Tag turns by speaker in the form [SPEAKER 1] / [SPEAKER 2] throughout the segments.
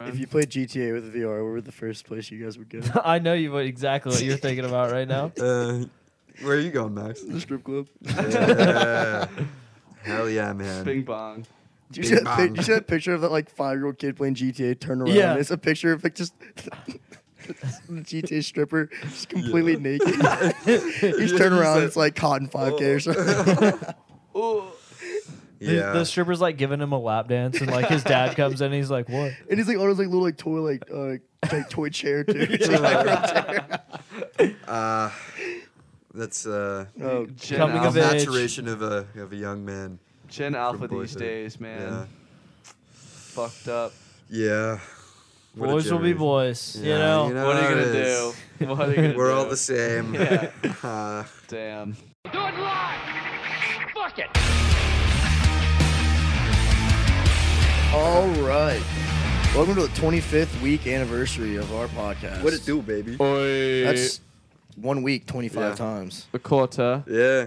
[SPEAKER 1] time.
[SPEAKER 2] If you played GTA with VR, where would the first place you guys would go?
[SPEAKER 3] I know you what exactly what you're thinking about right now.
[SPEAKER 4] Uh, where are you going, Max?
[SPEAKER 2] the strip club.
[SPEAKER 4] Yeah. Hell yeah, man.
[SPEAKER 1] Bing bong.
[SPEAKER 2] Do you,
[SPEAKER 4] Big
[SPEAKER 2] see that pi-
[SPEAKER 4] bang.
[SPEAKER 2] you see that picture of that like five year old kid playing GTA turn around?
[SPEAKER 3] Yeah.
[SPEAKER 2] It's a picture of like just the GTA stripper just completely naked. He's
[SPEAKER 4] Yeah,
[SPEAKER 2] turned
[SPEAKER 4] you
[SPEAKER 2] around,
[SPEAKER 4] said-
[SPEAKER 2] it's like caught in 5K or something.
[SPEAKER 4] Oh.
[SPEAKER 1] Oh,
[SPEAKER 3] The-
[SPEAKER 4] yeah.
[SPEAKER 3] The, stripper's like giving him a lap dance, and like his dad comes in, and he's like, "What?"
[SPEAKER 2] and he's like on his like little like toy like uh like toy chair too. It's like
[SPEAKER 4] Yeah.
[SPEAKER 2] a chair.
[SPEAKER 4] uh, that's uh,
[SPEAKER 2] Oh,
[SPEAKER 1] Gen
[SPEAKER 3] Coming
[SPEAKER 1] Alpha,
[SPEAKER 3] of age.
[SPEAKER 4] maturation of a of a young man.
[SPEAKER 1] Gen Alpha
[SPEAKER 4] from
[SPEAKER 1] these
[SPEAKER 4] boyhood.
[SPEAKER 1] days, man. Fucked up.
[SPEAKER 4] Yeah. Yeah. What a
[SPEAKER 3] boys will be
[SPEAKER 4] generation.
[SPEAKER 3] boys, you
[SPEAKER 4] Yeah,
[SPEAKER 3] know.
[SPEAKER 4] you know
[SPEAKER 1] what are you
[SPEAKER 4] how it
[SPEAKER 1] gonna do?
[SPEAKER 4] is.
[SPEAKER 1] What are you gonna do?
[SPEAKER 4] We're all the same.
[SPEAKER 1] Yeah.
[SPEAKER 4] Uh,
[SPEAKER 1] Damn.
[SPEAKER 5] Do it live. Fuck it.
[SPEAKER 2] All right. Welcome to the 25th week anniversary of our podcast.
[SPEAKER 4] what it do, baby?
[SPEAKER 1] Oi.
[SPEAKER 2] That's one week, 25
[SPEAKER 4] Yeah.
[SPEAKER 2] times.
[SPEAKER 1] the quarter.
[SPEAKER 4] Yeah.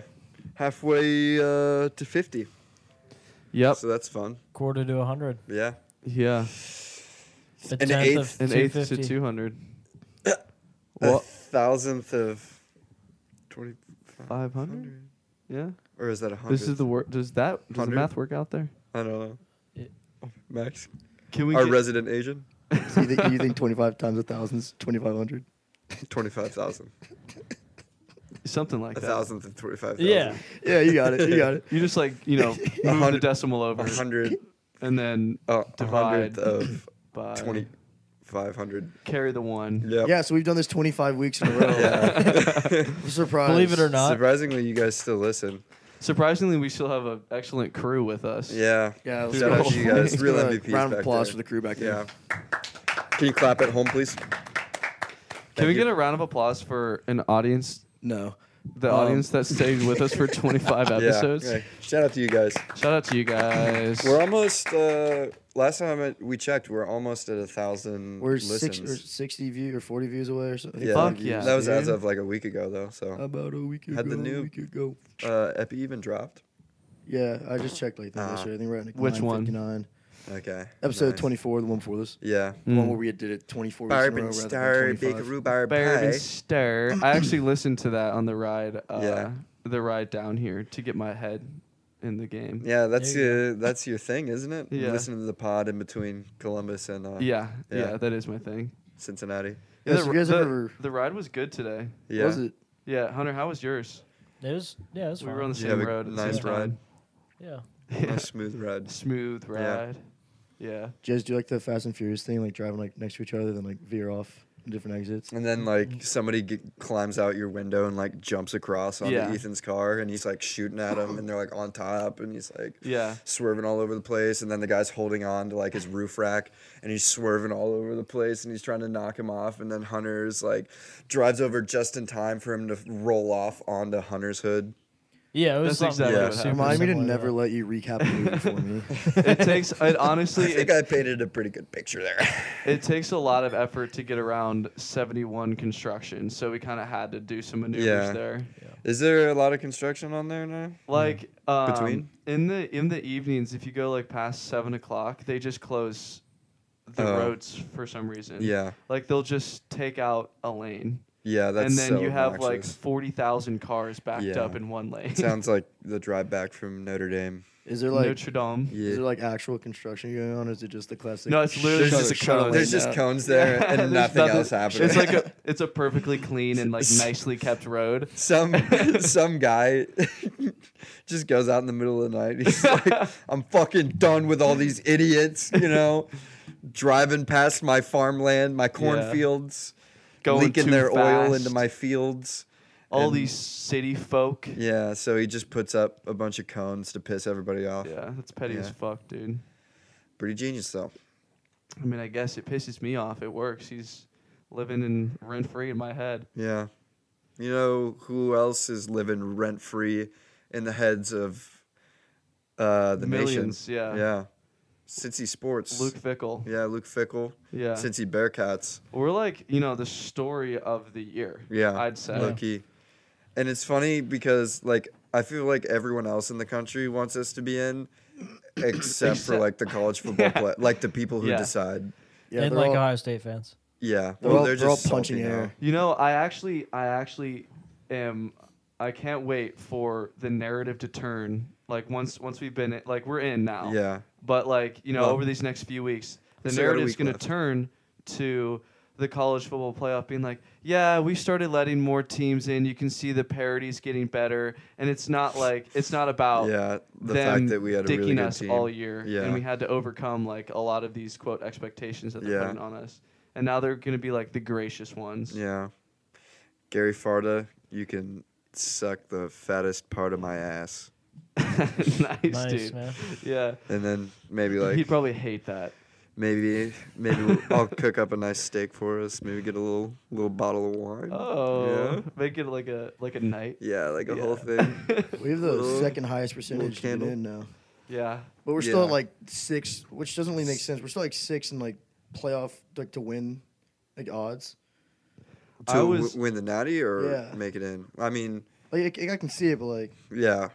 [SPEAKER 4] Halfway uh, to 50.
[SPEAKER 1] Yep.
[SPEAKER 4] So that's fun.
[SPEAKER 3] Quarter to hundred.
[SPEAKER 4] Yeah.
[SPEAKER 1] Yeah.
[SPEAKER 3] An
[SPEAKER 4] An eighth-
[SPEAKER 1] An eighth to two hundred.
[SPEAKER 4] A
[SPEAKER 1] What?
[SPEAKER 4] thousandth of 25.
[SPEAKER 1] Five hundred? Yeah.
[SPEAKER 4] Or is that a hundred?
[SPEAKER 1] This is the work. Does that does the
[SPEAKER 4] Hundred?
[SPEAKER 1] math work out there?
[SPEAKER 4] I don't know.
[SPEAKER 3] Yeah.
[SPEAKER 4] Max.
[SPEAKER 1] Can we?
[SPEAKER 4] Our resident Asian.
[SPEAKER 2] So you, think, you think 25 times a thousand is 2,500?
[SPEAKER 4] 25,000.
[SPEAKER 1] something like
[SPEAKER 4] A
[SPEAKER 1] that?
[SPEAKER 4] thousandth of 25,000.
[SPEAKER 3] Yeah,
[SPEAKER 2] Yeah, you got it. You got it.
[SPEAKER 1] You just like you know
[SPEAKER 4] A
[SPEAKER 1] move the
[SPEAKER 4] hundred-
[SPEAKER 1] decimal over
[SPEAKER 4] A hundred.
[SPEAKER 1] and then
[SPEAKER 4] Uh, a
[SPEAKER 1] Divide.
[SPEAKER 4] hundredth of
[SPEAKER 1] by
[SPEAKER 4] 2,500.
[SPEAKER 1] carry the one.
[SPEAKER 4] Yep.
[SPEAKER 2] Yeah, so we've done this 25 weeks in a row.
[SPEAKER 4] Yeah.
[SPEAKER 2] Surprise.
[SPEAKER 3] believe it or not.
[SPEAKER 4] Surprisingly, you guys still listen.
[SPEAKER 1] Surprisingly, we still have an excellent crew with us.
[SPEAKER 4] Yeah.
[SPEAKER 2] Yeah, let's
[SPEAKER 4] Shout
[SPEAKER 2] go.
[SPEAKER 4] out to you guys.
[SPEAKER 2] Let's
[SPEAKER 4] Real
[SPEAKER 2] give a
[SPEAKER 4] MVPs.
[SPEAKER 2] Round of
[SPEAKER 4] back
[SPEAKER 2] applause
[SPEAKER 4] there.
[SPEAKER 2] for the crew back
[SPEAKER 4] Yeah.
[SPEAKER 2] there.
[SPEAKER 4] Can you clap at home, please?
[SPEAKER 1] Can we
[SPEAKER 4] Thank
[SPEAKER 1] get
[SPEAKER 4] you.
[SPEAKER 1] a round of applause for an audience,
[SPEAKER 2] No.
[SPEAKER 1] the
[SPEAKER 2] Um,
[SPEAKER 1] audience that stayed with us for 25 episodes?
[SPEAKER 4] Yeah. Shout out to you guys.
[SPEAKER 1] Shout out to you guys.
[SPEAKER 4] We're almost. Uh, last time I we checked, we're almost at a thousand
[SPEAKER 2] We're
[SPEAKER 4] listens.
[SPEAKER 2] six or 60 view or 40 views away or something.
[SPEAKER 4] yeah,
[SPEAKER 1] Fuck yeah,
[SPEAKER 4] That was as
[SPEAKER 1] dude.
[SPEAKER 4] of like a week ago, though. So
[SPEAKER 2] About a week ago.
[SPEAKER 4] Had the new-
[SPEAKER 2] a week ago.
[SPEAKER 4] uh, Epi even dropped.
[SPEAKER 2] Yeah, I just checked like that
[SPEAKER 4] Ah.
[SPEAKER 2] this year. I think we're at like
[SPEAKER 1] Which one?
[SPEAKER 2] 959.
[SPEAKER 4] Okay.
[SPEAKER 2] Episode
[SPEAKER 4] nice.
[SPEAKER 2] 24, the one before this.
[SPEAKER 4] Yeah.
[SPEAKER 2] The
[SPEAKER 1] Mm.
[SPEAKER 2] one where we did it 24 weeks in a row
[SPEAKER 4] Bourbon
[SPEAKER 2] rather than
[SPEAKER 4] star,
[SPEAKER 2] 25.
[SPEAKER 4] big rhubarb
[SPEAKER 1] Bourbon
[SPEAKER 4] pie.
[SPEAKER 1] Stir. I actually listened to that on the ride. Uh,
[SPEAKER 4] Yeah.
[SPEAKER 1] The ride down here to get my head in the game.
[SPEAKER 4] Yeah, that's
[SPEAKER 3] There
[SPEAKER 4] your that's your thing, isn't it?
[SPEAKER 1] Yeah.
[SPEAKER 4] Listening to the pod in between Columbus and uh,
[SPEAKER 1] Yeah.
[SPEAKER 4] Yeah.
[SPEAKER 1] yeah, that is my thing.
[SPEAKER 4] Cincinnati.
[SPEAKER 2] Yeah, so
[SPEAKER 1] the,
[SPEAKER 2] you guys
[SPEAKER 1] the-
[SPEAKER 2] ever-
[SPEAKER 1] the ride was good today.
[SPEAKER 4] Yeah.
[SPEAKER 2] Was it?
[SPEAKER 1] Yeah, Hunter, how was yours?
[SPEAKER 3] it was. Yeah, it was.
[SPEAKER 1] we were
[SPEAKER 3] fine.
[SPEAKER 1] on the
[SPEAKER 4] Did you
[SPEAKER 1] same
[SPEAKER 4] have a
[SPEAKER 1] road. at the
[SPEAKER 4] nice
[SPEAKER 1] same time.
[SPEAKER 4] ride?
[SPEAKER 3] Yeah.
[SPEAKER 1] Yeah.
[SPEAKER 4] Nice smooth ride.
[SPEAKER 1] Smooth
[SPEAKER 4] Yeah.
[SPEAKER 1] ride. Yeah.
[SPEAKER 2] Do you guys do like the Fast and Furious thing, like driving like next to each other, then like veer off in different exits?
[SPEAKER 4] And then
[SPEAKER 1] Mm.
[SPEAKER 4] like somebody g- climbs out your window and like jumps across onto
[SPEAKER 1] Yeah.
[SPEAKER 4] Ethan's car, and he's like shooting at him, and they're like on top, and he's like
[SPEAKER 1] Yeah.
[SPEAKER 4] swerving all over the place, and then the guy's holding on to like his roof rack, and he's swerving all over the place, and he's trying to knock him off, and then Hunter's like drives over just in time for him to roll off onto Hunter's hood.
[SPEAKER 3] Yeah, it was
[SPEAKER 1] That's
[SPEAKER 3] something
[SPEAKER 1] exactly
[SPEAKER 3] like
[SPEAKER 4] what
[SPEAKER 3] super
[SPEAKER 4] happened.
[SPEAKER 2] Remind me to
[SPEAKER 3] similar
[SPEAKER 2] never
[SPEAKER 3] that.
[SPEAKER 2] let you recap a movie for me.
[SPEAKER 1] it takes it honestly
[SPEAKER 4] I think
[SPEAKER 1] it,
[SPEAKER 4] I painted a pretty good picture there.
[SPEAKER 1] it takes a lot of effort to get around 71 construction so we kind of had to do some maneuvers
[SPEAKER 4] Yeah.
[SPEAKER 1] there
[SPEAKER 4] Is there a lot of construction on there now?
[SPEAKER 1] like um,
[SPEAKER 4] Between?
[SPEAKER 1] in the in the evenings if you go like past seven o'clock they just close the
[SPEAKER 4] Oh.
[SPEAKER 1] roads for some reason
[SPEAKER 4] Yeah,
[SPEAKER 1] like they'll just take out a lane
[SPEAKER 4] yeah, that's
[SPEAKER 1] and then
[SPEAKER 4] so
[SPEAKER 1] you have like
[SPEAKER 4] obnoxious.
[SPEAKER 1] 40,000 cars backed
[SPEAKER 4] Yeah.
[SPEAKER 1] up in one lane
[SPEAKER 4] Sounds like the drive back from Notre Dame.
[SPEAKER 2] Is there like
[SPEAKER 1] Notre Dame
[SPEAKER 4] Yeah.
[SPEAKER 2] is there like actual construction going on, or is it just the classic?
[SPEAKER 1] No, it's literally
[SPEAKER 4] There's
[SPEAKER 1] just
[SPEAKER 4] just,
[SPEAKER 1] a
[SPEAKER 4] a cone.
[SPEAKER 1] cone.
[SPEAKER 4] There's just
[SPEAKER 2] Oh, Yeah.
[SPEAKER 4] cones there
[SPEAKER 1] Yeah,
[SPEAKER 4] and
[SPEAKER 1] there's
[SPEAKER 4] nothing, else happening.
[SPEAKER 1] It's like a, it's a perfectly clean and like nicely kept road.
[SPEAKER 4] some some guy just goes out in the middle of the night. He's like, I'm fucking done with all these idiots, you know, driving past my farmland, my cornfields,
[SPEAKER 1] Going
[SPEAKER 4] leaking
[SPEAKER 1] too
[SPEAKER 4] their oil into
[SPEAKER 1] fast.
[SPEAKER 4] my fields.
[SPEAKER 1] All
[SPEAKER 4] and-
[SPEAKER 1] these city folk. Yeah,
[SPEAKER 4] Yeah, so he just puts up a bunch of cones to piss everybody off.
[SPEAKER 1] that's petty as
[SPEAKER 4] Yeah.
[SPEAKER 1] fuck, dude.
[SPEAKER 4] Pretty genius though.
[SPEAKER 1] I mean, I guess it pisses me off. It works. He's living in rent free in my head.
[SPEAKER 4] Yeah. You know who else is living rent free in the heads of uh, the
[SPEAKER 1] Millions,
[SPEAKER 4] nation?
[SPEAKER 1] yeah.
[SPEAKER 4] Yeah. Cincy Sports.
[SPEAKER 1] Luke Fickle.
[SPEAKER 4] Yeah, Luke Fickle.
[SPEAKER 1] Yeah.
[SPEAKER 4] Cincy Bearcats.
[SPEAKER 1] We're like, you know, the story of the year.
[SPEAKER 4] Yeah.
[SPEAKER 1] I'd say.
[SPEAKER 4] low key. And it's funny because like I feel like everyone else in the country wants us to be in except for
[SPEAKER 1] Except-
[SPEAKER 4] like the college football
[SPEAKER 1] Yeah.
[SPEAKER 4] play like the people who
[SPEAKER 1] Yeah.
[SPEAKER 4] decide.
[SPEAKER 2] Yeah,
[SPEAKER 3] and
[SPEAKER 2] they're
[SPEAKER 3] like uh,
[SPEAKER 2] all,
[SPEAKER 3] Ohio State fans.
[SPEAKER 4] Yeah.
[SPEAKER 2] they're
[SPEAKER 4] Well,
[SPEAKER 2] all,
[SPEAKER 4] they're
[SPEAKER 2] they're all
[SPEAKER 4] just
[SPEAKER 2] punching
[SPEAKER 4] salty now.
[SPEAKER 2] air.
[SPEAKER 1] You know, I actually, I actually am. I can't wait for the narrative to turn. Like once, once we've been like we're in now.
[SPEAKER 4] Yeah.
[SPEAKER 1] But like you know,
[SPEAKER 4] Well,
[SPEAKER 1] over these next few weeks, the
[SPEAKER 4] so we got a
[SPEAKER 1] narrative's
[SPEAKER 4] week
[SPEAKER 1] going
[SPEAKER 4] left.
[SPEAKER 1] to turn to the college football playoff being like, yeah, we started letting more teams in. You can see the parities getting better, and it's not like it's not about
[SPEAKER 4] Yeah. The
[SPEAKER 1] them
[SPEAKER 4] fact that we had a
[SPEAKER 1] dicking
[SPEAKER 4] really good
[SPEAKER 1] us
[SPEAKER 4] team.
[SPEAKER 1] all year,
[SPEAKER 4] Yeah.
[SPEAKER 1] and we had to overcome like a lot of these quote expectations that they're
[SPEAKER 4] Yeah.
[SPEAKER 1] putting on us, and now they're going to be like the gracious ones.
[SPEAKER 4] Yeah. Gary Farda, you can suck the fattest part of my ass.
[SPEAKER 1] nice,
[SPEAKER 3] Nice,
[SPEAKER 1] dude.
[SPEAKER 3] man.
[SPEAKER 1] Yeah.
[SPEAKER 4] And then maybe like
[SPEAKER 1] He'd probably hate that.
[SPEAKER 4] maybe maybe we'll- I'll cook up a nice steak for us. Maybe get a little little bottle of wine.
[SPEAKER 1] Oh,
[SPEAKER 4] Yeah.
[SPEAKER 1] make it like a like a night.
[SPEAKER 4] Yeah, like a whole
[SPEAKER 1] Yeah.
[SPEAKER 4] thing.
[SPEAKER 2] We have the
[SPEAKER 4] Little-
[SPEAKER 2] second highest percentage to get
[SPEAKER 4] candle.
[SPEAKER 2] in now.
[SPEAKER 1] yeah.
[SPEAKER 2] But we're still at
[SPEAKER 4] Yeah.
[SPEAKER 2] like six, which doesn't really make sense. We're still like six in like playoff like to win like odds.
[SPEAKER 4] To
[SPEAKER 1] I
[SPEAKER 4] w-
[SPEAKER 1] was-
[SPEAKER 4] win the natty or
[SPEAKER 2] Yeah.
[SPEAKER 4] make it in. I mean,
[SPEAKER 2] Like I, I can see it, but like
[SPEAKER 4] yeah,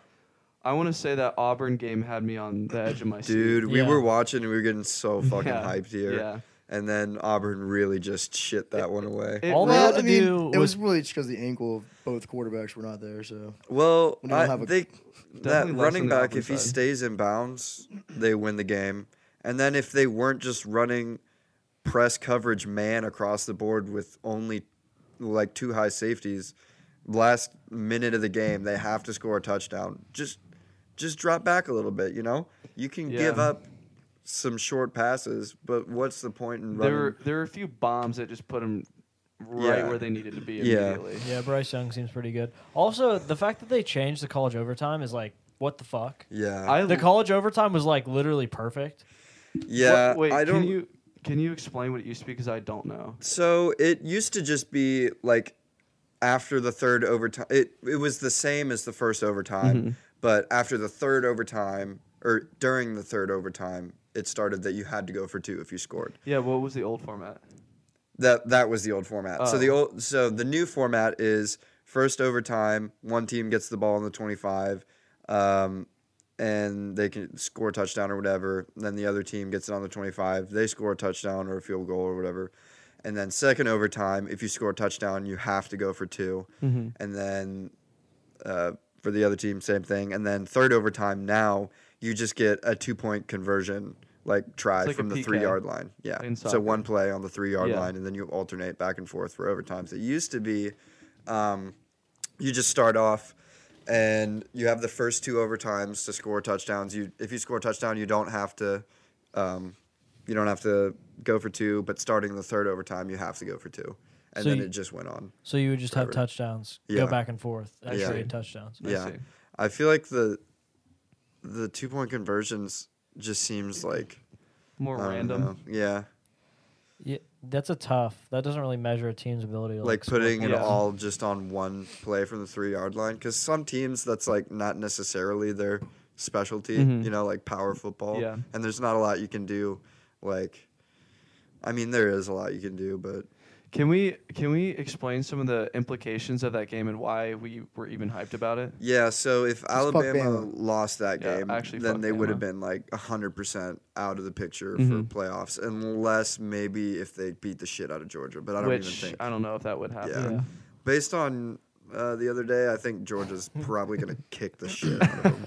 [SPEAKER 1] I want to say that Auburn game had me on the edge of my seat.
[SPEAKER 4] dude, we
[SPEAKER 3] Yeah.
[SPEAKER 4] were watching and we were getting so fucking hyped here.
[SPEAKER 1] Yeah.
[SPEAKER 4] And then Auburn really just shit that one away.
[SPEAKER 1] It
[SPEAKER 3] All
[SPEAKER 1] really-
[SPEAKER 3] they
[SPEAKER 2] well,
[SPEAKER 3] had to
[SPEAKER 2] I mean,
[SPEAKER 3] do
[SPEAKER 2] it
[SPEAKER 3] was-
[SPEAKER 2] was really just because the ankle of both quarterbacks were not there. So
[SPEAKER 4] Well,
[SPEAKER 2] We don't
[SPEAKER 4] I,
[SPEAKER 2] have a-
[SPEAKER 4] they, that
[SPEAKER 1] Definitely less
[SPEAKER 4] running
[SPEAKER 1] on the
[SPEAKER 4] back,
[SPEAKER 1] Auburn
[SPEAKER 4] if he
[SPEAKER 1] side.
[SPEAKER 4] stays in bounds, they win the game. And then if they weren't just running press coverage man across the board with only like two high safeties, last minute of the game they have to score a touchdown. Just just drop back a little bit, you know? You can give
[SPEAKER 1] Yeah.
[SPEAKER 4] up some short passes, but what's the point in
[SPEAKER 1] there
[SPEAKER 4] running?
[SPEAKER 1] were there were a few bombs that just put them right
[SPEAKER 4] Yeah.
[SPEAKER 1] where they needed to be
[SPEAKER 4] Yeah.
[SPEAKER 1] immediately.
[SPEAKER 3] Yeah, Bryce Young seems pretty good. Also, the fact that they changed the college overtime is like, what the fuck?
[SPEAKER 4] yeah.
[SPEAKER 1] I
[SPEAKER 3] The college overtime was like literally perfect.
[SPEAKER 4] yeah.
[SPEAKER 1] What- wait,
[SPEAKER 4] I don't
[SPEAKER 1] can you can you explain what it used to be because I don't know.
[SPEAKER 4] So it used to just be like after the third overtime. It it was the same as the first overtime, but after the third overtime or during the third overtime, it started that you had to go for two if you scored.
[SPEAKER 1] Yeah, what was the old format?
[SPEAKER 4] That that was the old format. So
[SPEAKER 1] Oh.
[SPEAKER 4] the old so the new format is first overtime. One team gets the ball in the twenty five. Um, and they can score a touchdown or whatever. Then the other team gets it on the 25. They score a touchdown or a field goal or whatever. And then second overtime, if you score a touchdown, you have to go for 2
[SPEAKER 1] Mm-hmm.
[SPEAKER 4] And then uh, for the other team, same thing. And then third overtime, now you just get a two point conversion like try
[SPEAKER 1] It's like a
[SPEAKER 4] from the
[SPEAKER 1] PK
[SPEAKER 4] three yard line. Yeah.
[SPEAKER 1] in
[SPEAKER 4] So
[SPEAKER 1] soccer.
[SPEAKER 4] one play on the three yard
[SPEAKER 1] Yeah.
[SPEAKER 4] line, and then you alternate back and forth for overtimes. It used to be um, you just start off and you have the first two overtimes to score touchdowns. You if you score a touchdown, you don't have to um, you don't have to go for two, but starting the third overtime, you have to go for two. And
[SPEAKER 3] So
[SPEAKER 4] then
[SPEAKER 3] you-
[SPEAKER 4] it just went on.
[SPEAKER 3] So you would just have
[SPEAKER 4] Forever.
[SPEAKER 3] touchdowns,
[SPEAKER 4] Yeah.
[SPEAKER 3] go back and forth,
[SPEAKER 4] Yeah.
[SPEAKER 3] extra touchdowns.
[SPEAKER 1] I
[SPEAKER 4] yeah.
[SPEAKER 1] see.
[SPEAKER 4] I feel like the the two point conversions just seems like
[SPEAKER 1] More
[SPEAKER 4] I don't know.
[SPEAKER 1] random.
[SPEAKER 4] Yeah.
[SPEAKER 3] Yeah, that's a tough. That doesn't really measure a team's ability to like,
[SPEAKER 4] like putting
[SPEAKER 3] score
[SPEAKER 4] it
[SPEAKER 1] Yeah.
[SPEAKER 3] points.
[SPEAKER 4] all just on one play from the three yard line because some teams that's like not necessarily their specialty you know like power football
[SPEAKER 1] Mm-hmm. Yeah.
[SPEAKER 4] and there's not a lot you can do like i mean there is a lot you can do but
[SPEAKER 1] Can we can we explain some of the implications of that game and why we were even hyped about it?
[SPEAKER 4] yeah so if
[SPEAKER 2] fuck
[SPEAKER 4] alabama
[SPEAKER 2] Bama.
[SPEAKER 4] lost that
[SPEAKER 1] Yeah,
[SPEAKER 4] game
[SPEAKER 1] actually
[SPEAKER 4] then
[SPEAKER 1] fuck
[SPEAKER 4] they would have
[SPEAKER 1] Bama.
[SPEAKER 4] been like 100% out of the picture
[SPEAKER 1] Mhm.
[SPEAKER 4] for playoffs unless maybe if they beat the shit out of georgia but i don't
[SPEAKER 1] Which
[SPEAKER 4] even think
[SPEAKER 1] I don't know if that would happen.
[SPEAKER 4] Yeah. based on uh, the other day, I think Georgia's probably going to kick the shit out of them.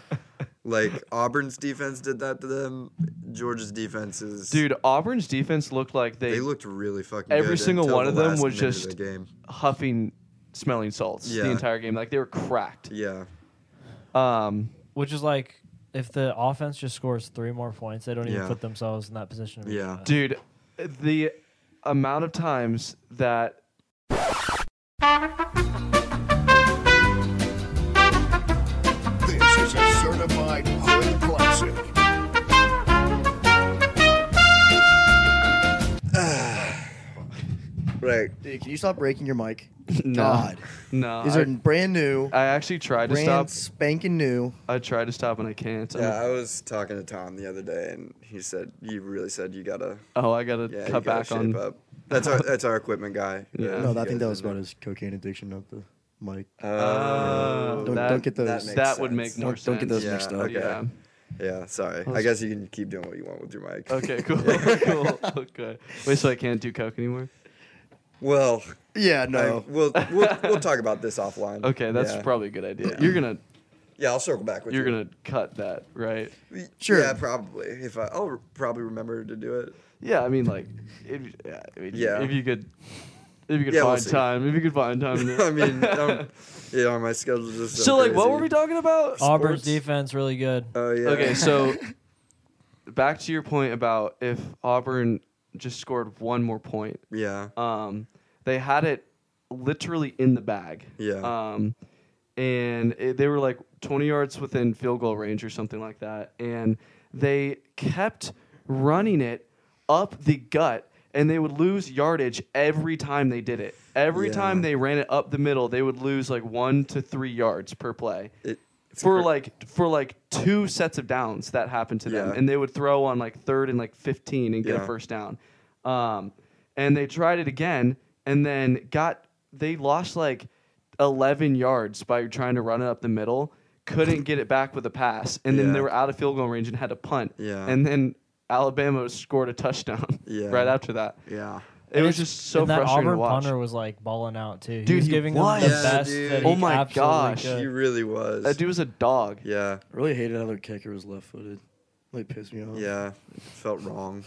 [SPEAKER 4] Like Auburn's defense did that to them. Georgia's defense is
[SPEAKER 1] Dude, Auburn's defense looked like they,
[SPEAKER 4] They looked really fucking.
[SPEAKER 1] every
[SPEAKER 4] good
[SPEAKER 1] single
[SPEAKER 4] until
[SPEAKER 1] one
[SPEAKER 4] the
[SPEAKER 1] of them
[SPEAKER 4] last
[SPEAKER 1] was
[SPEAKER 4] minute of the
[SPEAKER 1] just-
[SPEAKER 4] game.
[SPEAKER 1] huffing smelling salts
[SPEAKER 4] Yeah.
[SPEAKER 1] the entire game. Like they were cracked.
[SPEAKER 4] Yeah,
[SPEAKER 1] Um,
[SPEAKER 3] which is like if the offense just scores three more points, they don't even
[SPEAKER 4] Yeah.
[SPEAKER 3] put themselves in that position. To be
[SPEAKER 4] Yeah.
[SPEAKER 3] in.
[SPEAKER 1] dude, the amount of times that
[SPEAKER 6] This is a certified hood classic.
[SPEAKER 4] right.
[SPEAKER 2] dude, can you stop breaking your mic?
[SPEAKER 1] no,
[SPEAKER 2] God,
[SPEAKER 1] no,
[SPEAKER 2] these
[SPEAKER 1] I,
[SPEAKER 2] are brand new,
[SPEAKER 1] Oh, I actually tried to
[SPEAKER 2] brand
[SPEAKER 1] stop.
[SPEAKER 2] spanking new.
[SPEAKER 1] I tried to stop and I can't. I'm-
[SPEAKER 4] Yeah, I was talking to Tom the other day, and he said, "You really said you gotta,
[SPEAKER 1] oh, I gotta
[SPEAKER 4] yeah,
[SPEAKER 1] cut
[SPEAKER 4] you gotta
[SPEAKER 1] back
[SPEAKER 4] shape
[SPEAKER 1] on.
[SPEAKER 4] up." That's our that's our equipment guy.
[SPEAKER 1] Yeah.
[SPEAKER 4] Uh,
[SPEAKER 1] No,
[SPEAKER 2] No,
[SPEAKER 4] you
[SPEAKER 2] I think
[SPEAKER 4] guys
[SPEAKER 2] that was
[SPEAKER 4] did
[SPEAKER 2] about his cocaine addiction, not the mic.
[SPEAKER 4] that.
[SPEAKER 1] Uh,
[SPEAKER 4] Oh,
[SPEAKER 2] Don't,
[SPEAKER 1] that-
[SPEAKER 2] don't get
[SPEAKER 4] that
[SPEAKER 2] those.
[SPEAKER 4] makes
[SPEAKER 1] Oh, that would
[SPEAKER 4] sense.
[SPEAKER 1] make more
[SPEAKER 2] don't, don't get
[SPEAKER 1] sense.
[SPEAKER 2] those
[SPEAKER 4] Yeah,
[SPEAKER 2] mixed up.
[SPEAKER 4] okay.
[SPEAKER 1] Yeah.
[SPEAKER 4] Yeah, sorry. I
[SPEAKER 1] Let's-
[SPEAKER 4] guess you can keep doing what you want with your mic.
[SPEAKER 1] Okay, cool, cool. Okay. Wait, so I can't do coke anymore?
[SPEAKER 4] Well,
[SPEAKER 2] Yeah,
[SPEAKER 4] no.
[SPEAKER 2] no.
[SPEAKER 4] we'll, we'll we'll talk about this offline.
[SPEAKER 1] Okay, that's
[SPEAKER 4] yeah.
[SPEAKER 1] probably a good idea. You're gonna
[SPEAKER 4] Yeah, I'll circle back with
[SPEAKER 1] you're
[SPEAKER 4] you.
[SPEAKER 1] gonna cut that, right?
[SPEAKER 4] Y-
[SPEAKER 2] Sure.
[SPEAKER 4] Yeah, probably. If I, I'll re- probably remember to do it.
[SPEAKER 1] Yeah, I mean, like, if, yeah, I mean,
[SPEAKER 4] Yeah.
[SPEAKER 1] if you could, if you could
[SPEAKER 4] Yeah, we'll
[SPEAKER 1] find
[SPEAKER 4] see.
[SPEAKER 1] time, if you could find time. to-
[SPEAKER 4] I mean, I'm, yeah, my schedule's just so,
[SPEAKER 1] Um, so like, what were
[SPEAKER 4] crazy.
[SPEAKER 1] we talking about?
[SPEAKER 3] Auburn's
[SPEAKER 1] Sports?
[SPEAKER 3] defense really good.
[SPEAKER 4] Oh yeah.
[SPEAKER 1] Okay, so back to your point about if Auburn just scored one more point,
[SPEAKER 4] yeah,
[SPEAKER 1] um, they had it literally in the bag.
[SPEAKER 4] Yeah.
[SPEAKER 1] Um, and it, they were like 20 yards within field goal range or something like that. And they kept running it up the gut. And they would lose yardage every time they did it. Every
[SPEAKER 4] Yeah.
[SPEAKER 1] time they ran it up the middle, they would lose like one to three yards per play
[SPEAKER 4] it, it's
[SPEAKER 1] for
[SPEAKER 4] cr-
[SPEAKER 1] like for like two sets of downs that happened to them,
[SPEAKER 4] Yeah.
[SPEAKER 1] and they would throw on like third and like fifteen and get a
[SPEAKER 4] Yeah.
[SPEAKER 1] first down. Um, and they tried it again, and then got they lost like eleven yards by trying to run it up the middle. Couldn't get it back with a pass, and then
[SPEAKER 4] Yeah.
[SPEAKER 1] they were out of field goal range and had to punt.
[SPEAKER 4] Yeah.
[SPEAKER 1] And then Alabama scored a touchdown
[SPEAKER 4] Yeah.
[SPEAKER 1] right after that.
[SPEAKER 4] yeah.
[SPEAKER 1] It was just so
[SPEAKER 3] and that
[SPEAKER 1] frustrating
[SPEAKER 3] Auburn
[SPEAKER 1] to watch.
[SPEAKER 3] punter was like balling out too.
[SPEAKER 1] Dude,
[SPEAKER 3] he was
[SPEAKER 1] he
[SPEAKER 3] giving
[SPEAKER 1] was.
[SPEAKER 3] them the
[SPEAKER 4] Yeah,
[SPEAKER 3] best.
[SPEAKER 4] dude.
[SPEAKER 3] That he
[SPEAKER 1] Oh my
[SPEAKER 3] absolutely
[SPEAKER 1] gosh.
[SPEAKER 3] could.
[SPEAKER 4] He really was.
[SPEAKER 1] That dude was a dog.
[SPEAKER 4] Yeah,
[SPEAKER 2] Really hated how their kicker was left footed. Like pissed me off.
[SPEAKER 4] yeah. It felt wrong.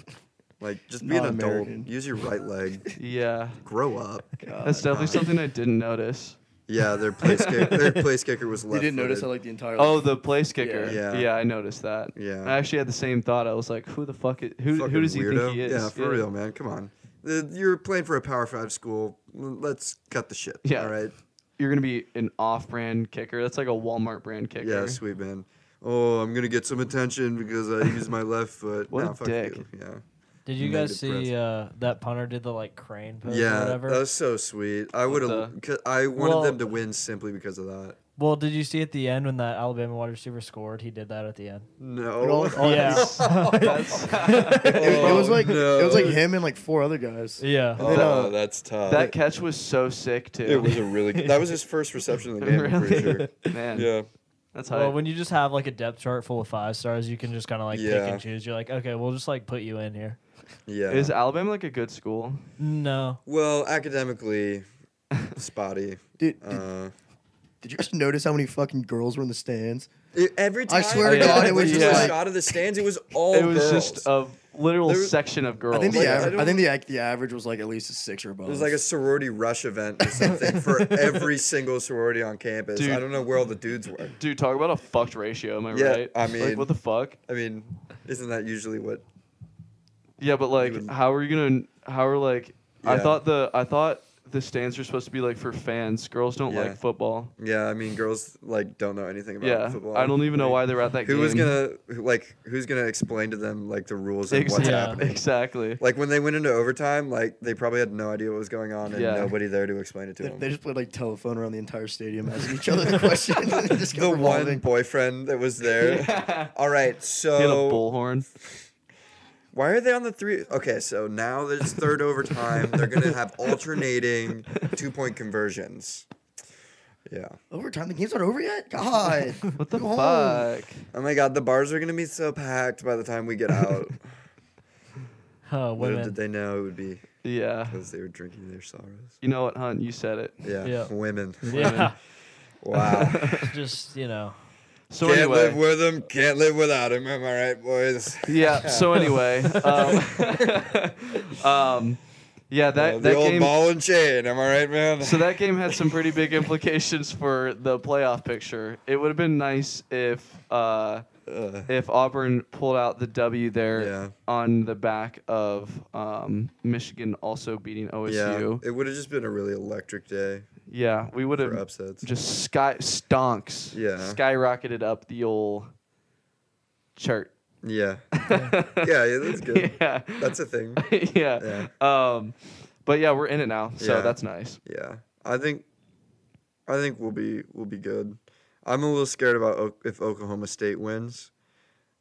[SPEAKER 4] Like just be an
[SPEAKER 2] Not
[SPEAKER 4] adult.
[SPEAKER 2] American.
[SPEAKER 4] Use your right leg.
[SPEAKER 1] Yeah.
[SPEAKER 4] Grow up.
[SPEAKER 1] That's definitely something I didn't notice.
[SPEAKER 4] Yeah, their place kick, their place kicker was
[SPEAKER 2] You
[SPEAKER 4] left.
[SPEAKER 2] didn't notice how like the entire
[SPEAKER 1] Oh, the place kicker. Yeah.
[SPEAKER 4] Yeah.
[SPEAKER 1] I noticed that.
[SPEAKER 4] Yeah.
[SPEAKER 1] I actually had the same thought. I was like, who the fuck is who who does he think he is?
[SPEAKER 4] Yeah, for real, man. Come on. The- You're playing for a Power Five school. L- Let's cut the shit.
[SPEAKER 1] Yeah.
[SPEAKER 4] All right.
[SPEAKER 1] You're gonna be an off brand kicker. That's like a Walmart brand kicker.
[SPEAKER 4] Yeah, sweet man. Oh, I'm gonna get some attention because I use my left foot.
[SPEAKER 1] What
[SPEAKER 4] Nah,
[SPEAKER 1] a
[SPEAKER 4] fuck
[SPEAKER 1] dick.
[SPEAKER 4] you. Yeah.
[SPEAKER 3] Did you
[SPEAKER 4] Made
[SPEAKER 3] guys
[SPEAKER 4] it
[SPEAKER 3] see
[SPEAKER 4] present.
[SPEAKER 3] uh, that punter did the like crane pose or
[SPEAKER 4] Yeah,
[SPEAKER 3] whatever?
[SPEAKER 4] that was so sweet. I would have. I wanted
[SPEAKER 3] Well-
[SPEAKER 4] them to win simply because of that.
[SPEAKER 3] Well, did you see at the end when that Alabama wide receiver scored? He did that at the end.
[SPEAKER 4] No.
[SPEAKER 3] yeah,
[SPEAKER 2] it, it was
[SPEAKER 4] Oh,
[SPEAKER 2] like it was like
[SPEAKER 4] no.
[SPEAKER 2] him and like four other guys.
[SPEAKER 3] yeah.
[SPEAKER 2] then, uh,
[SPEAKER 4] Oh, that's tough.
[SPEAKER 1] That catch was so sick too.
[SPEAKER 4] it was a really. That was his first reception of the game. I'm pretty
[SPEAKER 1] really?
[SPEAKER 4] sure.
[SPEAKER 1] Man.
[SPEAKER 4] Yeah.
[SPEAKER 1] That's how
[SPEAKER 3] Well, when you just have like a depth chart full of five stars, you can just kind of like
[SPEAKER 4] Yeah.
[SPEAKER 3] pick and choose. You're like, okay, we'll just like put you in here.
[SPEAKER 4] Yeah.
[SPEAKER 1] is Alabama like a good school?
[SPEAKER 3] No,
[SPEAKER 4] well, academically, spotty.
[SPEAKER 2] Did, did,
[SPEAKER 4] Uh,
[SPEAKER 2] did you guys notice how many fucking girls were in the stands?
[SPEAKER 4] It- every time
[SPEAKER 2] I swear to
[SPEAKER 1] Oh, yeah.
[SPEAKER 2] God, it was
[SPEAKER 1] Yeah.
[SPEAKER 2] just like
[SPEAKER 4] shot of the stands. It was all
[SPEAKER 1] it was
[SPEAKER 4] girls.
[SPEAKER 1] just uh, a literal
[SPEAKER 4] There was-
[SPEAKER 1] section of girls.
[SPEAKER 2] I think the
[SPEAKER 4] Like, I
[SPEAKER 2] aver- I,
[SPEAKER 4] don't-
[SPEAKER 2] think the ac- the average was like at least a six or above.
[SPEAKER 4] it was like a sorority rush event or something for every single sorority on campus.
[SPEAKER 1] Dude.
[SPEAKER 4] I don't know where all the dudes were.
[SPEAKER 1] Dude, talk about a fucked ratio, am I
[SPEAKER 4] Yeah,
[SPEAKER 1] right?
[SPEAKER 4] I
[SPEAKER 1] like
[SPEAKER 4] mean-
[SPEAKER 1] what the fuck?
[SPEAKER 4] I mean, isn't that usually what?
[SPEAKER 1] Yeah, but like,
[SPEAKER 4] Even-
[SPEAKER 1] how are you gonna? How are like? I
[SPEAKER 4] Yeah.
[SPEAKER 1] thought the I thought the stands were supposed to be like for fans. Girls don't
[SPEAKER 4] Yeah.
[SPEAKER 1] like football.
[SPEAKER 4] Yeah, I mean, girls like don't know anything about
[SPEAKER 1] yeah,
[SPEAKER 4] football.
[SPEAKER 1] I don't even know why they're at that
[SPEAKER 4] Who
[SPEAKER 1] game.
[SPEAKER 4] was gonna like? Who's gonna explain to them like the rules and
[SPEAKER 1] Ex-
[SPEAKER 4] what's
[SPEAKER 3] Yeah.
[SPEAKER 4] happening?
[SPEAKER 1] Exactly.
[SPEAKER 4] Like when they went into overtime, like they probably had no idea what was going on and
[SPEAKER 1] Yeah.
[SPEAKER 4] nobody there to explain it to
[SPEAKER 2] They,
[SPEAKER 4] them.
[SPEAKER 2] they just played like telephone around the entire stadium, asking each other the question. and it just kept
[SPEAKER 4] the one
[SPEAKER 2] revolving.
[SPEAKER 4] boyfriend that was there. All right, so
[SPEAKER 1] He had a bullhorn.
[SPEAKER 4] Why are they on the three? Okay, so now there's third overtime. They're gonna have alternating two point conversions. Yeah.
[SPEAKER 2] Overtime, the game's not over yet. God,
[SPEAKER 1] What the
[SPEAKER 2] go home.
[SPEAKER 1] fuck?
[SPEAKER 4] Oh my God, the bars are gonna be so packed by the time we get out.
[SPEAKER 3] oh,
[SPEAKER 4] Little did
[SPEAKER 3] women.
[SPEAKER 4] they know it would be
[SPEAKER 1] Yeah.
[SPEAKER 4] because they were drinking their sorrows.
[SPEAKER 1] You know what, Hunt? You said it.
[SPEAKER 4] Yeah,
[SPEAKER 3] Yeah.
[SPEAKER 4] women.
[SPEAKER 3] Yeah,
[SPEAKER 4] Wow.
[SPEAKER 3] just you know.
[SPEAKER 1] So
[SPEAKER 4] can't
[SPEAKER 1] anyway.
[SPEAKER 4] live with him. Can't live without him. Am I right, boys?
[SPEAKER 1] yeah. So anyway. Um, um, yeah. That
[SPEAKER 4] Uh, the
[SPEAKER 1] that
[SPEAKER 4] old
[SPEAKER 1] game.
[SPEAKER 4] ball and chain. Am I right, man?
[SPEAKER 1] So that game had some pretty big implications for the playoff picture. It would have been nice if uh,
[SPEAKER 4] Uh,
[SPEAKER 1] if Auburn pulled out the W there
[SPEAKER 4] Yeah.
[SPEAKER 1] on the back of um, Michigan also beating
[SPEAKER 4] yeah,
[SPEAKER 1] OSU. Yeah,
[SPEAKER 4] it would have just been a really electric day
[SPEAKER 1] we would
[SPEAKER 4] for
[SPEAKER 1] have
[SPEAKER 4] upsets.
[SPEAKER 1] just sky stonks.
[SPEAKER 4] Yeah.
[SPEAKER 1] skyrocketed up the old chart.
[SPEAKER 4] Yeah. yeah, yeah, that's good.
[SPEAKER 1] yeah,
[SPEAKER 4] That's a thing.
[SPEAKER 1] yeah. Um, but yeah, we're in it now, so
[SPEAKER 4] Yeah.
[SPEAKER 1] that's nice.
[SPEAKER 4] Yeah, I think, I think we'll be we'll be good. I'm a little scared about o- if Oklahoma State wins.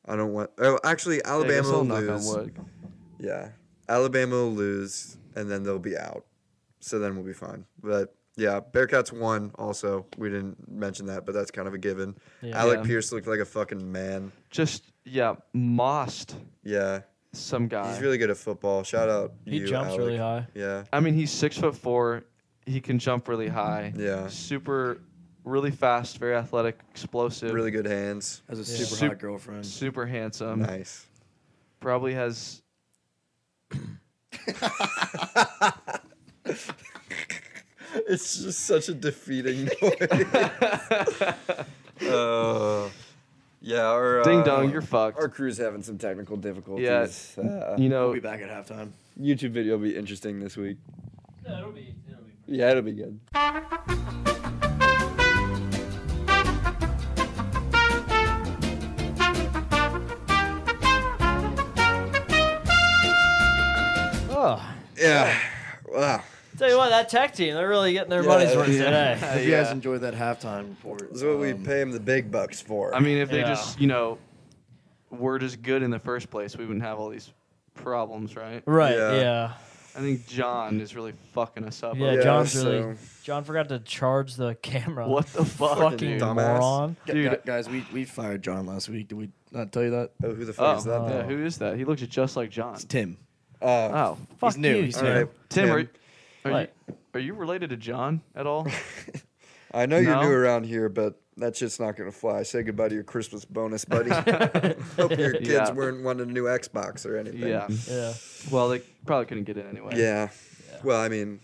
[SPEAKER 4] I don't want. Oh, actually,
[SPEAKER 1] I guess
[SPEAKER 4] Alabama
[SPEAKER 1] I'll
[SPEAKER 4] will
[SPEAKER 1] knock on
[SPEAKER 4] lose.
[SPEAKER 1] wood.
[SPEAKER 4] Yeah, Alabama will lose, and then they'll be out. So then we'll be fine. But Yeah, Bearcats won. Also, we didn't mention that, but that's kind of a given.
[SPEAKER 3] Yeah.
[SPEAKER 4] Alec
[SPEAKER 1] Yeah.
[SPEAKER 4] Pierce looked like a fucking man.
[SPEAKER 1] Just yeah, mossed
[SPEAKER 4] Yeah,
[SPEAKER 1] some guy.
[SPEAKER 4] he's really good at football. Shout out.
[SPEAKER 3] He
[SPEAKER 4] you,
[SPEAKER 3] jumps
[SPEAKER 4] Alec.
[SPEAKER 3] really high.
[SPEAKER 4] Yeah,
[SPEAKER 1] I mean, he's six foot four. He can jump really high.
[SPEAKER 4] Mm-hmm. Yeah.
[SPEAKER 1] Super, really fast, very athletic, explosive.
[SPEAKER 4] really good hands.
[SPEAKER 2] Has a
[SPEAKER 3] Yeah.
[SPEAKER 2] super
[SPEAKER 1] Sup-
[SPEAKER 2] hot girlfriend.
[SPEAKER 1] Super handsome.
[SPEAKER 4] Nice.
[SPEAKER 1] Probably has.
[SPEAKER 4] It's just such a defeating noise. uh, yeah, our,
[SPEAKER 1] Ding
[SPEAKER 4] uh,
[SPEAKER 1] dong, you're fucked.
[SPEAKER 4] Our crew's having some technical
[SPEAKER 1] Yeah.
[SPEAKER 4] difficulties. Uh,
[SPEAKER 2] We'll
[SPEAKER 1] you know,
[SPEAKER 2] be back at halftime.
[SPEAKER 4] YouTube video will be interesting this week.
[SPEAKER 3] Yeah, it'll be, it'll be
[SPEAKER 4] Yeah, it'll be good.
[SPEAKER 3] oh,
[SPEAKER 4] Yeah. Wow.
[SPEAKER 3] tell you what, that tech team, they're really getting their
[SPEAKER 4] Yeah,
[SPEAKER 3] money's worth
[SPEAKER 4] yeah.
[SPEAKER 3] today.
[SPEAKER 2] Hope you guys
[SPEAKER 1] yeah.
[SPEAKER 2] enjoyed that halftime report.
[SPEAKER 4] This is what we
[SPEAKER 2] Um,
[SPEAKER 4] pay him the big bucks for.
[SPEAKER 1] I mean, if they
[SPEAKER 3] Yeah.
[SPEAKER 1] just, you know, were just good in the first place, we wouldn't have all these problems, right?
[SPEAKER 3] Right,
[SPEAKER 4] Yeah.
[SPEAKER 3] yeah.
[SPEAKER 1] I think John is really fucking us up.
[SPEAKER 3] Yeah,
[SPEAKER 1] over
[SPEAKER 3] John's
[SPEAKER 4] so-
[SPEAKER 3] really. John forgot to charge the camera.
[SPEAKER 1] What the fuck,
[SPEAKER 3] Fucking
[SPEAKER 1] dude?
[SPEAKER 4] Dumbass.
[SPEAKER 3] moron.
[SPEAKER 2] gu-
[SPEAKER 1] dude.
[SPEAKER 2] gu- guys, we, we fired John last week. Did we not tell you that?
[SPEAKER 4] Oh, who the fuck
[SPEAKER 1] Oh,
[SPEAKER 4] is that?
[SPEAKER 1] yeah,
[SPEAKER 4] Then?
[SPEAKER 1] who is that? He looks just like John.
[SPEAKER 2] It's Tim.
[SPEAKER 4] Uh,
[SPEAKER 1] Oh,
[SPEAKER 3] Fuck
[SPEAKER 2] new,
[SPEAKER 3] You,
[SPEAKER 2] he's
[SPEAKER 4] all
[SPEAKER 3] Tim.
[SPEAKER 4] right.
[SPEAKER 1] Tim, are, are you
[SPEAKER 3] What?
[SPEAKER 1] are you related to John at all?
[SPEAKER 4] I know you're
[SPEAKER 1] No?
[SPEAKER 4] new around here, but that shit's not gonna fly. Say goodbye to your Christmas bonus, buddy. Hope your kids
[SPEAKER 1] Yeah.
[SPEAKER 4] weren't wanting a new Xbox or anything.
[SPEAKER 1] yeah.
[SPEAKER 3] Yeah.
[SPEAKER 1] Well, they probably couldn't get in anyway.
[SPEAKER 4] Yeah. Well, I mean,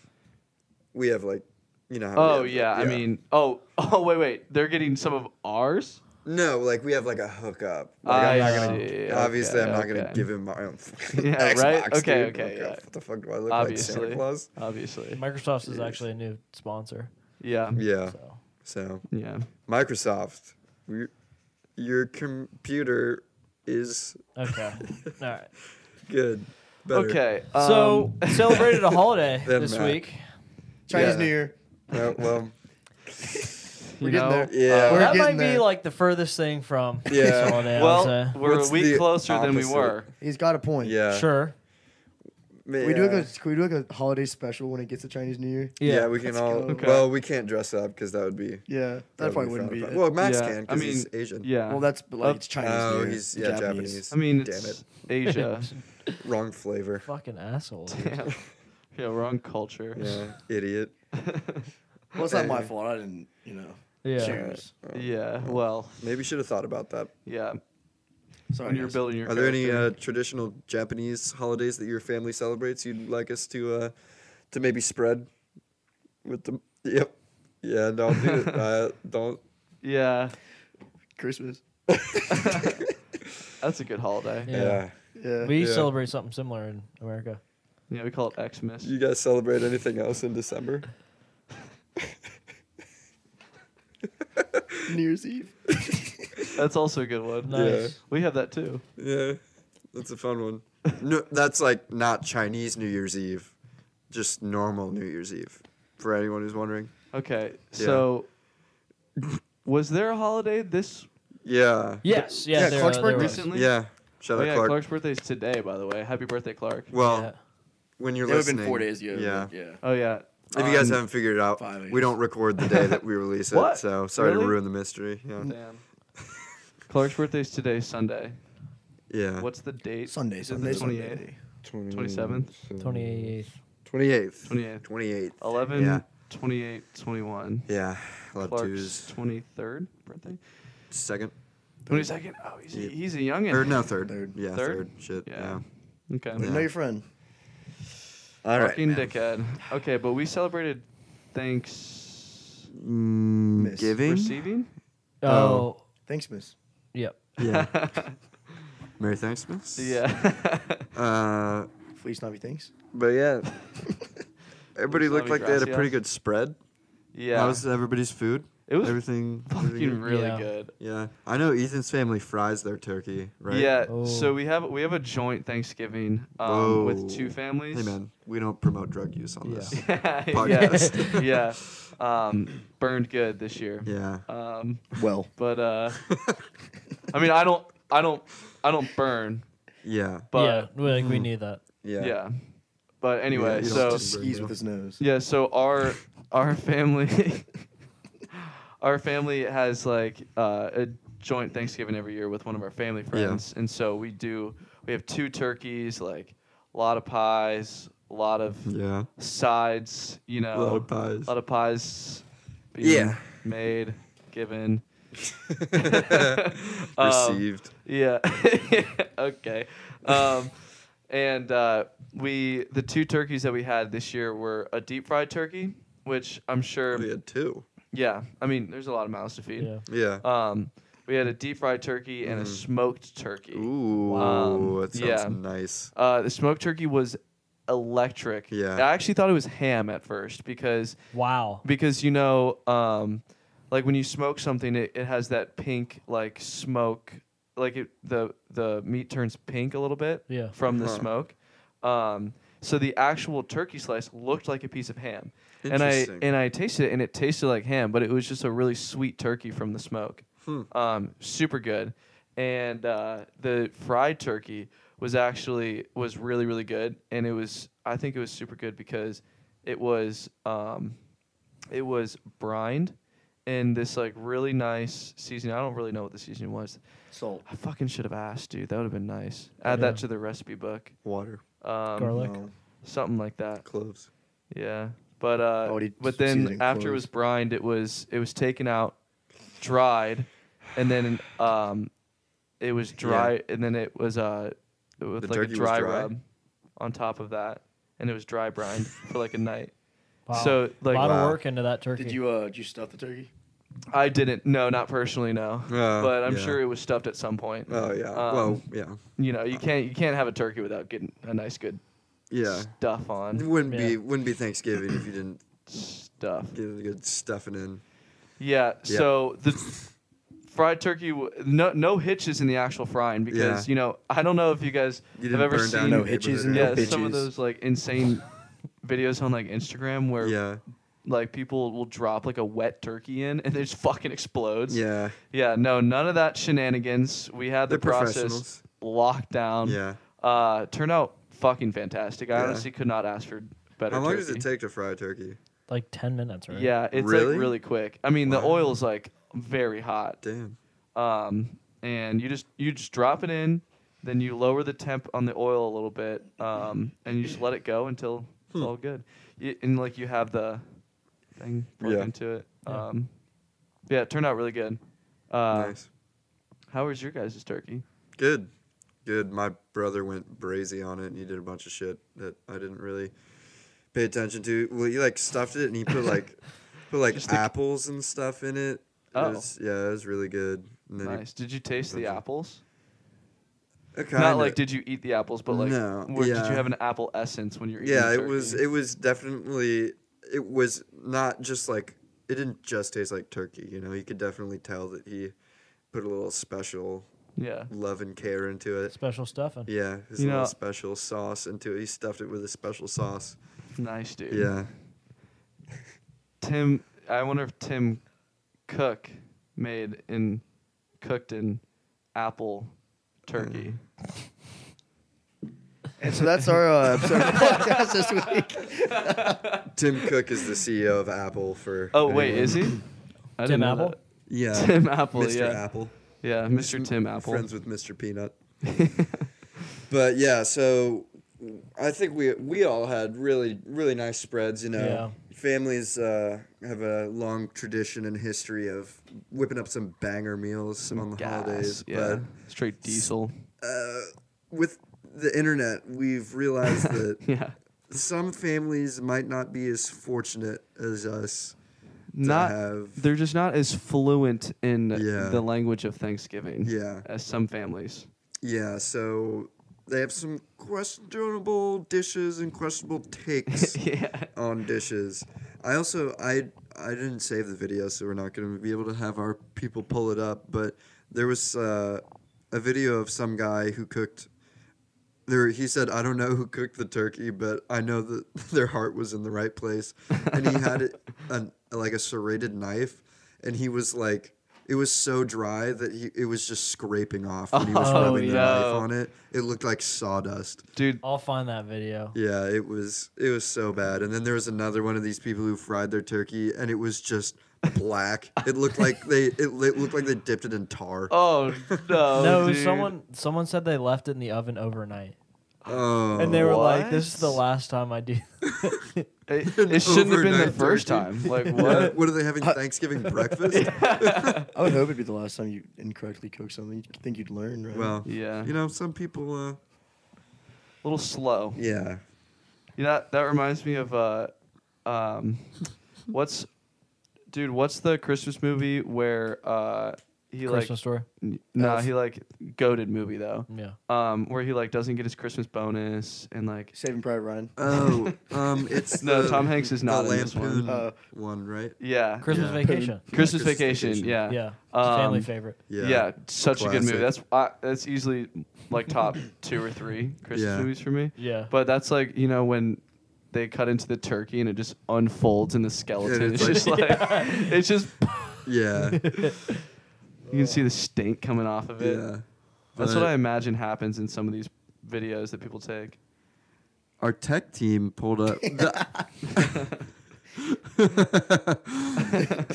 [SPEAKER 4] we have like, you know. How we
[SPEAKER 1] Oh
[SPEAKER 4] have,
[SPEAKER 1] yeah, I mean, oh, oh, wait, wait, they're getting some of ours.
[SPEAKER 4] No, like we have like a hookup. Like,
[SPEAKER 1] I
[SPEAKER 4] I'm not gonna.
[SPEAKER 1] see.
[SPEAKER 4] Obviously,
[SPEAKER 1] Okay,
[SPEAKER 4] I'm not
[SPEAKER 1] okay.
[SPEAKER 4] gonna give him my own fucking
[SPEAKER 1] Yeah,
[SPEAKER 4] Xbox.
[SPEAKER 1] right? Okay,
[SPEAKER 4] dude.
[SPEAKER 1] okay,
[SPEAKER 4] Like,
[SPEAKER 1] yeah.
[SPEAKER 4] What the fuck do I look like,
[SPEAKER 1] Obviously,
[SPEAKER 4] Santa Claus?
[SPEAKER 1] obviously,
[SPEAKER 3] Microsoft is actually a new sponsor.
[SPEAKER 1] yeah,
[SPEAKER 4] Yeah.
[SPEAKER 3] So.
[SPEAKER 4] So
[SPEAKER 1] yeah.
[SPEAKER 4] Microsoft, we- your computer is
[SPEAKER 3] Okay. All right.
[SPEAKER 4] good. Better.
[SPEAKER 1] Okay,
[SPEAKER 3] so
[SPEAKER 1] um,
[SPEAKER 3] celebrated a holiday
[SPEAKER 4] Then
[SPEAKER 3] this
[SPEAKER 4] Matt.
[SPEAKER 3] week.
[SPEAKER 2] Chinese
[SPEAKER 4] Yeah.
[SPEAKER 2] New Year.
[SPEAKER 4] Uh, well,
[SPEAKER 1] you
[SPEAKER 2] We're getting
[SPEAKER 1] know, uh,
[SPEAKER 2] there.
[SPEAKER 4] yeah.
[SPEAKER 2] We're
[SPEAKER 3] that might
[SPEAKER 2] getting
[SPEAKER 3] be
[SPEAKER 2] there.
[SPEAKER 3] like the furthest thing from
[SPEAKER 4] Yeah.
[SPEAKER 3] this holiday.
[SPEAKER 1] Well,
[SPEAKER 3] I'd say.
[SPEAKER 1] we're
[SPEAKER 4] What's
[SPEAKER 1] a week
[SPEAKER 4] the
[SPEAKER 1] closer than we
[SPEAKER 4] opposite?
[SPEAKER 1] were.
[SPEAKER 2] He's got a point.
[SPEAKER 4] yeah.
[SPEAKER 3] sure.
[SPEAKER 2] Can we do like a can we do like a holiday special when it gets to Chinese New Year?
[SPEAKER 4] Yeah,
[SPEAKER 3] Yeah.
[SPEAKER 4] we can
[SPEAKER 2] Let's
[SPEAKER 4] all.
[SPEAKER 2] go.
[SPEAKER 1] Okay.
[SPEAKER 4] Well, we can't dress up because that would be.
[SPEAKER 2] Yeah, that, probably wouldn't be.
[SPEAKER 4] frowned
[SPEAKER 2] It.
[SPEAKER 4] upon. Well, Max
[SPEAKER 1] Yeah,
[SPEAKER 4] can
[SPEAKER 1] I
[SPEAKER 4] because he's
[SPEAKER 1] mean,
[SPEAKER 4] Asian.
[SPEAKER 1] Yeah.
[SPEAKER 2] well, that's but like
[SPEAKER 1] Up-
[SPEAKER 2] it's Chinese New
[SPEAKER 4] Oh,
[SPEAKER 2] Year.
[SPEAKER 4] he's yeah Japanese.
[SPEAKER 1] I mean,
[SPEAKER 4] damn
[SPEAKER 1] it's
[SPEAKER 4] it,
[SPEAKER 1] Asia.
[SPEAKER 4] wrong flavor.
[SPEAKER 3] Fucking asshole. dude.
[SPEAKER 1] yeah. yeah, wrong culture.
[SPEAKER 4] Yeah, idiot.
[SPEAKER 2] Well, it's not my fault. I didn't, you know,
[SPEAKER 3] Yeah.
[SPEAKER 2] choose.
[SPEAKER 1] Yeah, Well,
[SPEAKER 4] Oh, Maybe should have thought about that.
[SPEAKER 1] yeah.
[SPEAKER 2] Sorry,
[SPEAKER 1] When you're
[SPEAKER 2] guys.
[SPEAKER 1] building your.
[SPEAKER 4] Are there any
[SPEAKER 1] character.
[SPEAKER 4] uh, traditional Japanese holidays that your family celebrates? You'd like us to uh, to maybe spread with the yep. Yeah, don't do it. Uh, don't.
[SPEAKER 1] yeah,
[SPEAKER 2] Christmas.
[SPEAKER 1] that's a good holiday.
[SPEAKER 3] Yeah.
[SPEAKER 1] Yeah,
[SPEAKER 2] Yeah.
[SPEAKER 3] We
[SPEAKER 4] Yeah.
[SPEAKER 3] celebrate something similar in America.
[SPEAKER 1] we call it Xmas.
[SPEAKER 4] You guys celebrate anything else in December?
[SPEAKER 2] New Year's Eve.
[SPEAKER 1] That's also a good one.
[SPEAKER 3] Nice.
[SPEAKER 1] We have that too.
[SPEAKER 4] Yeah, that's a fun one. No, that's like not Chinese New Year's Eve, just normal New Year's Eve. For anyone who's wondering.
[SPEAKER 1] Okay, so was there a holiday this
[SPEAKER 4] Yeah.
[SPEAKER 3] Yes. Yeah. uh,
[SPEAKER 2] yeah,
[SPEAKER 3] there,
[SPEAKER 2] Clarksburg
[SPEAKER 3] there was.
[SPEAKER 1] recently?
[SPEAKER 4] Yeah. Shout
[SPEAKER 1] Oh,
[SPEAKER 4] out
[SPEAKER 1] yeah,
[SPEAKER 4] Uh, Clark.
[SPEAKER 1] Clark's birthday's today, by the way. Happy birthday, Clark.
[SPEAKER 4] Well,
[SPEAKER 3] Yeah.
[SPEAKER 4] when you're
[SPEAKER 2] It would have
[SPEAKER 4] listening,
[SPEAKER 2] been four days ago.
[SPEAKER 4] Yeah.
[SPEAKER 2] but Yeah.
[SPEAKER 1] Oh yeah.
[SPEAKER 4] If you guys
[SPEAKER 1] On-
[SPEAKER 4] haven't figured it out,
[SPEAKER 2] five, I
[SPEAKER 4] we don't record the day that we release it.
[SPEAKER 1] What?
[SPEAKER 4] So sorry to
[SPEAKER 1] Really?
[SPEAKER 4] ruin the mystery. Yeah.
[SPEAKER 1] Damn. Clark's birthday's today, Sunday.
[SPEAKER 4] Yeah.
[SPEAKER 1] What's the date?
[SPEAKER 2] Sunday.
[SPEAKER 1] Is it
[SPEAKER 2] Sunday.
[SPEAKER 1] the 28th?
[SPEAKER 2] Sunday.
[SPEAKER 1] 27th?
[SPEAKER 4] Oh.
[SPEAKER 3] 28th.
[SPEAKER 4] 28th.
[SPEAKER 1] 28th.
[SPEAKER 4] 28th.
[SPEAKER 1] 11,
[SPEAKER 4] Yeah.
[SPEAKER 1] 28, 21.
[SPEAKER 4] Yeah. Love
[SPEAKER 1] Clark's
[SPEAKER 4] twos.
[SPEAKER 1] 23rd birthday?
[SPEAKER 4] Second.
[SPEAKER 1] 22nd? Oh, he's,
[SPEAKER 4] Yeah.
[SPEAKER 1] he's a youngin'.
[SPEAKER 4] Or no, third.
[SPEAKER 2] Third.
[SPEAKER 4] Yeah, third.
[SPEAKER 1] Third?
[SPEAKER 4] Shit. Yeah.
[SPEAKER 1] Yeah. Okay.
[SPEAKER 2] You know your friend.
[SPEAKER 4] All right.
[SPEAKER 1] Fucking
[SPEAKER 4] man.
[SPEAKER 1] dickhead. Okay, but we celebrated thanks...
[SPEAKER 4] Mm,
[SPEAKER 2] Miss.
[SPEAKER 4] Giving.
[SPEAKER 1] Receiving?
[SPEAKER 3] Oh.
[SPEAKER 4] Oh.
[SPEAKER 2] Thanks, Miss.
[SPEAKER 3] Yep.
[SPEAKER 4] Yeah. Merry Thanksmas.
[SPEAKER 1] Yeah.
[SPEAKER 4] Uh,
[SPEAKER 2] Please not be thanks.
[SPEAKER 4] but yeah. Everybody
[SPEAKER 1] Luis
[SPEAKER 4] looked like they had a
[SPEAKER 1] Navi
[SPEAKER 4] pretty
[SPEAKER 1] Gracias.
[SPEAKER 4] good spread.
[SPEAKER 1] yeah.
[SPEAKER 4] How was everybody's food?
[SPEAKER 1] It was
[SPEAKER 4] everything. everything
[SPEAKER 1] fucking
[SPEAKER 4] good?
[SPEAKER 1] really
[SPEAKER 3] Yeah.
[SPEAKER 1] good.
[SPEAKER 4] Yeah, I know Ethan's family fries their turkey, right?
[SPEAKER 1] Yeah.
[SPEAKER 3] Oh.
[SPEAKER 1] So we have we have a joint Thanksgiving
[SPEAKER 4] Whoa.
[SPEAKER 1] um, with two families.
[SPEAKER 4] Hey man, we don't promote drug use on
[SPEAKER 3] Yeah.
[SPEAKER 4] this.
[SPEAKER 1] yeah.
[SPEAKER 4] Podcast.
[SPEAKER 1] yeah. Um, burned good this year.
[SPEAKER 4] Yeah.
[SPEAKER 1] Um,
[SPEAKER 2] Well,
[SPEAKER 1] but uh, I mean, I don't, I don't, I don't burn.
[SPEAKER 4] Yeah.
[SPEAKER 1] But
[SPEAKER 3] yeah. we- Like we need that.
[SPEAKER 4] Yeah.
[SPEAKER 1] yeah. But anyway,
[SPEAKER 4] you
[SPEAKER 1] so
[SPEAKER 4] don't
[SPEAKER 2] just skis with his nose.
[SPEAKER 1] yeah, so our our family our family has like uh, a joint Thanksgiving every year with one of our family friends, and so we do. We have two turkeys, like a lot of pies, a lot of
[SPEAKER 4] Yeah.
[SPEAKER 1] sides. You know,
[SPEAKER 4] Lot of pies.
[SPEAKER 1] a Uh, lot of pies.
[SPEAKER 4] Yeah.
[SPEAKER 1] made, given. Um,
[SPEAKER 4] Received.
[SPEAKER 1] Yeah. okay. Um, and uh, we the two turkeys that we had this year were a deep fried turkey, which I'm sure.
[SPEAKER 4] we had two.
[SPEAKER 1] Yeah, I mean, there's a lot of mouths to feed.
[SPEAKER 3] Yeah.
[SPEAKER 4] Yeah.
[SPEAKER 1] Um, we had a deep fried turkey and a smoked turkey.
[SPEAKER 4] Mm-hmm. Ooh,
[SPEAKER 1] um,
[SPEAKER 4] that sounds
[SPEAKER 1] yeah.
[SPEAKER 4] nice.
[SPEAKER 1] Uh, the smoked turkey was electric.
[SPEAKER 4] Yeah.
[SPEAKER 1] I actually thought it was ham at first because
[SPEAKER 3] Wow.
[SPEAKER 1] because you know um, like when you smoke something, it, it has that pink like smoke, like it, the the meat turns pink a little bit
[SPEAKER 3] Yeah.
[SPEAKER 1] from the
[SPEAKER 4] Huh.
[SPEAKER 1] smoke. Um, so the actual turkey slice looked like a piece of ham. And I
[SPEAKER 4] Interesting.
[SPEAKER 1] and I tasted it and it tasted like ham, but it was just a really sweet turkey from the smoke. Um, super good. And uh, the fried turkey was actually was really really good, and it was I think it was super good because it was um, it was brined in this like really nice seasoning. I don't really know what the seasoning was.
[SPEAKER 2] Salt.
[SPEAKER 1] I fucking should have asked, dude. That would have been nice. Add
[SPEAKER 3] Yeah.
[SPEAKER 1] that to the recipe book.
[SPEAKER 4] Water,
[SPEAKER 1] Um,
[SPEAKER 3] Garlic.
[SPEAKER 4] no,
[SPEAKER 1] something like that.
[SPEAKER 4] cloves.
[SPEAKER 1] Yeah, but uh,
[SPEAKER 2] Oh, it eats
[SPEAKER 1] but then
[SPEAKER 2] seasoning
[SPEAKER 1] after it
[SPEAKER 2] cloves.
[SPEAKER 1] was brined, it was it was taken out, dried, and then um, it was dry, and then it was uh, with
[SPEAKER 4] The
[SPEAKER 1] like a
[SPEAKER 4] turkey was
[SPEAKER 1] dry,
[SPEAKER 4] dry?
[SPEAKER 1] rub on top of that, and it was dry brined for like a night.
[SPEAKER 3] Wow.
[SPEAKER 1] So
[SPEAKER 3] a
[SPEAKER 1] like
[SPEAKER 3] lot
[SPEAKER 4] Wow.
[SPEAKER 3] of work into that turkey.
[SPEAKER 2] Did you uh did you stuff the turkey?
[SPEAKER 1] I didn't, no, not personally, no,
[SPEAKER 4] Oh,
[SPEAKER 1] but I'm
[SPEAKER 4] yeah.
[SPEAKER 1] sure it was stuffed at some point.
[SPEAKER 4] Oh yeah.
[SPEAKER 1] Um,
[SPEAKER 4] well, yeah.
[SPEAKER 1] you know, you can't you can't have a turkey without getting a nice good
[SPEAKER 4] Yeah.
[SPEAKER 1] stuff
[SPEAKER 4] It
[SPEAKER 1] on
[SPEAKER 4] wouldn't
[SPEAKER 3] Yeah.
[SPEAKER 4] be wouldn't be Thanksgiving if you didn't
[SPEAKER 1] stuff.
[SPEAKER 4] get a good stuffing in.
[SPEAKER 1] Yeah.
[SPEAKER 4] Yeah.
[SPEAKER 1] So the fried turkey, w- no no hitches in the actual frying because
[SPEAKER 4] Yeah.
[SPEAKER 1] you know I don't know if you guys
[SPEAKER 4] You
[SPEAKER 1] have
[SPEAKER 4] didn't
[SPEAKER 1] ever
[SPEAKER 4] burn
[SPEAKER 1] seen
[SPEAKER 4] down
[SPEAKER 2] No
[SPEAKER 4] the
[SPEAKER 2] hitches and
[SPEAKER 4] neighborhood.
[SPEAKER 1] yeah
[SPEAKER 2] no
[SPEAKER 1] some
[SPEAKER 2] bitches.
[SPEAKER 1] of those like insane videos on like Instagram where
[SPEAKER 4] Yeah.
[SPEAKER 1] like people will drop like a wet turkey in and it just fucking explodes.
[SPEAKER 4] Yeah.
[SPEAKER 1] Yeah. No, none of that shenanigans. We had the
[SPEAKER 4] They're
[SPEAKER 1] process
[SPEAKER 4] professionals.
[SPEAKER 1] locked down.
[SPEAKER 4] Yeah.
[SPEAKER 1] Uh, turned out fucking fantastic. I
[SPEAKER 4] Yeah.
[SPEAKER 1] honestly could not ask for better.
[SPEAKER 4] How long does
[SPEAKER 1] turkey.
[SPEAKER 4] it take to fry a turkey?
[SPEAKER 3] like ten minutes, right?
[SPEAKER 1] Yeah, it's
[SPEAKER 4] Really?
[SPEAKER 1] like really quick. I mean, the
[SPEAKER 4] Wow.
[SPEAKER 1] oil's like very hot.
[SPEAKER 4] Damn.
[SPEAKER 1] Um,
[SPEAKER 4] Mm-hmm.
[SPEAKER 1] and you just you just drop it in, then you lower the temp on the oil a little bit, um, and you just let it go until it's all good. Y and like you have the thing plugged
[SPEAKER 4] Yeah.
[SPEAKER 1] into it.
[SPEAKER 3] Yeah.
[SPEAKER 1] Um, yeah, it turned out really good. Uh,
[SPEAKER 4] nice.
[SPEAKER 1] How was your guys' turkey?
[SPEAKER 4] Good. Good. My brother went brazy on it and he did a bunch of shit that I didn't really pay attention to. Well, he like stuffed it and he put like put like
[SPEAKER 1] Just the-
[SPEAKER 4] apples and stuff in it.
[SPEAKER 1] Oh.
[SPEAKER 4] It was, yeah, it was really good. And then he-
[SPEAKER 1] Nice. Did you taste the
[SPEAKER 4] Gotcha.
[SPEAKER 1] apples?
[SPEAKER 4] uh, kinda.
[SPEAKER 1] Not like did you eat the apples, but like
[SPEAKER 4] No,
[SPEAKER 1] where, did
[SPEAKER 4] yeah.
[SPEAKER 1] you have an apple essence when you were eating
[SPEAKER 4] Yeah,
[SPEAKER 1] turkey?
[SPEAKER 4] it was it was definitely it was not just like it didn't just taste like turkey, you know. You could definitely tell that he put a little special
[SPEAKER 1] yeah.
[SPEAKER 4] love and care into it.
[SPEAKER 3] Special stuffing.
[SPEAKER 4] Yeah, his
[SPEAKER 1] You
[SPEAKER 4] little
[SPEAKER 1] know-
[SPEAKER 4] special sauce into it. He stuffed it with a special sauce.
[SPEAKER 1] Nice dude.
[SPEAKER 4] Yeah.
[SPEAKER 1] Tim, I wonder if Tim Cook made and cooked an apple turkey.
[SPEAKER 4] Mm-hmm.
[SPEAKER 2] And so that's our uh, episode of the podcast this week.
[SPEAKER 4] Tim Cook is the CEO of Apple for
[SPEAKER 1] Oh wait,
[SPEAKER 4] anyone-
[SPEAKER 1] is he? I
[SPEAKER 3] Tim
[SPEAKER 1] didn't know
[SPEAKER 3] Apple?
[SPEAKER 1] that.
[SPEAKER 4] Yeah.
[SPEAKER 1] Tim Apple,
[SPEAKER 4] Mr.
[SPEAKER 1] yeah.
[SPEAKER 4] Apple.
[SPEAKER 1] Yeah, Mr. Tim Apple.
[SPEAKER 4] Friends with Mr. Peanut. but yeah, so I think we we all had really really nice spreads. You know, families uh, have a long tradition and history of whipping up some banger meals on the
[SPEAKER 1] Gas,
[SPEAKER 4] holidays.
[SPEAKER 1] yeah. Straight diesel.
[SPEAKER 4] But uh, with the internet, we've realized that
[SPEAKER 1] Yeah.
[SPEAKER 4] some families might not be as fortunate as us.
[SPEAKER 1] Not
[SPEAKER 4] have-
[SPEAKER 1] they're just not as fluent in
[SPEAKER 4] Yeah.
[SPEAKER 1] the language of Thanksgiving
[SPEAKER 4] Yeah.
[SPEAKER 1] as some families.
[SPEAKER 4] Yeah, so they have some questionable dishes and questionable takes.
[SPEAKER 1] yeah.
[SPEAKER 4] on dishes. I also I I didn't save the video, so we're not gonna be able to have our people pull it up. But there was uh, a video of some guy who cooked. There, he said, "I don't know who cooked the turkey, but I know that their heart was in the right place." And he had it, an, like a serrated knife, and he was like It was so dry that he, it was just scraping off when he was
[SPEAKER 1] Oh,
[SPEAKER 4] rubbing the knife
[SPEAKER 1] no.
[SPEAKER 4] on it. It looked like sawdust.
[SPEAKER 1] Dude,
[SPEAKER 3] I'll find that video.
[SPEAKER 4] Yeah, it was it was so bad. And then there was another one of these people who fried their turkey, and it was just black. It looked like they it, li- looked like they dipped it in tar. Oh,
[SPEAKER 1] oh no.
[SPEAKER 3] no,
[SPEAKER 1] dude.
[SPEAKER 3] someone someone said they left it in the oven overnight, and they
[SPEAKER 4] were
[SPEAKER 3] were like, "This is
[SPEAKER 1] What?
[SPEAKER 3] the last time I do."
[SPEAKER 1] It, it shouldn't have been the
[SPEAKER 4] overnight
[SPEAKER 1] first time.
[SPEAKER 4] turkey.
[SPEAKER 1] Like
[SPEAKER 4] what?
[SPEAKER 1] what?
[SPEAKER 4] what are they having Thanksgiving breakfast?
[SPEAKER 2] I would hope it'd be the last time you incorrectly cook something. You think you'd learn, right?
[SPEAKER 4] Well,
[SPEAKER 1] Yeah.
[SPEAKER 4] you know, some people. Uh,
[SPEAKER 1] A little slow.
[SPEAKER 4] yeah,
[SPEAKER 1] You know, that that reminds me of uh, um, what's, dude? What's the Christmas movie where uh he
[SPEAKER 3] Christmas story.
[SPEAKER 1] like no he like goaded movie though
[SPEAKER 3] Yeah.
[SPEAKER 1] um where he like doesn't get his Christmas bonus and like
[SPEAKER 2] Saving Private Ryan.
[SPEAKER 4] Oh, um, it's
[SPEAKER 1] No,
[SPEAKER 4] the-
[SPEAKER 1] Tom Hanks is not
[SPEAKER 4] the
[SPEAKER 1] in this one.
[SPEAKER 4] lampoon
[SPEAKER 2] Uh,
[SPEAKER 4] one, right?
[SPEAKER 1] yeah
[SPEAKER 3] Christmas
[SPEAKER 4] Yeah.
[SPEAKER 3] Vacation.
[SPEAKER 4] Christmas
[SPEAKER 1] Christmas Vacation,
[SPEAKER 4] Vacation.
[SPEAKER 1] yeah
[SPEAKER 3] Yeah, it's a family
[SPEAKER 1] Um,
[SPEAKER 3] favorite.
[SPEAKER 1] Yeah, such a good movie. That's I, that's easily like top two or three Christmas
[SPEAKER 4] Yeah.
[SPEAKER 1] movies for me.
[SPEAKER 3] Yeah.
[SPEAKER 1] But that's like you know when they cut into the turkey and it just unfolds in the skeleton.
[SPEAKER 4] it's
[SPEAKER 1] it's,
[SPEAKER 4] like-
[SPEAKER 1] just like it's just
[SPEAKER 4] yeah,
[SPEAKER 1] you can see the stink coming off of it.
[SPEAKER 4] yeah.
[SPEAKER 1] That's
[SPEAKER 4] But
[SPEAKER 1] what I imagine happens in some of these videos that people take.
[SPEAKER 4] Our tech team pulled up. the-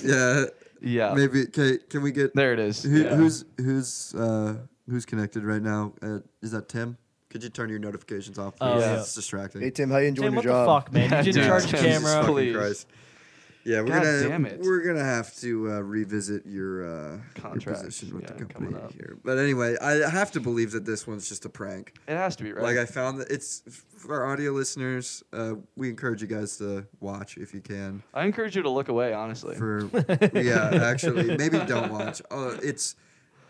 [SPEAKER 4] yeah,
[SPEAKER 1] Yeah,
[SPEAKER 4] maybe can, can we get
[SPEAKER 1] there it is.
[SPEAKER 4] who,
[SPEAKER 1] Yeah.
[SPEAKER 4] who's who's uh, who's connected right now? Uh, is that Tim? Could you turn your notifications off?
[SPEAKER 3] Oh,
[SPEAKER 4] please?
[SPEAKER 3] yeah.
[SPEAKER 4] It's distracting.
[SPEAKER 2] Hey Tim, how you enjoying
[SPEAKER 3] Tim,
[SPEAKER 2] your
[SPEAKER 3] what
[SPEAKER 2] job?
[SPEAKER 3] the fuck, man? You
[SPEAKER 1] Dude,
[SPEAKER 3] didn't charge the
[SPEAKER 1] Tim's just
[SPEAKER 3] camera.
[SPEAKER 1] fucking- please.
[SPEAKER 4] Yeah, we're
[SPEAKER 1] God
[SPEAKER 4] gonna
[SPEAKER 1] damn it.
[SPEAKER 4] we're gonna have to uh, revisit your uh, your
[SPEAKER 1] Contract,
[SPEAKER 4] position with
[SPEAKER 1] yeah,
[SPEAKER 4] the
[SPEAKER 1] coming
[SPEAKER 4] company
[SPEAKER 1] up.
[SPEAKER 4] here. But anyway, I have to believe that this one's just a prank.
[SPEAKER 1] It has to be right.
[SPEAKER 4] Like I found that it's for our audio listeners. Uh, we encourage you guys to watch if you can.
[SPEAKER 1] I, encourage you to look away. Honestly,
[SPEAKER 4] For yeah, actually, maybe don't watch. Uh, it's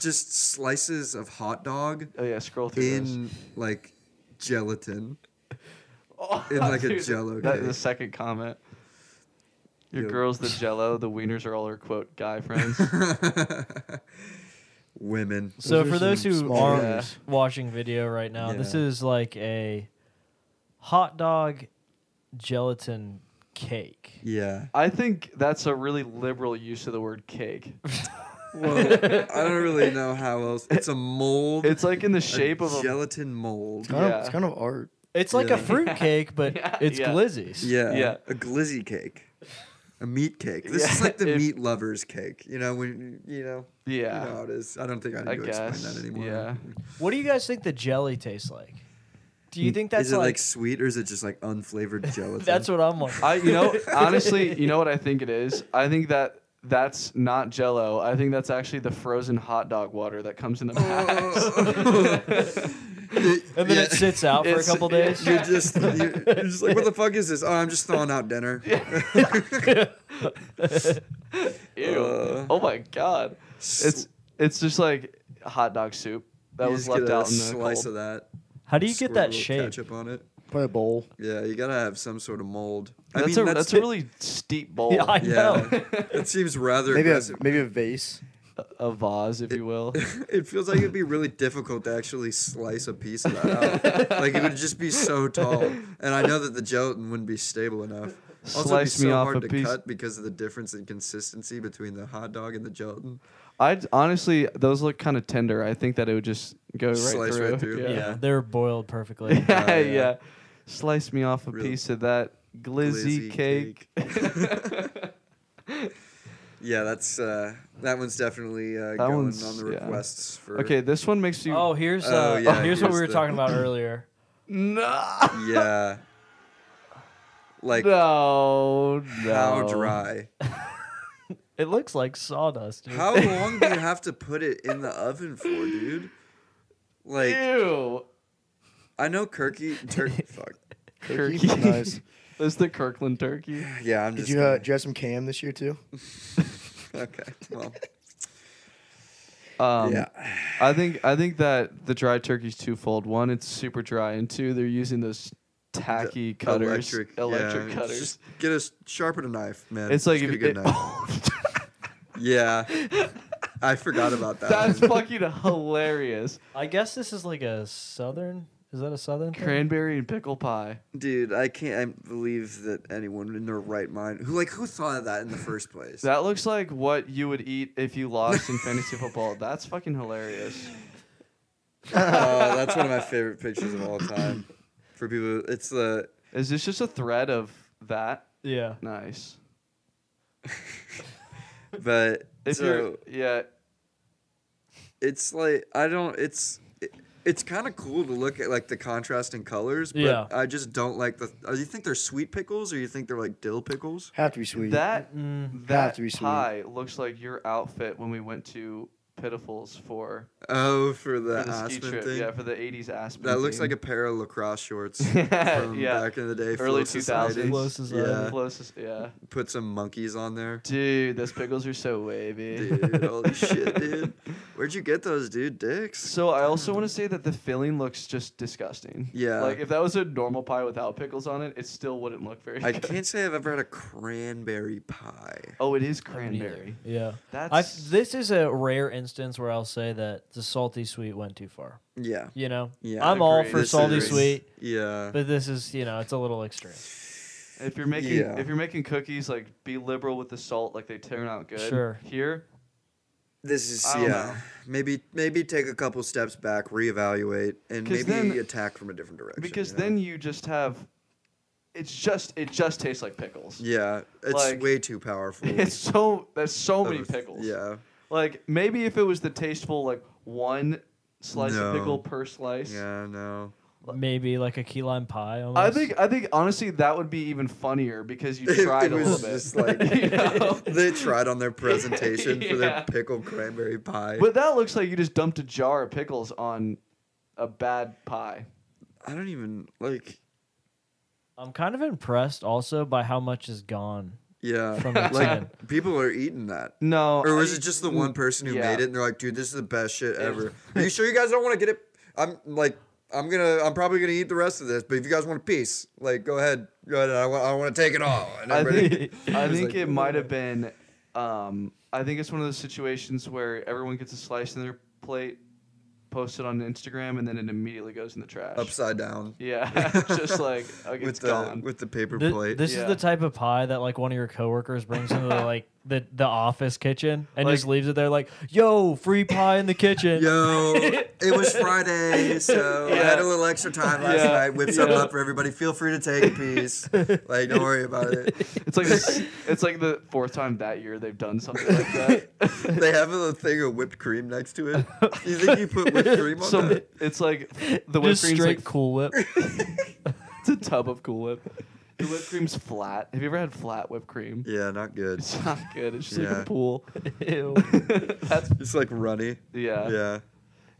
[SPEAKER 4] just slices of hot dog
[SPEAKER 1] oh yeah, scroll through this.
[SPEAKER 4] in like gelatin. in like a
[SPEAKER 1] Oh, Dude,
[SPEAKER 4] Jello
[SPEAKER 1] That,
[SPEAKER 4] cake.
[SPEAKER 1] the second comment. Your
[SPEAKER 4] Yep.
[SPEAKER 1] girl's the Jello. The wieners are all her quote guy friends.
[SPEAKER 4] Women.
[SPEAKER 3] So
[SPEAKER 2] Those are
[SPEAKER 3] for those
[SPEAKER 2] some
[SPEAKER 3] who
[SPEAKER 2] small
[SPEAKER 3] are not
[SPEAKER 1] rooms.
[SPEAKER 3] watching video right now, this
[SPEAKER 4] Yeah.
[SPEAKER 3] is like a hot dog gelatin cake.
[SPEAKER 4] Yeah.
[SPEAKER 1] I think that's a really liberal use of the word cake.
[SPEAKER 4] Well, I don't really know how else. It's a mold.
[SPEAKER 1] It's like in the
[SPEAKER 4] a
[SPEAKER 1] shape of a
[SPEAKER 4] gelatin mold.
[SPEAKER 2] Kind of-
[SPEAKER 1] Yeah.
[SPEAKER 2] it's kind of art.
[SPEAKER 3] It's like
[SPEAKER 4] Yeah.
[SPEAKER 3] a fruit cake, but
[SPEAKER 1] Yeah,
[SPEAKER 3] it's
[SPEAKER 1] yeah.
[SPEAKER 3] glizzies.
[SPEAKER 4] Yeah.
[SPEAKER 1] Yeah.
[SPEAKER 4] A glizzy cake. A meat cake. This is
[SPEAKER 1] Yeah,
[SPEAKER 4] like the
[SPEAKER 1] if-
[SPEAKER 4] meat lovers cake. You know when you know.
[SPEAKER 1] yeah.
[SPEAKER 4] You know how it is. I don't think Oh, I need
[SPEAKER 1] I
[SPEAKER 4] to
[SPEAKER 1] guess.
[SPEAKER 4] explain that anymore.
[SPEAKER 1] Yeah.
[SPEAKER 3] What do you guys think the jelly tastes like? Do
[SPEAKER 1] Mm.
[SPEAKER 3] you think that's
[SPEAKER 4] is it like,
[SPEAKER 3] like,
[SPEAKER 4] sweet or is it just like unflavored gelatin?
[SPEAKER 3] that's what I'm like?
[SPEAKER 1] I you know honestly you know what I think it is. I think that that's not Jello. I think that's actually the frozen hot dog water that comes in the
[SPEAKER 4] Oh.
[SPEAKER 1] packs.
[SPEAKER 3] and then it sits out for a
[SPEAKER 1] It's-
[SPEAKER 3] couple days.
[SPEAKER 4] You're just, you're, you're just like, what the fuck is this? Oh, I'm just throwing out dinner.
[SPEAKER 1] Ew.
[SPEAKER 4] Uh,
[SPEAKER 1] oh my god. It's it's just like hot dog soup that
[SPEAKER 4] You
[SPEAKER 1] was
[SPEAKER 4] just
[SPEAKER 1] left
[SPEAKER 4] get a
[SPEAKER 1] out in the
[SPEAKER 4] slice
[SPEAKER 1] cold.
[SPEAKER 4] of that.
[SPEAKER 3] How do you get
[SPEAKER 4] squirt a
[SPEAKER 3] that
[SPEAKER 4] little
[SPEAKER 3] shape?
[SPEAKER 4] Ketchup on it.
[SPEAKER 2] Probably a bowl.
[SPEAKER 4] Yeah, you gotta have some sort of mold.
[SPEAKER 1] That's
[SPEAKER 4] I mean,
[SPEAKER 1] a that's a really steep bowl.
[SPEAKER 3] Yeah, I
[SPEAKER 4] yeah.
[SPEAKER 3] know.
[SPEAKER 4] It seems rather
[SPEAKER 2] Maybe a
[SPEAKER 4] aggressive.
[SPEAKER 2] maybe a vase.
[SPEAKER 1] a vase, if you will.
[SPEAKER 4] It feels like it'd be really difficult to actually slice a piece of that out. like it would just be so tall, and I know that the gelatin wouldn't be stable enough. Also, it'd be
[SPEAKER 1] Slice me
[SPEAKER 4] so
[SPEAKER 1] off
[SPEAKER 4] hard
[SPEAKER 1] a
[SPEAKER 4] to
[SPEAKER 1] piece.
[SPEAKER 4] cut because of the difference in consistency between the hot dog and the gelatin.
[SPEAKER 1] I honestly, those look kind of tender. I think that it would just go right
[SPEAKER 4] Slice
[SPEAKER 1] through.
[SPEAKER 4] right through.
[SPEAKER 1] Yeah,
[SPEAKER 3] Yeah, they're boiled perfectly.
[SPEAKER 4] Yeah,
[SPEAKER 1] yeah.
[SPEAKER 4] yeah.
[SPEAKER 1] yeah. Slice me off a
[SPEAKER 4] Really-
[SPEAKER 1] piece of that glizzy,
[SPEAKER 4] Glizzy
[SPEAKER 1] cake.
[SPEAKER 4] Yeah, that's uh, that one's definitely uh,
[SPEAKER 1] That
[SPEAKER 4] going
[SPEAKER 1] one's-
[SPEAKER 4] on the
[SPEAKER 1] yeah.
[SPEAKER 4] requests for.
[SPEAKER 1] Okay, this one makes you.
[SPEAKER 3] Oh, here's uh,
[SPEAKER 4] Oh, yeah,
[SPEAKER 3] here's, what
[SPEAKER 4] here's
[SPEAKER 3] we were
[SPEAKER 4] the-
[SPEAKER 3] talking about earlier.
[SPEAKER 1] no,
[SPEAKER 4] Yeah. Like
[SPEAKER 1] no, no.
[SPEAKER 4] how dry?
[SPEAKER 3] It looks like sawdust. dude.
[SPEAKER 4] How long do you have to put it in the oven for, dude? Like
[SPEAKER 1] Ew.
[SPEAKER 4] I know Kirky. Tur- fuck.
[SPEAKER 1] Turkey.
[SPEAKER 2] nice.
[SPEAKER 1] That's the Kirkland turkey.
[SPEAKER 4] Yeah, I'm
[SPEAKER 2] Did
[SPEAKER 4] just.
[SPEAKER 2] you uh, did you have some cam this year too?
[SPEAKER 4] gonna- okay. Well.
[SPEAKER 1] Um,
[SPEAKER 4] yeah.
[SPEAKER 1] I think I think that the dry turkey's twofold. One, it's super dry, and two, they're using those tacky cutters, electric,
[SPEAKER 4] yeah,
[SPEAKER 1] cutters.
[SPEAKER 4] just Get us sharpen a knife, man.
[SPEAKER 1] It's like
[SPEAKER 4] Just
[SPEAKER 1] if
[SPEAKER 4] get a
[SPEAKER 1] you, it,
[SPEAKER 4] good knife. Yeah. I forgot about that.
[SPEAKER 1] that's
[SPEAKER 4] one.
[SPEAKER 1] fucking hilarious.
[SPEAKER 3] I guess this is like a southern Is that a southern? thing?
[SPEAKER 1] Cranberry and pickle pie.
[SPEAKER 4] Dude, I can't believe that anyone in their right mind who like who thought of that in the first place.
[SPEAKER 1] That looks like what you would eat if you lost in fantasy football. That's fucking hilarious.
[SPEAKER 4] Oh, that's one of my favorite pictures of all time. For people, it's uh, the
[SPEAKER 1] Is this just a thread of that?
[SPEAKER 3] Yeah.
[SPEAKER 1] Nice.
[SPEAKER 4] but
[SPEAKER 1] If
[SPEAKER 4] so
[SPEAKER 1] you're yeah,
[SPEAKER 4] it's like I don't. It's it, it's kind of cool to look at like the contrasting colors, but
[SPEAKER 3] Yeah.
[SPEAKER 4] I just don't like the. uh, You think they're sweet pickles or you think they're like dill pickles?
[SPEAKER 2] Have to be sweet.
[SPEAKER 1] that
[SPEAKER 3] Mm.
[SPEAKER 1] that
[SPEAKER 2] to be sweet.
[SPEAKER 1] pie looks like your outfit when we went to Pitiful's for,
[SPEAKER 4] Oh, for the,
[SPEAKER 1] for the ski
[SPEAKER 4] Aspen
[SPEAKER 1] trip.
[SPEAKER 4] thing.
[SPEAKER 1] Yeah, for the '80s Aspen.
[SPEAKER 4] that looks
[SPEAKER 1] theme.
[SPEAKER 4] like a pair of lacrosse shorts
[SPEAKER 1] Yeah,
[SPEAKER 4] from
[SPEAKER 1] yeah.
[SPEAKER 4] back in the day.
[SPEAKER 1] Early
[SPEAKER 4] Flow Society.
[SPEAKER 1] 2000s.
[SPEAKER 3] Flow Society.
[SPEAKER 4] Yeah,
[SPEAKER 1] closest. Yeah,
[SPEAKER 4] put some monkeys on there.
[SPEAKER 1] dude, those pickles are so wavy.
[SPEAKER 4] Dude, holy shit, dude! Where'd you get those, dude? Dicks.
[SPEAKER 1] So I also want to say that the filling looks just disgusting.
[SPEAKER 4] Mm. Yeah.
[SPEAKER 1] Like if that was a normal pie without pickles on it, it still wouldn't look very
[SPEAKER 4] I
[SPEAKER 1] good.
[SPEAKER 4] can't say I've ever had a cranberry pie.
[SPEAKER 1] Oh, it is
[SPEAKER 3] I haven't either.
[SPEAKER 1] cranberry.
[SPEAKER 3] Yeah. I,
[SPEAKER 1] That's
[SPEAKER 3] this is a rare instance where I'll say that the salty sweet went too far.
[SPEAKER 4] Yeah.
[SPEAKER 3] You know,
[SPEAKER 4] Yeah,
[SPEAKER 3] I'm all
[SPEAKER 1] agreed.
[SPEAKER 3] for
[SPEAKER 1] This
[SPEAKER 3] salty
[SPEAKER 1] is-
[SPEAKER 3] sweet,
[SPEAKER 4] Yeah.
[SPEAKER 3] but this is you know it's a little extreme.
[SPEAKER 1] if you're making
[SPEAKER 4] Yeah.
[SPEAKER 1] if you're making cookies, like be liberal with the salt, like they turn out good.
[SPEAKER 3] Sure.
[SPEAKER 1] Here,
[SPEAKER 4] This is
[SPEAKER 1] I
[SPEAKER 4] yeah.
[SPEAKER 1] don't know.
[SPEAKER 4] Maybe maybe take a couple steps back, reevaluate, and
[SPEAKER 1] 'Cause
[SPEAKER 4] maybe
[SPEAKER 1] then-
[SPEAKER 4] attack from a different direction.
[SPEAKER 1] because
[SPEAKER 4] you know?
[SPEAKER 1] then you just have, it's just it just tastes like pickles.
[SPEAKER 4] yeah, it's
[SPEAKER 1] like-
[SPEAKER 4] way too powerful.
[SPEAKER 1] It's so there's so many
[SPEAKER 4] of-
[SPEAKER 1] pickles.
[SPEAKER 4] Yeah,
[SPEAKER 1] Like maybe if it was the tasteful like one slice of
[SPEAKER 4] No.
[SPEAKER 1] pickle per slice.
[SPEAKER 4] yeah, no.
[SPEAKER 3] Maybe like a key lime pie. Almost.
[SPEAKER 1] I think I think honestly that would be even funnier because you
[SPEAKER 4] It-
[SPEAKER 1] tried
[SPEAKER 4] it
[SPEAKER 1] a little
[SPEAKER 4] was
[SPEAKER 1] bit.
[SPEAKER 4] just like
[SPEAKER 1] You know?
[SPEAKER 4] they tried on their presentation for
[SPEAKER 1] Yeah.
[SPEAKER 4] their pickled cranberry pie.
[SPEAKER 1] But that looks like you just dumped a jar of pickles on a bad pie.
[SPEAKER 4] I don't even like.
[SPEAKER 3] I'm kind of impressed also by how much is gone.
[SPEAKER 4] Yeah,
[SPEAKER 3] From the tin.
[SPEAKER 4] like people are eating that.
[SPEAKER 1] No.
[SPEAKER 4] Or was
[SPEAKER 1] I-
[SPEAKER 4] it just the one person who
[SPEAKER 1] yeah.
[SPEAKER 4] made it and they're like, dude, this is the best shit
[SPEAKER 1] Yeah.
[SPEAKER 4] ever? Are you sure you guys don't want to get it? I'm like, I'm gonna, I'm probably gonna eat the rest of this, but if you guys want a piece, like, go ahead, go ahead. I want, I want to take it all. And
[SPEAKER 1] I
[SPEAKER 4] everybody-
[SPEAKER 1] think I
[SPEAKER 4] was
[SPEAKER 1] think
[SPEAKER 4] like,
[SPEAKER 1] it might have been um, I think it's one of those situations where everyone gets a slice in their plate, post it on Instagram, and then it immediately goes in the trash.
[SPEAKER 4] upside down
[SPEAKER 1] Yeah. just like okay,
[SPEAKER 4] with
[SPEAKER 1] it's
[SPEAKER 4] the
[SPEAKER 1] gone.
[SPEAKER 4] with the paper
[SPEAKER 3] Th-
[SPEAKER 4] plate.
[SPEAKER 3] this is
[SPEAKER 1] Yeah.
[SPEAKER 3] the type of pie that like one of your coworkers brings into the, like the the office kitchen and
[SPEAKER 1] Like-
[SPEAKER 3] just leaves it there like, "Yo, free pie in the kitchen."
[SPEAKER 4] Yo, it was Friday, so I had a
[SPEAKER 1] Yeah.
[SPEAKER 4] little extra time last
[SPEAKER 1] Yeah.
[SPEAKER 4] night. Whip some
[SPEAKER 1] Yeah.
[SPEAKER 4] up for everybody. Feel free to take a piece. Like, don't worry about it.
[SPEAKER 1] It's like this, it's like the fourth time that year they've done something like that.
[SPEAKER 4] They have a thing of whipped cream next to it. You think you put whipped cream on
[SPEAKER 1] Some
[SPEAKER 4] that?
[SPEAKER 1] it's like the whipped
[SPEAKER 3] Just
[SPEAKER 1] cream's
[SPEAKER 3] straight
[SPEAKER 1] like
[SPEAKER 3] Cool Whip.
[SPEAKER 1] It's a tub of Cool Whip. The whipped cream's flat. Have you ever had flat whipped cream?
[SPEAKER 4] Yeah, not good.
[SPEAKER 1] It's not good. It's just like
[SPEAKER 4] Yeah.
[SPEAKER 1] a pool.
[SPEAKER 3] Ew.
[SPEAKER 1] That's
[SPEAKER 4] It's like runny.
[SPEAKER 1] yeah.
[SPEAKER 4] Yeah.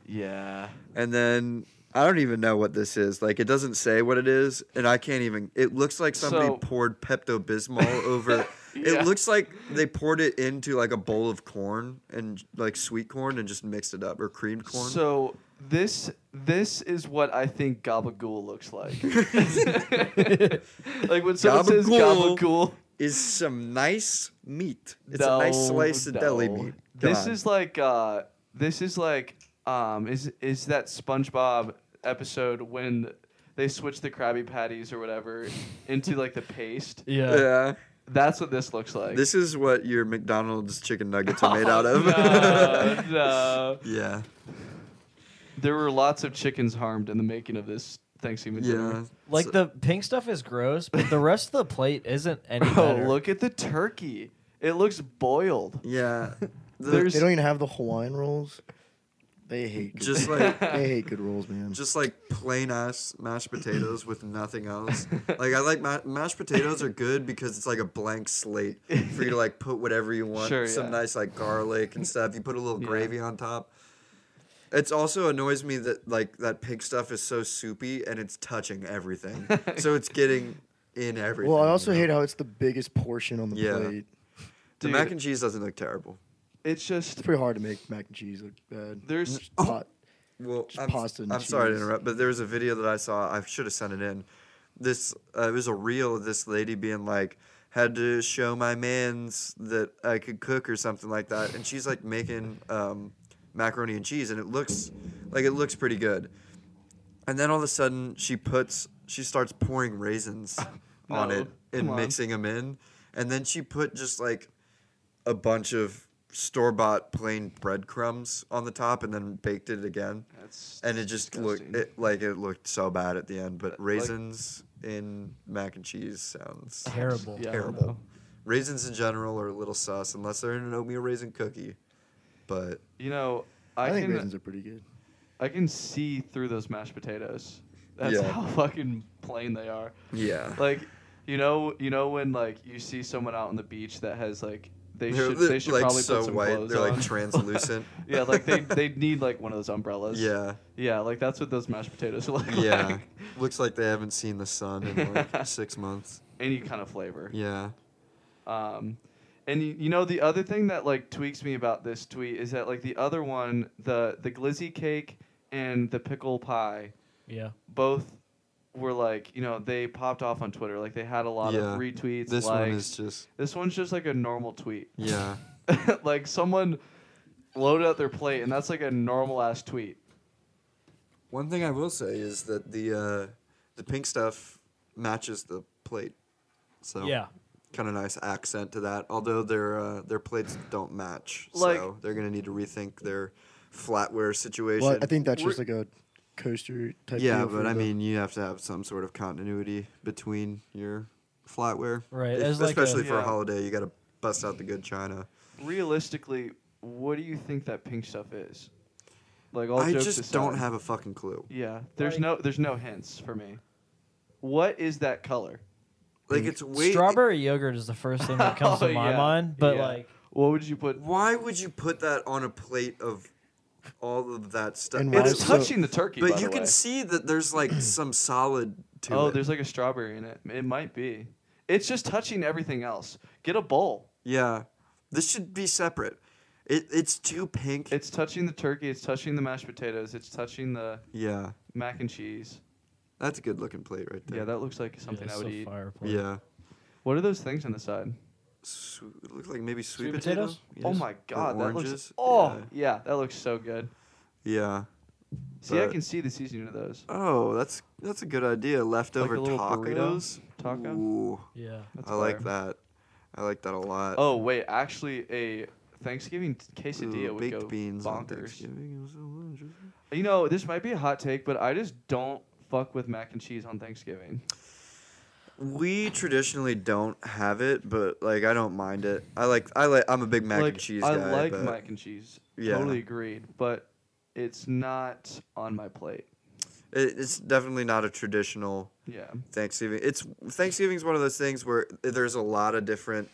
[SPEAKER 1] Yeah.
[SPEAKER 4] And then I don't even know what this is. Like it doesn't say what it is, and I can't even. It looks like somebody
[SPEAKER 1] So-
[SPEAKER 4] poured Pepto Bismol over.
[SPEAKER 1] Yeah.
[SPEAKER 4] It looks like they poured it into like a bowl of corn and like sweet corn and just mixed it up or creamed corn.
[SPEAKER 1] So this this is what I think gabagool looks like. like when someone says
[SPEAKER 4] Gabagool.
[SPEAKER 1] gabagool,
[SPEAKER 4] is some nice meat. It's
[SPEAKER 1] no,
[SPEAKER 4] a nice slice of deli
[SPEAKER 1] no.
[SPEAKER 4] meat. Come
[SPEAKER 1] This
[SPEAKER 4] on.
[SPEAKER 1] is like uh this is like um is is that SpongeBob episode when they switch the Krabby Patties or whatever into like the paste.
[SPEAKER 3] Yeah.
[SPEAKER 4] yeah.
[SPEAKER 1] That's what this looks like. Oh,
[SPEAKER 4] This is what your McDonald's chicken nuggets are made out of.
[SPEAKER 1] no, no.
[SPEAKER 4] yeah.
[SPEAKER 1] There were lots of chickens harmed in the making of this Thanksgiving
[SPEAKER 4] Yeah.
[SPEAKER 1] dinner.
[SPEAKER 3] Like
[SPEAKER 4] So-
[SPEAKER 3] the pink stuff is gross, but the rest of the plate isn't any
[SPEAKER 4] Oh,
[SPEAKER 1] Bro,
[SPEAKER 3] better.
[SPEAKER 1] Oh, look at the turkey. It looks boiled.
[SPEAKER 4] Yeah. The-
[SPEAKER 1] There's-
[SPEAKER 2] they don't even have the Hawaiian rolls. They hate good,
[SPEAKER 4] just like
[SPEAKER 2] they hate good rolls, man.
[SPEAKER 4] just like plain ass mashed potatoes with nothing else. Like I like ma- mashed potatoes are good because it's like a blank slate for you to like put whatever you want.
[SPEAKER 1] Sure,
[SPEAKER 4] Some
[SPEAKER 1] yeah.
[SPEAKER 4] nice like garlic and stuff. You put a little gravy on top. It's also annoys me that like that pig stuff is so soupy and it's touching everything. so it's getting in everything.
[SPEAKER 2] well, I also
[SPEAKER 4] you know?
[SPEAKER 2] hate how it's the biggest portion on the
[SPEAKER 4] Yeah.
[SPEAKER 2] plate.
[SPEAKER 4] the
[SPEAKER 1] Dude,
[SPEAKER 4] mac and cheese doesn't look terrible.
[SPEAKER 1] It's just
[SPEAKER 2] It's pretty hard to make mac and cheese look bad. Mm,
[SPEAKER 1] there's oh,
[SPEAKER 2] It's hot.
[SPEAKER 4] Well,
[SPEAKER 2] Just
[SPEAKER 4] I'm,
[SPEAKER 2] pasta and
[SPEAKER 4] I'm sorry to
[SPEAKER 2] cheese.
[SPEAKER 4] interrupt, but there was a video that I saw. I should have sent it in. This uh, it was a reel of this lady being like, had to show my man's that I could cook or something like that, and she's like making um, macaroni and cheese, and it looks like it looks pretty good. And then all of a sudden, she puts she starts pouring raisins on
[SPEAKER 1] No,
[SPEAKER 4] it and
[SPEAKER 1] come on.
[SPEAKER 4] mixing them in, and then she put just like a bunch of store bought plain breadcrumbs on the top, and then baked it again.
[SPEAKER 1] That's
[SPEAKER 4] and it just looked
[SPEAKER 1] disgusting.
[SPEAKER 4] it, like it looked so bad at the end. But
[SPEAKER 1] like-
[SPEAKER 4] raisins in mac and cheese sounds
[SPEAKER 3] Terrible.
[SPEAKER 1] Yeah, I
[SPEAKER 4] terrible.
[SPEAKER 1] know.
[SPEAKER 4] Raisins in general are a little sus unless they're in an oatmeal raisin cookie. But
[SPEAKER 1] You know, I,
[SPEAKER 2] I think
[SPEAKER 1] can
[SPEAKER 2] raisins are pretty good.
[SPEAKER 1] I can see through those mashed potatoes. That's
[SPEAKER 4] Yeah.
[SPEAKER 1] how fucking plain they are.
[SPEAKER 4] yeah,
[SPEAKER 1] Like, you know, you know when like you see someone out on the beach that has like they
[SPEAKER 4] They're
[SPEAKER 1] should
[SPEAKER 4] li-
[SPEAKER 1] they should
[SPEAKER 4] like,
[SPEAKER 1] probably
[SPEAKER 4] so
[SPEAKER 1] put some
[SPEAKER 4] white,
[SPEAKER 1] clothes
[SPEAKER 4] they're, like,
[SPEAKER 1] on.
[SPEAKER 4] translucent.
[SPEAKER 1] yeah, like they they need like one of those umbrellas.
[SPEAKER 4] yeah,
[SPEAKER 1] Yeah, like that's what those mashed potatoes look like.
[SPEAKER 4] yeah. Looks like they haven't seen the sun in like six months.
[SPEAKER 1] Any kind of flavor.
[SPEAKER 4] Yeah,
[SPEAKER 1] Um, and you, you know the other thing that like tweaks me about this tweet is that like the other one, the the glizzy cake and the pickle pie,
[SPEAKER 3] Yeah.
[SPEAKER 1] both were like you know they popped off on Twitter. Like they had a lot
[SPEAKER 4] Yeah.
[SPEAKER 1] of retweets.
[SPEAKER 4] this
[SPEAKER 1] likes.
[SPEAKER 4] one is just
[SPEAKER 1] this one's just like a normal tweet.
[SPEAKER 4] yeah.
[SPEAKER 1] like someone loaded up their plate and that's like a normal ass tweet.
[SPEAKER 4] One thing I will say is that the uh, the pink stuff matches the plate. So
[SPEAKER 3] Yeah.
[SPEAKER 4] kind of nice accent to that. Although their uh, their plates don't match,
[SPEAKER 1] Like- Mm.
[SPEAKER 4] so they're gonna need to rethink their flatware situation.
[SPEAKER 2] Well, I think that's just like a coaster type.
[SPEAKER 4] yeah,
[SPEAKER 2] deal
[SPEAKER 4] but
[SPEAKER 2] for
[SPEAKER 4] I
[SPEAKER 2] the-
[SPEAKER 4] mean, you have to have some sort of continuity between your flatware,
[SPEAKER 3] Right,
[SPEAKER 4] If-
[SPEAKER 3] as like a-
[SPEAKER 4] especially for a
[SPEAKER 1] Yeah.
[SPEAKER 4] holiday, you gotta bust out the good china.
[SPEAKER 1] Realistically, what do you think that pink stuff is? Like all
[SPEAKER 4] I
[SPEAKER 1] jokes
[SPEAKER 4] just
[SPEAKER 1] aside.
[SPEAKER 4] don't have a fucking clue.
[SPEAKER 1] Yeah, there's
[SPEAKER 3] Like-
[SPEAKER 1] no there's no hints for me. What is that color?
[SPEAKER 4] Like it's way
[SPEAKER 3] Strawberry yogurt is the first thing that comes to
[SPEAKER 1] Oh,
[SPEAKER 3] my
[SPEAKER 1] yeah,
[SPEAKER 3] mind, but
[SPEAKER 1] yeah.
[SPEAKER 3] like
[SPEAKER 1] what would you put?
[SPEAKER 4] Why would you put that on a plate of all of that stuff?
[SPEAKER 2] And why
[SPEAKER 1] It's
[SPEAKER 2] is so-
[SPEAKER 1] touching the turkey, by
[SPEAKER 4] But you
[SPEAKER 1] the
[SPEAKER 4] can
[SPEAKER 1] way.
[SPEAKER 4] see that there's like some solid to
[SPEAKER 1] oh,
[SPEAKER 4] it.
[SPEAKER 1] there's like a strawberry in it. It might be. It's just touching everything else. Get a bowl.
[SPEAKER 4] yeah, this should be separate. It it's too pink.
[SPEAKER 1] It's touching the turkey. It's touching the mashed potatoes. It's touching the
[SPEAKER 4] yeah,
[SPEAKER 1] mac and cheese.
[SPEAKER 4] that's a good looking plate right
[SPEAKER 1] Yeah,
[SPEAKER 4] there.
[SPEAKER 1] that looks like something
[SPEAKER 3] Yeah,
[SPEAKER 1] I would
[SPEAKER 3] so
[SPEAKER 1] eat.
[SPEAKER 3] fire plate.
[SPEAKER 4] yeah.
[SPEAKER 1] What are those things on the side?
[SPEAKER 4] Su- it looks like maybe sweet,
[SPEAKER 3] Sweet
[SPEAKER 4] potato.
[SPEAKER 3] potatoes?
[SPEAKER 1] Oh
[SPEAKER 4] Yes.
[SPEAKER 1] my
[SPEAKER 4] Or
[SPEAKER 1] god, that looks.
[SPEAKER 4] oranges.
[SPEAKER 1] Oh yeah. that looks so good.
[SPEAKER 4] yeah. Yeah.
[SPEAKER 1] See, I
[SPEAKER 4] But-
[SPEAKER 1] can see the seasoning of those.
[SPEAKER 4] Oh, that's that's a good idea. Leftover
[SPEAKER 1] little burrito
[SPEAKER 4] tacos.
[SPEAKER 1] taco?
[SPEAKER 4] Ooh,
[SPEAKER 3] Yeah.
[SPEAKER 1] That's
[SPEAKER 4] I like
[SPEAKER 1] fire.
[SPEAKER 4] that. I like that a lot.
[SPEAKER 1] Oh wait, actually, a Thanksgiving t-
[SPEAKER 4] Ooh,
[SPEAKER 1] quesadilla would
[SPEAKER 4] baked
[SPEAKER 1] go
[SPEAKER 4] beans on
[SPEAKER 1] bonkers.
[SPEAKER 4] Thanksgiving is so delicious.
[SPEAKER 1] You know, this might be a hot take, but I just don't fuck with mac and cheese on Thanksgiving.
[SPEAKER 4] We traditionally don't have it, but like I don't mind it. I like I like I'm a big mac
[SPEAKER 1] like,
[SPEAKER 4] and cheese
[SPEAKER 1] I
[SPEAKER 4] guy.
[SPEAKER 1] like
[SPEAKER 4] but
[SPEAKER 1] mac and cheese.
[SPEAKER 4] Yeah.
[SPEAKER 1] Totally agreed, but it's not on my plate.
[SPEAKER 4] it, it's definitely not a traditional
[SPEAKER 1] Yeah.
[SPEAKER 4] Thanksgiving. It's Thanksgiving's one of those things where there's a lot of different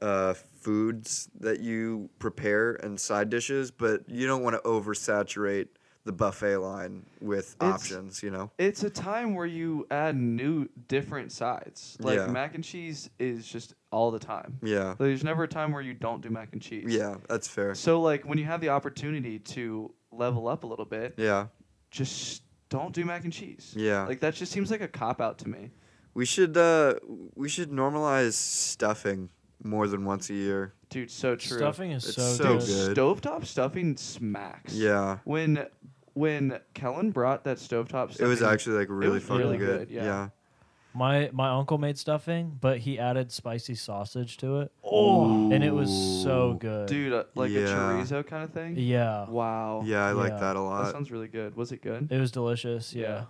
[SPEAKER 4] uh, foods that you prepare and side dishes, but you don't want to oversaturate the buffet line with
[SPEAKER 1] It's-
[SPEAKER 4] options. You know,
[SPEAKER 1] It's a time where you add new, different sides. Like
[SPEAKER 4] Yeah.
[SPEAKER 1] mac and cheese is just all the time.
[SPEAKER 4] yeah,
[SPEAKER 1] There's never a time where you don't do mac and cheese.
[SPEAKER 4] yeah, that's fair.
[SPEAKER 1] So like when you have the opportunity to level up a little bit,
[SPEAKER 4] Yeah,
[SPEAKER 1] just don't do mac and cheese.
[SPEAKER 4] Yeah.
[SPEAKER 1] Like that just seems like a cop out to me.
[SPEAKER 4] we should uh, we should normalize stuffing more than once a year.
[SPEAKER 1] Dude, so true.
[SPEAKER 3] Stuffing is
[SPEAKER 4] It's
[SPEAKER 3] so,
[SPEAKER 4] so
[SPEAKER 3] good.
[SPEAKER 4] good.
[SPEAKER 1] Stovetop stuffing smacks.
[SPEAKER 4] Yeah.
[SPEAKER 1] When when Kellen brought that stovetop stuffing
[SPEAKER 4] It was actually like really
[SPEAKER 1] was
[SPEAKER 4] fucking
[SPEAKER 1] really
[SPEAKER 4] good.
[SPEAKER 1] good, yeah.
[SPEAKER 3] My my uncle made stuffing, but he added spicy sausage to it. Oh, and it was so good.
[SPEAKER 1] dude uh, like a
[SPEAKER 4] Yeah.
[SPEAKER 1] chorizo kind of thing.
[SPEAKER 3] Yeah.
[SPEAKER 1] Wow.
[SPEAKER 4] yeah, yeah, I like
[SPEAKER 3] Yeah.
[SPEAKER 4] that a
[SPEAKER 1] That
[SPEAKER 4] lot.
[SPEAKER 1] sounds really good. Was it good?
[SPEAKER 3] It was delicious. Yeah.
[SPEAKER 1] Yeah.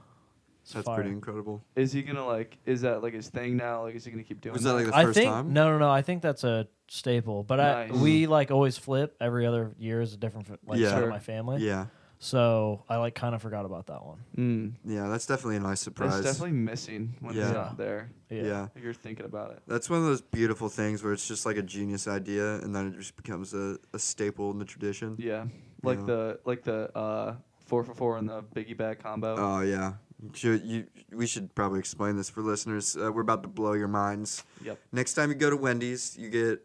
[SPEAKER 3] It's
[SPEAKER 4] That's
[SPEAKER 3] fire.
[SPEAKER 4] pretty incredible.
[SPEAKER 1] Is he gonna like is that like his thing now? Like is he gonna keep doing
[SPEAKER 4] Was that like the
[SPEAKER 3] I
[SPEAKER 4] first
[SPEAKER 3] think
[SPEAKER 4] time?
[SPEAKER 3] no, no, no. I think that's a staple. But
[SPEAKER 1] Nice.
[SPEAKER 3] I we like always flip every other year is a different fa- like
[SPEAKER 4] Yeah.
[SPEAKER 3] side
[SPEAKER 1] Sure.
[SPEAKER 3] of my family.
[SPEAKER 4] Yeah,
[SPEAKER 3] So I like kind of forgot about that one.
[SPEAKER 1] mm,
[SPEAKER 4] yeah, that's definitely a nice surprise.
[SPEAKER 1] it's definitely missing when
[SPEAKER 4] Yeah.
[SPEAKER 1] it's not there.
[SPEAKER 3] Yeah.
[SPEAKER 4] yeah.
[SPEAKER 1] If You're thinking about it.
[SPEAKER 4] That's one of those beautiful things where it's just like a genius idea and then it just becomes a, a staple in the tradition.
[SPEAKER 1] Yeah. Like
[SPEAKER 4] Yeah.
[SPEAKER 1] the like the uh four for four and the biggie bag combo.
[SPEAKER 4] Oh, yeah. Should you, we should probably explain this for listeners. Uh, we're about to blow your minds.
[SPEAKER 1] Yep.
[SPEAKER 4] Next time you go to Wendy's, you get,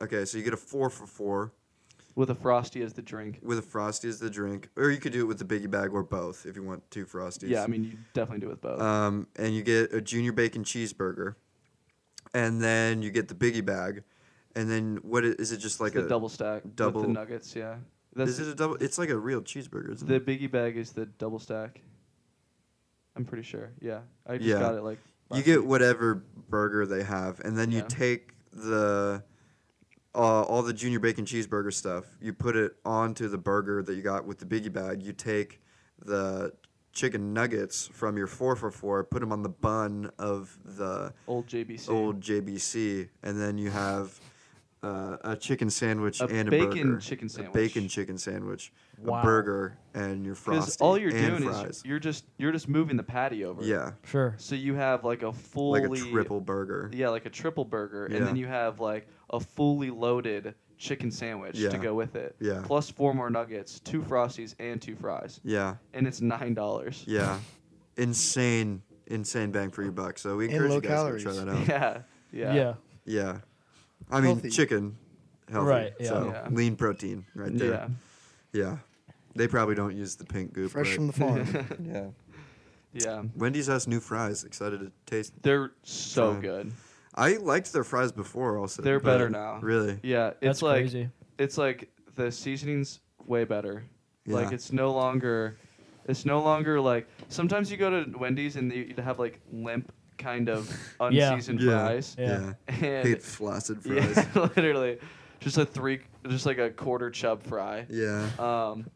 [SPEAKER 4] okay, so you get a four for four
[SPEAKER 1] With a frosty as the drink.
[SPEAKER 4] with a Frosty as the drink, or you could do it with the Biggie Bag or both if you want two Frosties.
[SPEAKER 1] Yeah, I mean you definitely do it with both.
[SPEAKER 4] um, and you get a junior bacon cheeseburger, and then you get the biggie bag, and then what i- is it? Just like
[SPEAKER 1] It's
[SPEAKER 4] a
[SPEAKER 1] the double stack
[SPEAKER 4] double-
[SPEAKER 1] with the nuggets. Yeah, that's
[SPEAKER 4] Is it a double? It's like a real cheeseburger, isn't
[SPEAKER 1] the
[SPEAKER 4] it?
[SPEAKER 1] biggie bag is the double stack. I'm pretty sure. Yeah, I just
[SPEAKER 4] Yeah.
[SPEAKER 1] got it like.
[SPEAKER 4] You
[SPEAKER 1] last
[SPEAKER 4] get
[SPEAKER 1] week.
[SPEAKER 4] whatever burger they have, and then you
[SPEAKER 1] Yeah.
[SPEAKER 4] take the uh, all the junior bacon cheeseburger stuff. You put it onto the burger that you got with the biggie bag. You take the chicken nuggets from your four for four, put them on the bun of the
[SPEAKER 1] old JBC.
[SPEAKER 4] old JBC, and then you have uh, a chicken sandwich
[SPEAKER 1] A
[SPEAKER 4] and a
[SPEAKER 1] bacon
[SPEAKER 4] burger.
[SPEAKER 1] chicken sandwich.
[SPEAKER 4] a bacon chicken sandwich,
[SPEAKER 3] Wow.
[SPEAKER 4] a burger, and your
[SPEAKER 1] Because
[SPEAKER 4] frosting
[SPEAKER 1] all you're
[SPEAKER 4] and
[SPEAKER 1] doing
[SPEAKER 4] fries.
[SPEAKER 1] is you're just you're just moving the patty over.
[SPEAKER 4] yeah,
[SPEAKER 3] Sure.
[SPEAKER 1] So you have like a fully
[SPEAKER 4] like a triple burger.
[SPEAKER 1] Yeah, like a triple burger, and
[SPEAKER 4] Yeah.
[SPEAKER 1] then you have like a fully loaded chicken sandwich
[SPEAKER 4] Yeah.
[SPEAKER 1] to go with it.
[SPEAKER 4] Yeah.
[SPEAKER 1] Plus four more nuggets, two frosties, and two fries,
[SPEAKER 4] Yeah,
[SPEAKER 1] and it's nine dollars.
[SPEAKER 4] yeah, insane, insane bang for your buck. So we
[SPEAKER 2] And
[SPEAKER 4] encourage
[SPEAKER 2] low
[SPEAKER 4] you guys to go try that
[SPEAKER 2] calories.
[SPEAKER 4] out. Yeah,
[SPEAKER 1] Yeah. Yeah.
[SPEAKER 3] Yeah.
[SPEAKER 4] I mean
[SPEAKER 2] Healthy.
[SPEAKER 4] chicken, healthy,
[SPEAKER 3] Right, yeah.
[SPEAKER 4] so
[SPEAKER 1] Yeah.
[SPEAKER 4] lean protein right there.
[SPEAKER 1] Yeah.
[SPEAKER 4] Yeah. they probably don't use the pink goop.
[SPEAKER 2] Fresh
[SPEAKER 4] right?
[SPEAKER 2] from the farm.
[SPEAKER 4] yeah.
[SPEAKER 1] Yeah.
[SPEAKER 4] Wendy's has new fries. Excited to taste
[SPEAKER 1] They're so
[SPEAKER 4] Fine.
[SPEAKER 1] good.
[SPEAKER 4] I liked their fries before also.
[SPEAKER 1] They're better
[SPEAKER 4] but
[SPEAKER 1] now.
[SPEAKER 4] Really?
[SPEAKER 1] Yeah. It's
[SPEAKER 3] That's
[SPEAKER 1] like
[SPEAKER 3] crazy.
[SPEAKER 1] it's like the seasoning's way better. Like
[SPEAKER 4] Yeah.
[SPEAKER 1] it's no longer, it's no longer like sometimes you go to Wendy's and you have like limp kind of
[SPEAKER 3] Yeah.
[SPEAKER 1] unseasoned
[SPEAKER 4] Yeah.
[SPEAKER 1] fries.
[SPEAKER 4] Yeah.
[SPEAKER 3] Yeah.
[SPEAKER 1] And-
[SPEAKER 4] Hate flaccid fries.
[SPEAKER 1] Yeah, literally, just a three, just like a quarter chub fry.
[SPEAKER 4] Yeah.
[SPEAKER 1] Um,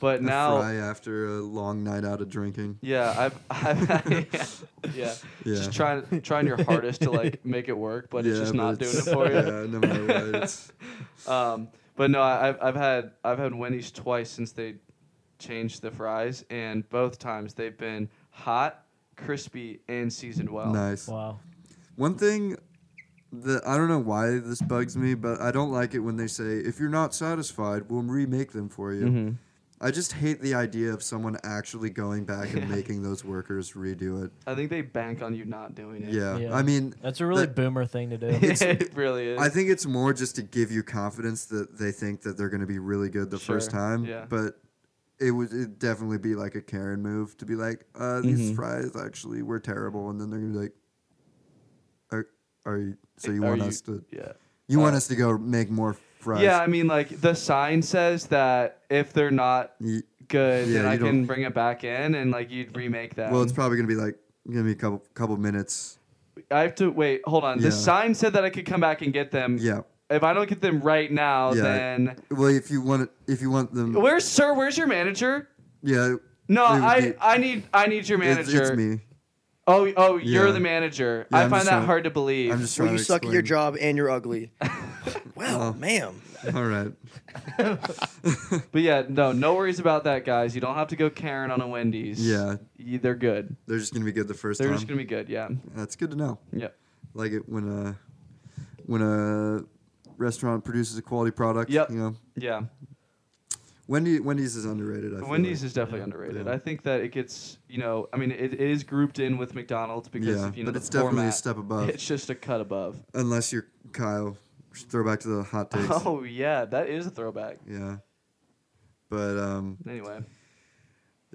[SPEAKER 1] but
[SPEAKER 4] A
[SPEAKER 1] now,
[SPEAKER 4] fry after a long night out of drinking.
[SPEAKER 1] yeah, I've, I've yeah,
[SPEAKER 4] Yeah.
[SPEAKER 1] just trying trying your hardest to like make it work, but it's just not doing it
[SPEAKER 4] it's-
[SPEAKER 1] for you.
[SPEAKER 4] Yeah, no matter what. It's,
[SPEAKER 1] Um, but no, I- I've I've had I've had Wendy's twice since they changed the fries, and both times they've been hot, crispy, and seasoned well.
[SPEAKER 4] Nice.
[SPEAKER 3] Wow.
[SPEAKER 4] One thing that I don't know why this bugs me, but I don't like it when they say, if you're not satisfied, we'll remake them for you.
[SPEAKER 1] Mm-hmm.
[SPEAKER 4] I just hate the idea of someone actually going back and making those workers redo it.
[SPEAKER 1] I think they bank on you not doing it.
[SPEAKER 4] Yeah.
[SPEAKER 3] Yeah.
[SPEAKER 4] I mean,
[SPEAKER 3] That's a really
[SPEAKER 4] the-
[SPEAKER 3] boomer thing to do.
[SPEAKER 1] it really is.
[SPEAKER 4] I think it's more just to give you confidence that they think that they're going to be really good the first
[SPEAKER 1] Sure,
[SPEAKER 4] time.
[SPEAKER 1] yeah.
[SPEAKER 4] But it would it'd definitely be like a Karen move to be like, uh, these
[SPEAKER 2] Mm-hmm.
[SPEAKER 4] fries actually were terrible, and then they're going to be like, are, are you? So you
[SPEAKER 1] Are
[SPEAKER 4] want
[SPEAKER 1] you-
[SPEAKER 4] us to?
[SPEAKER 1] yeah.
[SPEAKER 4] You want us to go make more fries?
[SPEAKER 1] Yeah, I mean, like the sign says that if they're not
[SPEAKER 4] Y-
[SPEAKER 1] good,
[SPEAKER 4] Yeah,
[SPEAKER 1] then I
[SPEAKER 4] you
[SPEAKER 1] can
[SPEAKER 4] don't-
[SPEAKER 1] bring it back in and like you'd remake that.
[SPEAKER 4] well, it's probably going to be like, give me a couple couple minutes.
[SPEAKER 1] I have to wait. Hold on.
[SPEAKER 4] Yeah.
[SPEAKER 1] The sign said that I could come back and get them.
[SPEAKER 4] Yeah.
[SPEAKER 1] If I don't get them right now,
[SPEAKER 4] Yeah.
[SPEAKER 1] then
[SPEAKER 4] Well, if you want, if you want them,
[SPEAKER 1] where's sir? Where's your manager?
[SPEAKER 4] yeah.
[SPEAKER 1] No,
[SPEAKER 4] it would
[SPEAKER 1] I,
[SPEAKER 4] be-
[SPEAKER 1] I need I need your
[SPEAKER 4] it's-
[SPEAKER 1] manager.
[SPEAKER 4] It's, me.
[SPEAKER 1] Oh oh,
[SPEAKER 4] Yeah.
[SPEAKER 1] you're the manager.
[SPEAKER 4] Yeah,
[SPEAKER 1] I
[SPEAKER 4] I'm
[SPEAKER 1] find
[SPEAKER 4] just
[SPEAKER 1] that
[SPEAKER 4] trying-
[SPEAKER 1] hard to believe.
[SPEAKER 4] I'm just trying
[SPEAKER 2] Well, you
[SPEAKER 4] to
[SPEAKER 2] suck at your
[SPEAKER 4] explain. Oh.
[SPEAKER 2] job and you're ugly. well, ma'am.
[SPEAKER 4] All right.
[SPEAKER 1] but yeah, no, no worries about that, guys. You don't have to go Karen on a Wendy's.
[SPEAKER 4] Yeah.
[SPEAKER 1] Y- they're good.
[SPEAKER 4] They're just gonna be good the 1st
[SPEAKER 1] They're
[SPEAKER 4] time.
[SPEAKER 1] just gonna be good. Yeah.
[SPEAKER 4] That's good to know.
[SPEAKER 1] Yeah.
[SPEAKER 4] Like it when a when a restaurant produces a quality product.
[SPEAKER 1] Yep.
[SPEAKER 4] You know,
[SPEAKER 1] Yeah.
[SPEAKER 4] Wendy Wendy's is underrated. I feel
[SPEAKER 1] Wendy's
[SPEAKER 4] like.
[SPEAKER 1] is definitely underrated.
[SPEAKER 4] Yeah.
[SPEAKER 1] I think that it gets, you know, I mean, it, it is grouped in with McDonald's because
[SPEAKER 4] Yeah,
[SPEAKER 1] of, you know,
[SPEAKER 4] but
[SPEAKER 1] the
[SPEAKER 4] it's definitely a
[SPEAKER 1] format.
[SPEAKER 4] step above.
[SPEAKER 1] It's just a cut above.
[SPEAKER 4] unless you're Kyle. Just Throw back to the hot takes.
[SPEAKER 1] Oh yeah, that is a throwback.
[SPEAKER 4] Yeah. But um,
[SPEAKER 1] Anyway,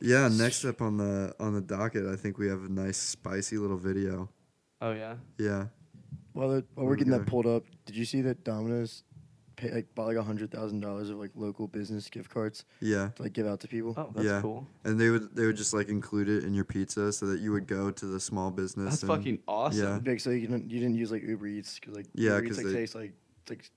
[SPEAKER 4] yeah. Next up on the on the docket, I think we have a nice spicy little video.
[SPEAKER 1] oh yeah,
[SPEAKER 4] Yeah.
[SPEAKER 2] While, the, while we're
[SPEAKER 4] we
[SPEAKER 2] getting
[SPEAKER 4] go.
[SPEAKER 2] that pulled up, did you see that Domino's pay, like, bought like hundred thousand dollars of like local business gift cards
[SPEAKER 4] Yeah.
[SPEAKER 2] to like give out to people?
[SPEAKER 1] oh that's
[SPEAKER 4] yeah.
[SPEAKER 1] cool.
[SPEAKER 4] And they would they would just like include it in your pizza so that you would go to the small business.
[SPEAKER 1] That's
[SPEAKER 4] and-
[SPEAKER 1] fucking awesome.
[SPEAKER 2] Like, so you didn't you didn't use like Uber Eats 'cause, like
[SPEAKER 4] Yeah,
[SPEAKER 2] Uber Eats
[SPEAKER 4] 'cause
[SPEAKER 2] like
[SPEAKER 4] they-
[SPEAKER 2] tastes like it's, like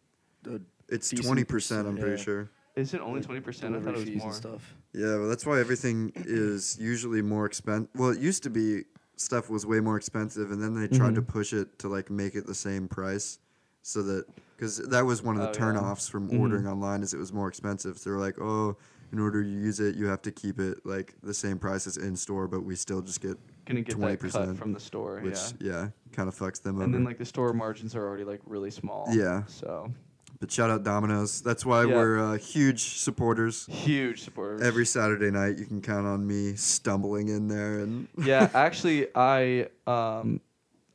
[SPEAKER 2] the
[SPEAKER 4] It's
[SPEAKER 2] decent
[SPEAKER 4] twenty percent. I'm pretty
[SPEAKER 2] yeah.
[SPEAKER 4] sure.
[SPEAKER 1] Is it only twenty percent? I thought
[SPEAKER 2] delivery
[SPEAKER 1] it was
[SPEAKER 2] fees
[SPEAKER 1] more.
[SPEAKER 2] and stuff.
[SPEAKER 4] Yeah, well, that's why everything is usually more expensive. Well, it used to be stuff was way more expensive, and then they tried
[SPEAKER 1] Mm-hmm.
[SPEAKER 4] to push it to like make it the same price, so that because that was one of the
[SPEAKER 1] Oh, yeah.
[SPEAKER 4] turnoffs from ordering online is it was more expensive. So they were like, oh, in order to use it, you have to keep it like the same price as in store, but we still just get
[SPEAKER 1] Gonna get
[SPEAKER 4] twenty
[SPEAKER 1] that cut
[SPEAKER 4] percent
[SPEAKER 1] from the store.
[SPEAKER 4] which
[SPEAKER 1] yeah.
[SPEAKER 4] yeah, kind of fucks them
[SPEAKER 1] And
[SPEAKER 4] over.
[SPEAKER 1] then like the store margins are already like really small.
[SPEAKER 4] Yeah.
[SPEAKER 1] So
[SPEAKER 4] but shout out Domino's. That's why
[SPEAKER 1] Yeah.
[SPEAKER 4] we're uh, huge supporters.
[SPEAKER 1] huge supporters.
[SPEAKER 4] Every Saturday night, you can count on me stumbling in there and
[SPEAKER 1] yeah, actually, I um,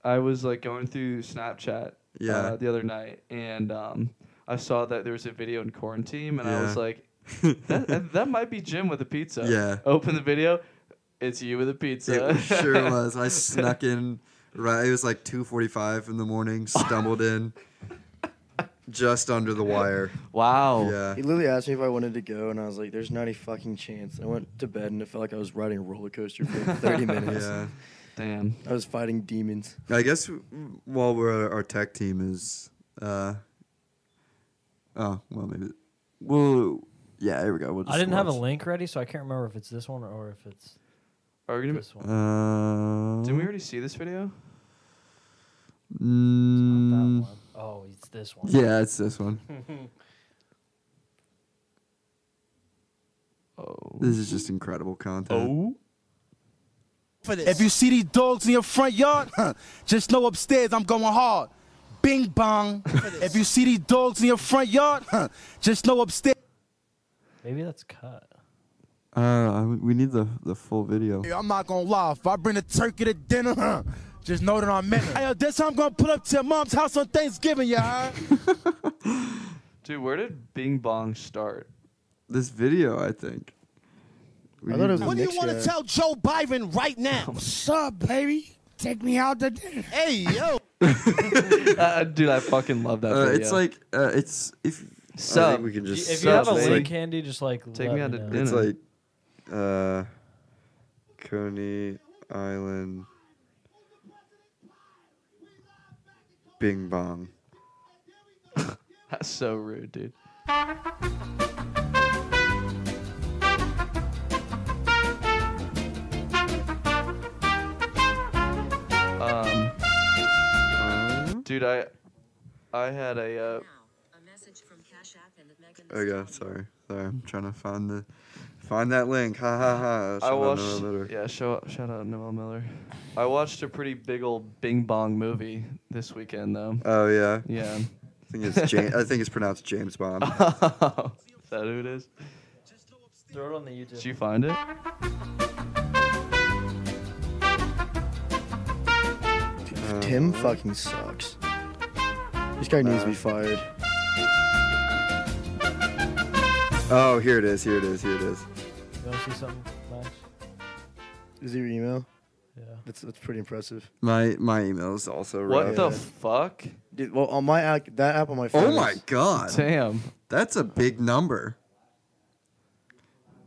[SPEAKER 1] I was like going through Snapchat
[SPEAKER 4] Yeah.
[SPEAKER 1] uh, the other night, and um, I saw that there was a video in quarantine, and I was
[SPEAKER 4] Yeah.
[SPEAKER 1] like, that, that, that might be Jim with a pizza.
[SPEAKER 4] Yeah.
[SPEAKER 1] Open the video, it's you with a pizza.
[SPEAKER 4] It sure was. I snuck in. Right, it was like two forty-five in the morning. Stumbled in, just under the wire.
[SPEAKER 3] Oh,
[SPEAKER 1] Wow.
[SPEAKER 4] Yeah.
[SPEAKER 2] He literally asked me if I wanted to go, and I was like, "There's not a fucking chance." I went to bed, and it felt like I was riding a roller coaster for 30 minutes.
[SPEAKER 4] Yeah.
[SPEAKER 1] Damn.
[SPEAKER 2] I was fighting demons.
[SPEAKER 4] I guess w- while we're our tech team is, uh, oh well maybe we'll yeah here we go. We'll just
[SPEAKER 3] I didn't have a
[SPEAKER 4] watch.
[SPEAKER 3] link ready, so I can't remember if it's this one or if it's
[SPEAKER 1] Are we gonna?
[SPEAKER 3] this one.
[SPEAKER 4] Uh,
[SPEAKER 1] Didn't we already see this video?
[SPEAKER 3] It's not that
[SPEAKER 4] mm,
[SPEAKER 3] one. Oh, it's this one.
[SPEAKER 4] yeah, it's this one.
[SPEAKER 1] Oh.
[SPEAKER 4] This is just incredible
[SPEAKER 3] Oh,
[SPEAKER 4] content.
[SPEAKER 7] If you see these dogs in your front yard, just know upstairs I'm going hard. Bing bong. If you see these dogs in your front yard, just know upstairs.
[SPEAKER 3] Maybe that's cut.
[SPEAKER 4] Uh, I- we need the the full video.
[SPEAKER 7] I'm not gonna lie. If I bring a turkey to dinner, just know that I'm in it. Hey, yo, this time I'm gonna pull up to your mom's house on Thanksgiving, y'all.
[SPEAKER 1] Dude, where did Bing Bong start?
[SPEAKER 4] This video, I think. We
[SPEAKER 2] I thought
[SPEAKER 4] need
[SPEAKER 2] it was
[SPEAKER 4] the-
[SPEAKER 2] a
[SPEAKER 7] what do you
[SPEAKER 2] Next
[SPEAKER 7] want to
[SPEAKER 2] guy.
[SPEAKER 7] tell Joe Biden right now?
[SPEAKER 8] What's up, baby? Take me out to dinner.
[SPEAKER 7] hey, yo.
[SPEAKER 1] Uh, dude, I fucking love that.
[SPEAKER 4] uh,
[SPEAKER 1] video.
[SPEAKER 4] it's like uh, it's if I
[SPEAKER 1] Sub.
[SPEAKER 4] think we can just
[SPEAKER 3] if you
[SPEAKER 1] suck,
[SPEAKER 3] have a
[SPEAKER 4] it's
[SPEAKER 1] man.
[SPEAKER 3] link
[SPEAKER 4] like,
[SPEAKER 3] handy, just like
[SPEAKER 1] Take
[SPEAKER 3] let
[SPEAKER 1] me out to
[SPEAKER 3] know.
[SPEAKER 1] dinner.
[SPEAKER 4] It's like uh, Coney Island Bing Bong.
[SPEAKER 1] That's so rude, dude. Um, dude, I, I had a. Uh,
[SPEAKER 4] There you go. Oh, Sorry, sorry. I'm trying to find the find that link. Ha ha ha.
[SPEAKER 1] I
[SPEAKER 4] Shout out to
[SPEAKER 1] watched.
[SPEAKER 4] Miller.
[SPEAKER 1] Yeah, show, shout out Noel Miller. I watched a pretty big old Bing Bong movie this weekend, though.
[SPEAKER 4] Oh yeah.
[SPEAKER 1] Yeah.
[SPEAKER 4] I think it's James. I think it's pronounced James Bond.
[SPEAKER 1] Is that who it is?
[SPEAKER 3] Throw it on the YouTube.
[SPEAKER 1] Did you find it?
[SPEAKER 4] Uh,
[SPEAKER 2] Tim fucking sucks. This guy needs to be fired.
[SPEAKER 4] Oh, here it is. Here it is. Here it is.
[SPEAKER 3] You want to see something, Max?
[SPEAKER 2] Is he your email?
[SPEAKER 3] Yeah.
[SPEAKER 2] That's that's pretty impressive.
[SPEAKER 4] My my email is also
[SPEAKER 1] What
[SPEAKER 4] rough.
[SPEAKER 1] the fuck?
[SPEAKER 2] Dude, well, on my app, that app on my phone.
[SPEAKER 4] Oh my
[SPEAKER 2] is-
[SPEAKER 4] god.
[SPEAKER 1] Damn.
[SPEAKER 4] That's a big number.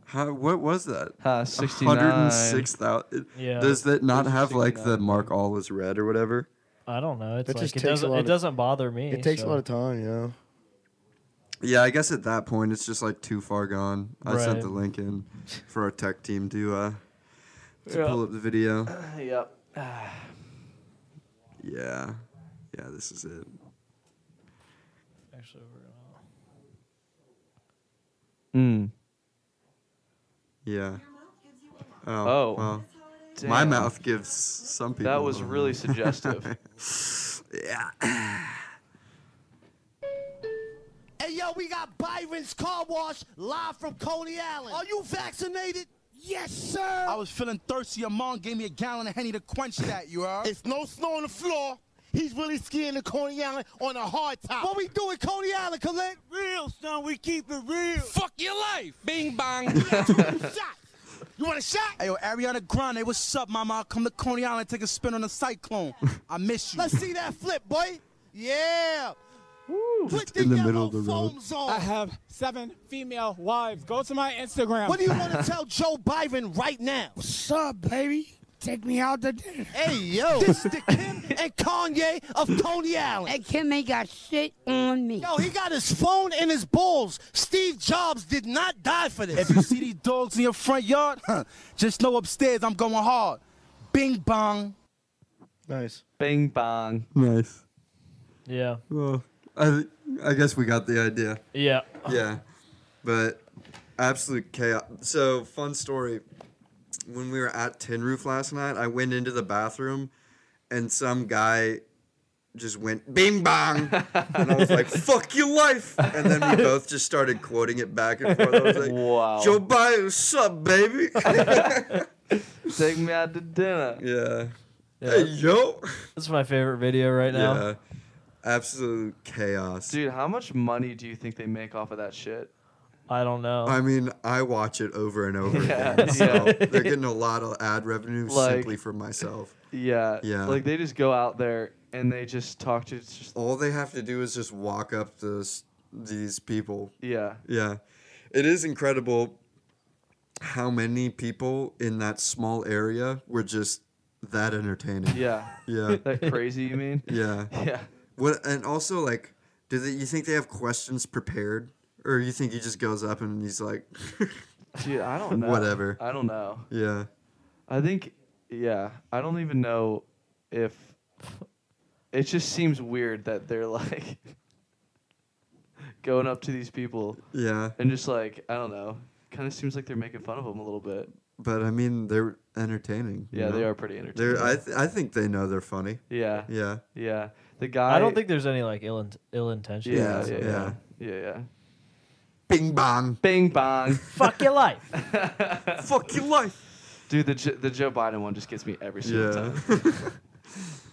[SPEAKER 4] How, what was that?
[SPEAKER 1] Ha, 69.
[SPEAKER 4] 106,000.
[SPEAKER 3] Yeah.
[SPEAKER 4] Does that not have like the
[SPEAKER 1] 169.
[SPEAKER 4] mark all is red or whatever?
[SPEAKER 3] I don't know. It's
[SPEAKER 2] That
[SPEAKER 3] like
[SPEAKER 2] just
[SPEAKER 3] it
[SPEAKER 2] takes a
[SPEAKER 3] doesn't.
[SPEAKER 2] lot
[SPEAKER 3] It
[SPEAKER 2] of-
[SPEAKER 3] doesn't bother me.
[SPEAKER 2] It takes
[SPEAKER 3] so.
[SPEAKER 2] a lot of time, you know.
[SPEAKER 4] Yeah, I guess at that point it's just like too far gone. I sent
[SPEAKER 3] Right.
[SPEAKER 4] the link in for our tech team to uh to
[SPEAKER 1] Yeah.
[SPEAKER 4] pull up the video.
[SPEAKER 1] Yep.
[SPEAKER 4] Yeah. Yeah, this is it.
[SPEAKER 3] Actually, we're gonna-
[SPEAKER 1] Mm.
[SPEAKER 4] Yeah. Oh.
[SPEAKER 1] Oh.
[SPEAKER 4] well,
[SPEAKER 1] Damn.
[SPEAKER 4] my mouth gives some people
[SPEAKER 1] That was really suggestive.
[SPEAKER 4] Yeah.
[SPEAKER 7] Hey, yo, we got Byron's Car Wash live from Coney Island. Are you vaccinated? Yes, sir. I was feeling thirsty. Your mom gave me a gallon of honey to quench that, you heard?
[SPEAKER 8] It's no snow on the floor. He's really skiing to Coney Island on a hard top.
[SPEAKER 7] what we do in Coney Island, Colette?
[SPEAKER 8] real, son. We keep it real. Fuck your life. Bing bong. you want a shot?
[SPEAKER 7] Hey, yo, Ariana Grande, what's up, mama? I'll come to Coney Island and take a spin on the cyclone. I miss you.
[SPEAKER 8] see that flip, boy. Yeah.
[SPEAKER 4] Just in the middle of the road.
[SPEAKER 8] I have seven female wives. Go to my Instagram.
[SPEAKER 7] What do you want to tell Joe Biden right now?
[SPEAKER 8] What's up, baby? Take me out to dinner.
[SPEAKER 7] Hey, yo. This is the Kim and Kanye of Coney Island.
[SPEAKER 9] Hey, Kim ain't got shit on me.
[SPEAKER 7] Yo, he got his phone and his balls. Steve Jobs did not die for this. If you see these dogs in your front yard, just know upstairs I'm going hard. Bing bong.
[SPEAKER 2] Nice.
[SPEAKER 1] Bing bang.
[SPEAKER 4] nice.
[SPEAKER 3] Yeah.
[SPEAKER 4] Well, I th- I guess we got the idea.
[SPEAKER 3] Yeah.
[SPEAKER 4] yeah but absolute chaos so fun story when we were at tin roof last night i went into the bathroom and some guy just went bing bang and i was like fuck your life and then we both just started quoting it back and forth i was like
[SPEAKER 1] Wow.
[SPEAKER 4] joe biden what's up baby
[SPEAKER 1] Take me out to dinner.
[SPEAKER 4] yeah Hey, yo
[SPEAKER 3] That's my favorite video right now.
[SPEAKER 4] yeah absolute chaos
[SPEAKER 1] Dude, how much money do you think they make off of that shit?
[SPEAKER 3] I don't know.
[SPEAKER 4] I mean, I watch it over and over
[SPEAKER 1] Yeah,
[SPEAKER 4] again. So
[SPEAKER 1] yeah.
[SPEAKER 4] they're getting a lot of ad revenue
[SPEAKER 1] Like-
[SPEAKER 4] simply for myself.
[SPEAKER 1] Yeah.
[SPEAKER 4] Yeah.
[SPEAKER 1] Like they just go out there and they just talk to it's just
[SPEAKER 4] All they have to do is just walk up this these people.
[SPEAKER 1] yeah.
[SPEAKER 4] Yeah. It is incredible how many people in that small area were just that entertaining.
[SPEAKER 1] Yeah.
[SPEAKER 4] Yeah.
[SPEAKER 1] that crazy you mean?
[SPEAKER 4] Yeah.
[SPEAKER 1] Yeah.
[SPEAKER 4] What and also like do they, you think they have questions prepared or you think he just goes up and he's like
[SPEAKER 1] Dude, I don't know.
[SPEAKER 4] Whatever.
[SPEAKER 1] I don't know.
[SPEAKER 4] yeah.
[SPEAKER 1] I think yeah, I don't even know if it just seems weird that they're like going up to these people
[SPEAKER 4] Yeah.
[SPEAKER 1] and just like, I don't know. Kind of seems like they're making fun of them a little bit.
[SPEAKER 4] But I mean they're entertaining. you
[SPEAKER 1] Yeah, they
[SPEAKER 4] know?
[SPEAKER 1] are pretty entertaining.
[SPEAKER 4] They're I th- I think they know they're funny.
[SPEAKER 1] yeah. yeah.
[SPEAKER 4] Yeah.
[SPEAKER 1] The guy
[SPEAKER 3] I don't think there's any like ill in- ill intention.
[SPEAKER 1] yeah, yeah, yeah.
[SPEAKER 4] yeah.
[SPEAKER 1] Yeah, yeah.
[SPEAKER 4] Bing bong.
[SPEAKER 1] Bing bong.
[SPEAKER 3] Fuck your life.
[SPEAKER 4] Fuck your life.
[SPEAKER 1] Dude, the Jo- the Joe Biden one just gets me every single
[SPEAKER 4] Yeah.
[SPEAKER 1] time.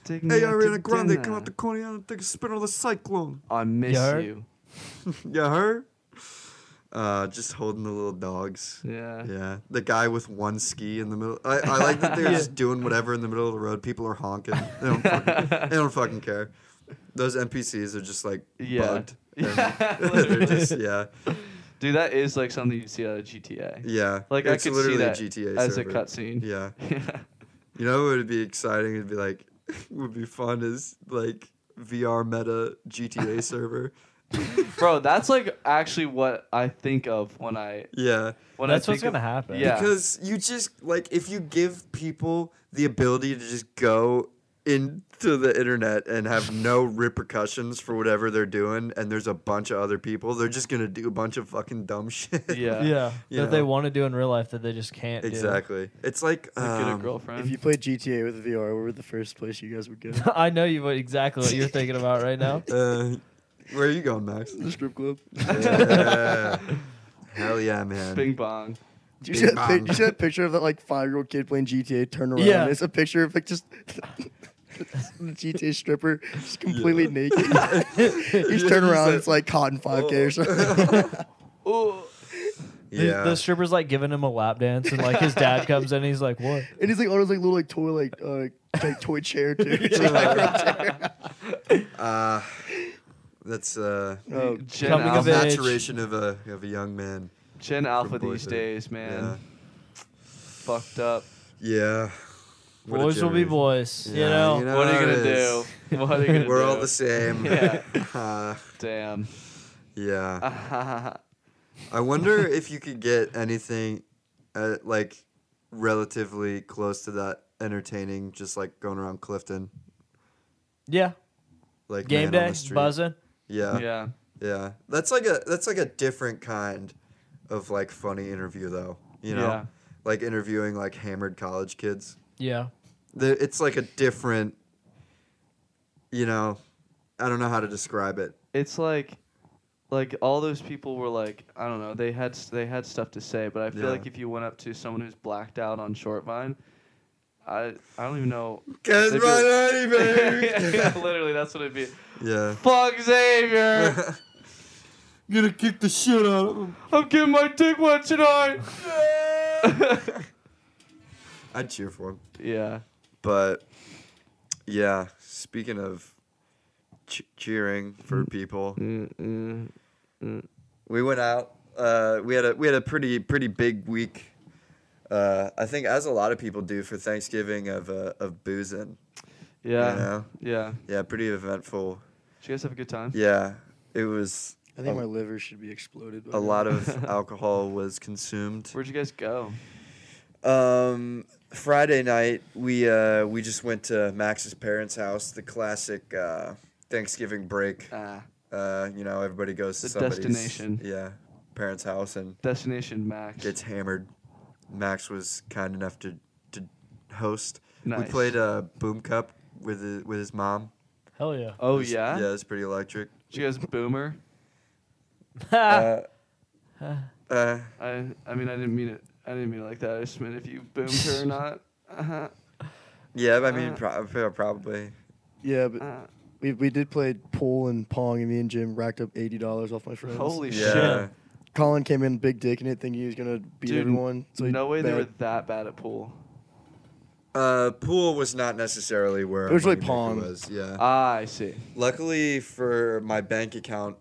[SPEAKER 1] Take me
[SPEAKER 4] hey,
[SPEAKER 1] out to
[SPEAKER 4] Ariana Grande,
[SPEAKER 1] dinner.
[SPEAKER 4] come out the corner and take a spin on the cyclone.
[SPEAKER 1] I miss
[SPEAKER 3] You heard?
[SPEAKER 1] you.
[SPEAKER 4] Yeah, her. Uh, just holding the little dogs.
[SPEAKER 1] Yeah.
[SPEAKER 4] Yeah, the guy with one ski in the middle. I, I like that they're just doing whatever in the middle of the road. People are honking. They don't fucking, they don't fucking care. Those NPCs are just like
[SPEAKER 1] Yeah.
[SPEAKER 4] bugged.
[SPEAKER 1] Yeah,
[SPEAKER 4] They're just yeah,
[SPEAKER 1] Dude, that is like something you see out of GTA.
[SPEAKER 4] yeah.
[SPEAKER 1] Like
[SPEAKER 4] it's
[SPEAKER 1] I could see
[SPEAKER 4] literally
[SPEAKER 1] that
[SPEAKER 4] a GTA
[SPEAKER 1] as
[SPEAKER 4] server.
[SPEAKER 1] a cutscene.
[SPEAKER 4] Yeah,
[SPEAKER 1] Yeah.
[SPEAKER 4] you know what would be exciting? It'd be like would be fun is like VR meta GTA server.
[SPEAKER 1] Bro, that's like actually what I think of when I
[SPEAKER 4] Yeah.
[SPEAKER 1] when
[SPEAKER 3] That's
[SPEAKER 1] I
[SPEAKER 3] what's
[SPEAKER 1] think of-
[SPEAKER 3] gonna happen.
[SPEAKER 1] Yeah.
[SPEAKER 4] Because you just like if you give people the ability to just go into the internet and have no repercussions for whatever they're doing, and there's a bunch of other people, they're just gonna do a bunch of fucking dumb shit.
[SPEAKER 1] Yeah.
[SPEAKER 3] yeah,
[SPEAKER 4] You
[SPEAKER 3] that they
[SPEAKER 4] know.
[SPEAKER 3] want to do in real life that they just can't. do.
[SPEAKER 4] Exactly. It's like
[SPEAKER 1] Like, get a
[SPEAKER 4] um,
[SPEAKER 1] girlfriend.
[SPEAKER 2] If you played GTA with VR, where would the first place you guys would go?
[SPEAKER 3] I know you what exactly what you're thinking about right now.
[SPEAKER 4] uh, where are you going, Max?
[SPEAKER 2] the strip club.
[SPEAKER 4] Yeah. Hell yeah, man.
[SPEAKER 1] Bing bong.
[SPEAKER 2] Do you, see
[SPEAKER 4] Big
[SPEAKER 2] that, pi-
[SPEAKER 4] bang.
[SPEAKER 2] you see that picture of that like five year old kid playing GTA turn around?
[SPEAKER 3] Yeah.
[SPEAKER 2] It's a picture of like just the GTA stripper just completely naked. He's
[SPEAKER 4] Yeah,
[SPEAKER 2] turned
[SPEAKER 4] he's
[SPEAKER 2] around.
[SPEAKER 4] like,
[SPEAKER 2] it's like caught in
[SPEAKER 4] Oh.
[SPEAKER 2] 5K or something.
[SPEAKER 1] Ooh.
[SPEAKER 3] The,
[SPEAKER 4] yeah.
[SPEAKER 3] the stripper's like giving him a lap dance, and like his dad comes in, he's like, "What?"
[SPEAKER 2] and he's like on his like little like toy like uh, like toy chair too. It's like,
[SPEAKER 4] uh, that's uh,
[SPEAKER 2] oh,
[SPEAKER 1] Gen
[SPEAKER 3] Coming of
[SPEAKER 1] Alpha,
[SPEAKER 3] age.
[SPEAKER 4] maturation of a of a young man.
[SPEAKER 1] Gen Alpha these
[SPEAKER 4] boyhood.
[SPEAKER 1] days, man.
[SPEAKER 4] Yeah.
[SPEAKER 1] Fucked up.
[SPEAKER 4] Yeah. What a
[SPEAKER 3] Boys will be
[SPEAKER 4] generation.
[SPEAKER 3] boys, you
[SPEAKER 4] Yeah,
[SPEAKER 3] know.
[SPEAKER 4] you know
[SPEAKER 1] What are
[SPEAKER 4] how
[SPEAKER 1] you
[SPEAKER 4] it
[SPEAKER 1] gonna do?
[SPEAKER 4] is.
[SPEAKER 1] What are you gonna do?
[SPEAKER 4] We're all the same.
[SPEAKER 1] Yeah.
[SPEAKER 4] Uh,
[SPEAKER 1] Damn.
[SPEAKER 4] yeah. I wonder if you could get anything uh, like relatively close to that entertaining, just like going around Clifton,
[SPEAKER 3] Yeah,
[SPEAKER 4] like
[SPEAKER 3] game
[SPEAKER 4] man on
[SPEAKER 3] day,
[SPEAKER 4] the street.
[SPEAKER 3] buzzing.
[SPEAKER 4] Yeah, yeah,
[SPEAKER 1] yeah.
[SPEAKER 4] That's like a that's like a different kind of like funny interview though. You know,
[SPEAKER 1] Yeah.
[SPEAKER 4] like interviewing like hammered college kids.
[SPEAKER 3] Yeah,
[SPEAKER 4] the, it's like a different you know i don't know how to describe it
[SPEAKER 1] it's like like all those people were like I don't know they had s- they had stuff to say but I feel
[SPEAKER 4] Yeah.
[SPEAKER 1] like if you went up to someone who's blacked out on short vine I I don't even know
[SPEAKER 4] Cause
[SPEAKER 1] They'd be like- yeah, literally that's what it'd be
[SPEAKER 4] yeah
[SPEAKER 1] fuck Xavier
[SPEAKER 4] gonna kick the shit out of him
[SPEAKER 1] I'm getting my dick wet tonight
[SPEAKER 4] i'd cheer for him
[SPEAKER 1] yeah
[SPEAKER 4] but yeah speaking of ch- cheering for people we went out uh, we had a we had a pretty pretty big week uh, I think, as a lot of people do for Thanksgiving, of uh, of boozing. Yeah.
[SPEAKER 1] yeah yeah did
[SPEAKER 4] Yeah, pretty eventful.
[SPEAKER 1] you guys have a good time
[SPEAKER 4] Yeah, it was
[SPEAKER 2] I think my liver should be exploded. by
[SPEAKER 4] a
[SPEAKER 2] now.
[SPEAKER 4] lot of alcohol was consumed.
[SPEAKER 1] where'd you guys go
[SPEAKER 4] Um, Friday night we uh, we just went to Max's parents' house, the classic uh, Thanksgiving break.
[SPEAKER 1] ah
[SPEAKER 4] Uh, you know, everybody goes to
[SPEAKER 1] The
[SPEAKER 4] somebody's
[SPEAKER 1] destination.
[SPEAKER 4] Yeah, parents' house and
[SPEAKER 1] destination Max
[SPEAKER 4] gets hammered. Max was kind enough to to host. We
[SPEAKER 1] Nice.
[SPEAKER 4] played uh, Boom Cup with his, with his mom.
[SPEAKER 3] hell yeah.
[SPEAKER 1] oh
[SPEAKER 4] It was-
[SPEAKER 1] yeah
[SPEAKER 4] yeah, it was pretty electric.
[SPEAKER 1] did you guys boomer Ah.
[SPEAKER 4] Uh, uh,
[SPEAKER 1] I I mean I didn't mean it. I didn't mean it like that. I just meant if you boomed her or not. Uh-huh.
[SPEAKER 4] yeah, I mean, pro- probably.
[SPEAKER 2] yeah, but
[SPEAKER 1] Uh,
[SPEAKER 2] we, we did play pool and pong, and me and Jim racked up eighty dollars off my friends.
[SPEAKER 1] holy
[SPEAKER 4] Yeah.
[SPEAKER 1] shit!
[SPEAKER 2] Colin came in big dick in it, thinking he was gonna beat
[SPEAKER 1] Dude,
[SPEAKER 2] everyone. So he
[SPEAKER 1] no way they
[SPEAKER 2] bet.
[SPEAKER 1] were that bad at pool.
[SPEAKER 4] Uh, pool was not necessarily where
[SPEAKER 2] It was really
[SPEAKER 4] Moneymaker
[SPEAKER 2] Pong.
[SPEAKER 4] Was. Yeah.
[SPEAKER 1] Ah, I see.
[SPEAKER 4] Luckily for my bank account,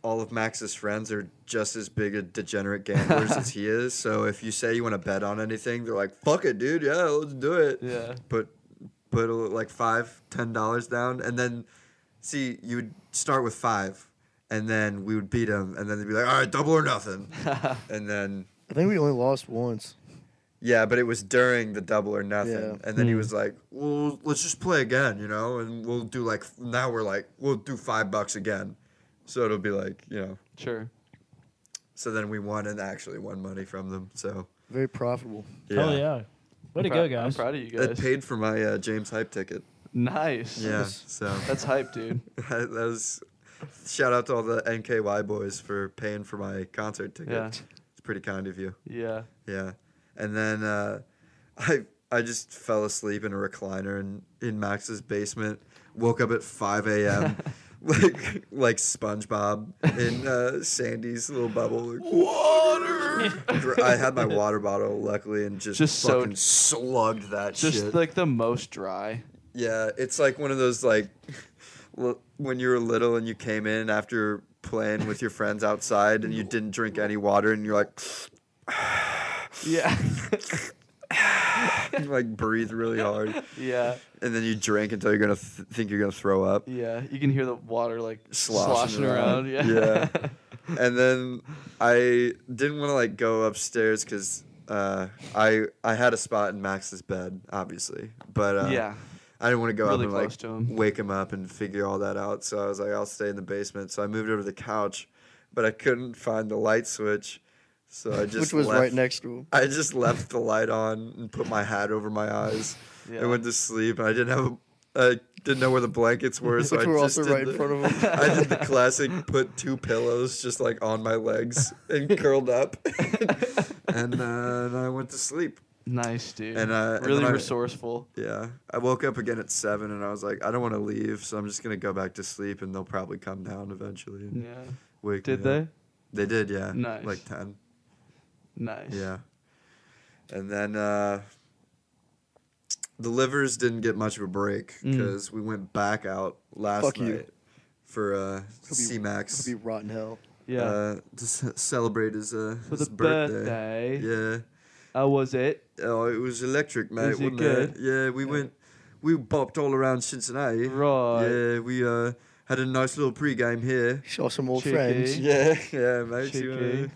[SPEAKER 4] all of Max's friends are just as big a degenerate gamblers as he is. So if you say you want to bet on anything, they're like, "Fuck it, dude. Yeah, let's do it."
[SPEAKER 1] Yeah.
[SPEAKER 4] Put put a, like five, ten dollars down, and then see you would start with five, and then we would beat him, and then they'd be like, "All right, double or nothing," and then.
[SPEAKER 2] I think we only lost once.
[SPEAKER 4] Yeah, but it was during the double or nothing.
[SPEAKER 2] Yeah.
[SPEAKER 4] And
[SPEAKER 1] Hmm.
[SPEAKER 4] then he was like, well, let's just play again, you know? And we'll do like, now we're like, we'll do five bucks again. So it'll be like, you know.
[SPEAKER 1] Sure.
[SPEAKER 4] So then we won and actually won money from them. So
[SPEAKER 2] Very profitable.
[SPEAKER 4] yeah.
[SPEAKER 3] Hell yeah. Way to
[SPEAKER 1] Prou-
[SPEAKER 3] go, guys.
[SPEAKER 1] I'm proud of you
[SPEAKER 4] It
[SPEAKER 1] guys.
[SPEAKER 4] paid for my uh, James Hype ticket.
[SPEAKER 1] Nice.
[SPEAKER 4] Yeah. So
[SPEAKER 1] That's hype, dude.
[SPEAKER 4] that was, shout out to all the NKY boys for paying for my concert ticket.
[SPEAKER 1] Yeah.
[SPEAKER 4] It's pretty kind of you.
[SPEAKER 1] Yeah.
[SPEAKER 4] Yeah, and then uh, I I just fell asleep in a recliner in in Max's basement. Woke up at five a.m. like like SpongeBob in uh, Sandy's little bubble. Like, water. I had my water bottle luckily and just,
[SPEAKER 1] Just so-
[SPEAKER 4] fucking slugged that
[SPEAKER 1] Just
[SPEAKER 4] shit.
[SPEAKER 1] like the most dry.
[SPEAKER 4] Yeah, it's like one of those like l- when you were little and you came in after playing with your friends outside and you didn't drink any water and you're like.
[SPEAKER 1] Yeah.
[SPEAKER 4] You, like breathe really hard,
[SPEAKER 1] yeah.
[SPEAKER 4] and then you drink until you're gonna th- think you're gonna throw up.
[SPEAKER 1] Yeah. You can hear the water like
[SPEAKER 4] Sloshing
[SPEAKER 1] sloshing, around.
[SPEAKER 4] around.
[SPEAKER 1] Yeah.
[SPEAKER 4] And then I didn't want to like go upstairs because uh, I I had a spot in Max's bed, obviously, but uh,
[SPEAKER 1] Yeah.
[SPEAKER 4] I didn't want to go
[SPEAKER 1] Really
[SPEAKER 4] up and like
[SPEAKER 1] close to him.
[SPEAKER 4] wake him up and figure all that out. So I was like, I'll stay in the basement. So I moved over to the couch, but I couldn't find the light switch, so I
[SPEAKER 2] Which
[SPEAKER 4] just
[SPEAKER 2] was right
[SPEAKER 4] left-
[SPEAKER 2] next to him.
[SPEAKER 4] I just left the light on and put my hat over my eyes
[SPEAKER 1] Yeah.
[SPEAKER 4] and went to sleep. I didn't have a, I didn't know where the blankets were, so
[SPEAKER 2] Which
[SPEAKER 4] I
[SPEAKER 2] were
[SPEAKER 4] just
[SPEAKER 2] also
[SPEAKER 4] did
[SPEAKER 2] right
[SPEAKER 4] the,
[SPEAKER 2] in front of him.
[SPEAKER 4] I did the classic put two pillows just like on my legs and curled up, and, uh, and I went to sleep.
[SPEAKER 1] Nice, dude.
[SPEAKER 4] And, uh, and
[SPEAKER 1] really
[SPEAKER 4] then I-
[SPEAKER 1] resourceful.
[SPEAKER 4] Yeah, I woke up again at seven, and I was like, I don't want to leave, so I'm just gonna go back to sleep, and they'll probably come down eventually. And
[SPEAKER 1] Yeah.
[SPEAKER 4] wake
[SPEAKER 1] Did
[SPEAKER 4] me
[SPEAKER 1] they?
[SPEAKER 4] up. They did, yeah.
[SPEAKER 1] Nice.
[SPEAKER 4] Like ten.
[SPEAKER 1] Nice.
[SPEAKER 4] Yeah. And then uh, the livers didn't get much of a break
[SPEAKER 1] Mm.
[SPEAKER 4] because we went back out last
[SPEAKER 2] Fuck you.
[SPEAKER 4] night for uh, C Max
[SPEAKER 2] It'll be rotten hell.
[SPEAKER 1] Yeah.
[SPEAKER 4] uh, to c- celebrate his, uh,
[SPEAKER 1] For
[SPEAKER 4] his
[SPEAKER 1] the
[SPEAKER 4] birthday.
[SPEAKER 1] birthday.
[SPEAKER 4] Yeah.
[SPEAKER 1] How was it?
[SPEAKER 4] Oh, it was electric, mate.
[SPEAKER 1] Was it
[SPEAKER 4] wasn't
[SPEAKER 1] good?
[SPEAKER 4] It? Yeah, we went, we bopped all around Cincinnati.
[SPEAKER 1] Right.
[SPEAKER 4] Yeah, we uh, had a nice little pregame here.
[SPEAKER 2] Saw some old
[SPEAKER 1] Cheeky.
[SPEAKER 2] friends.
[SPEAKER 4] Yeah, yeah, mate. You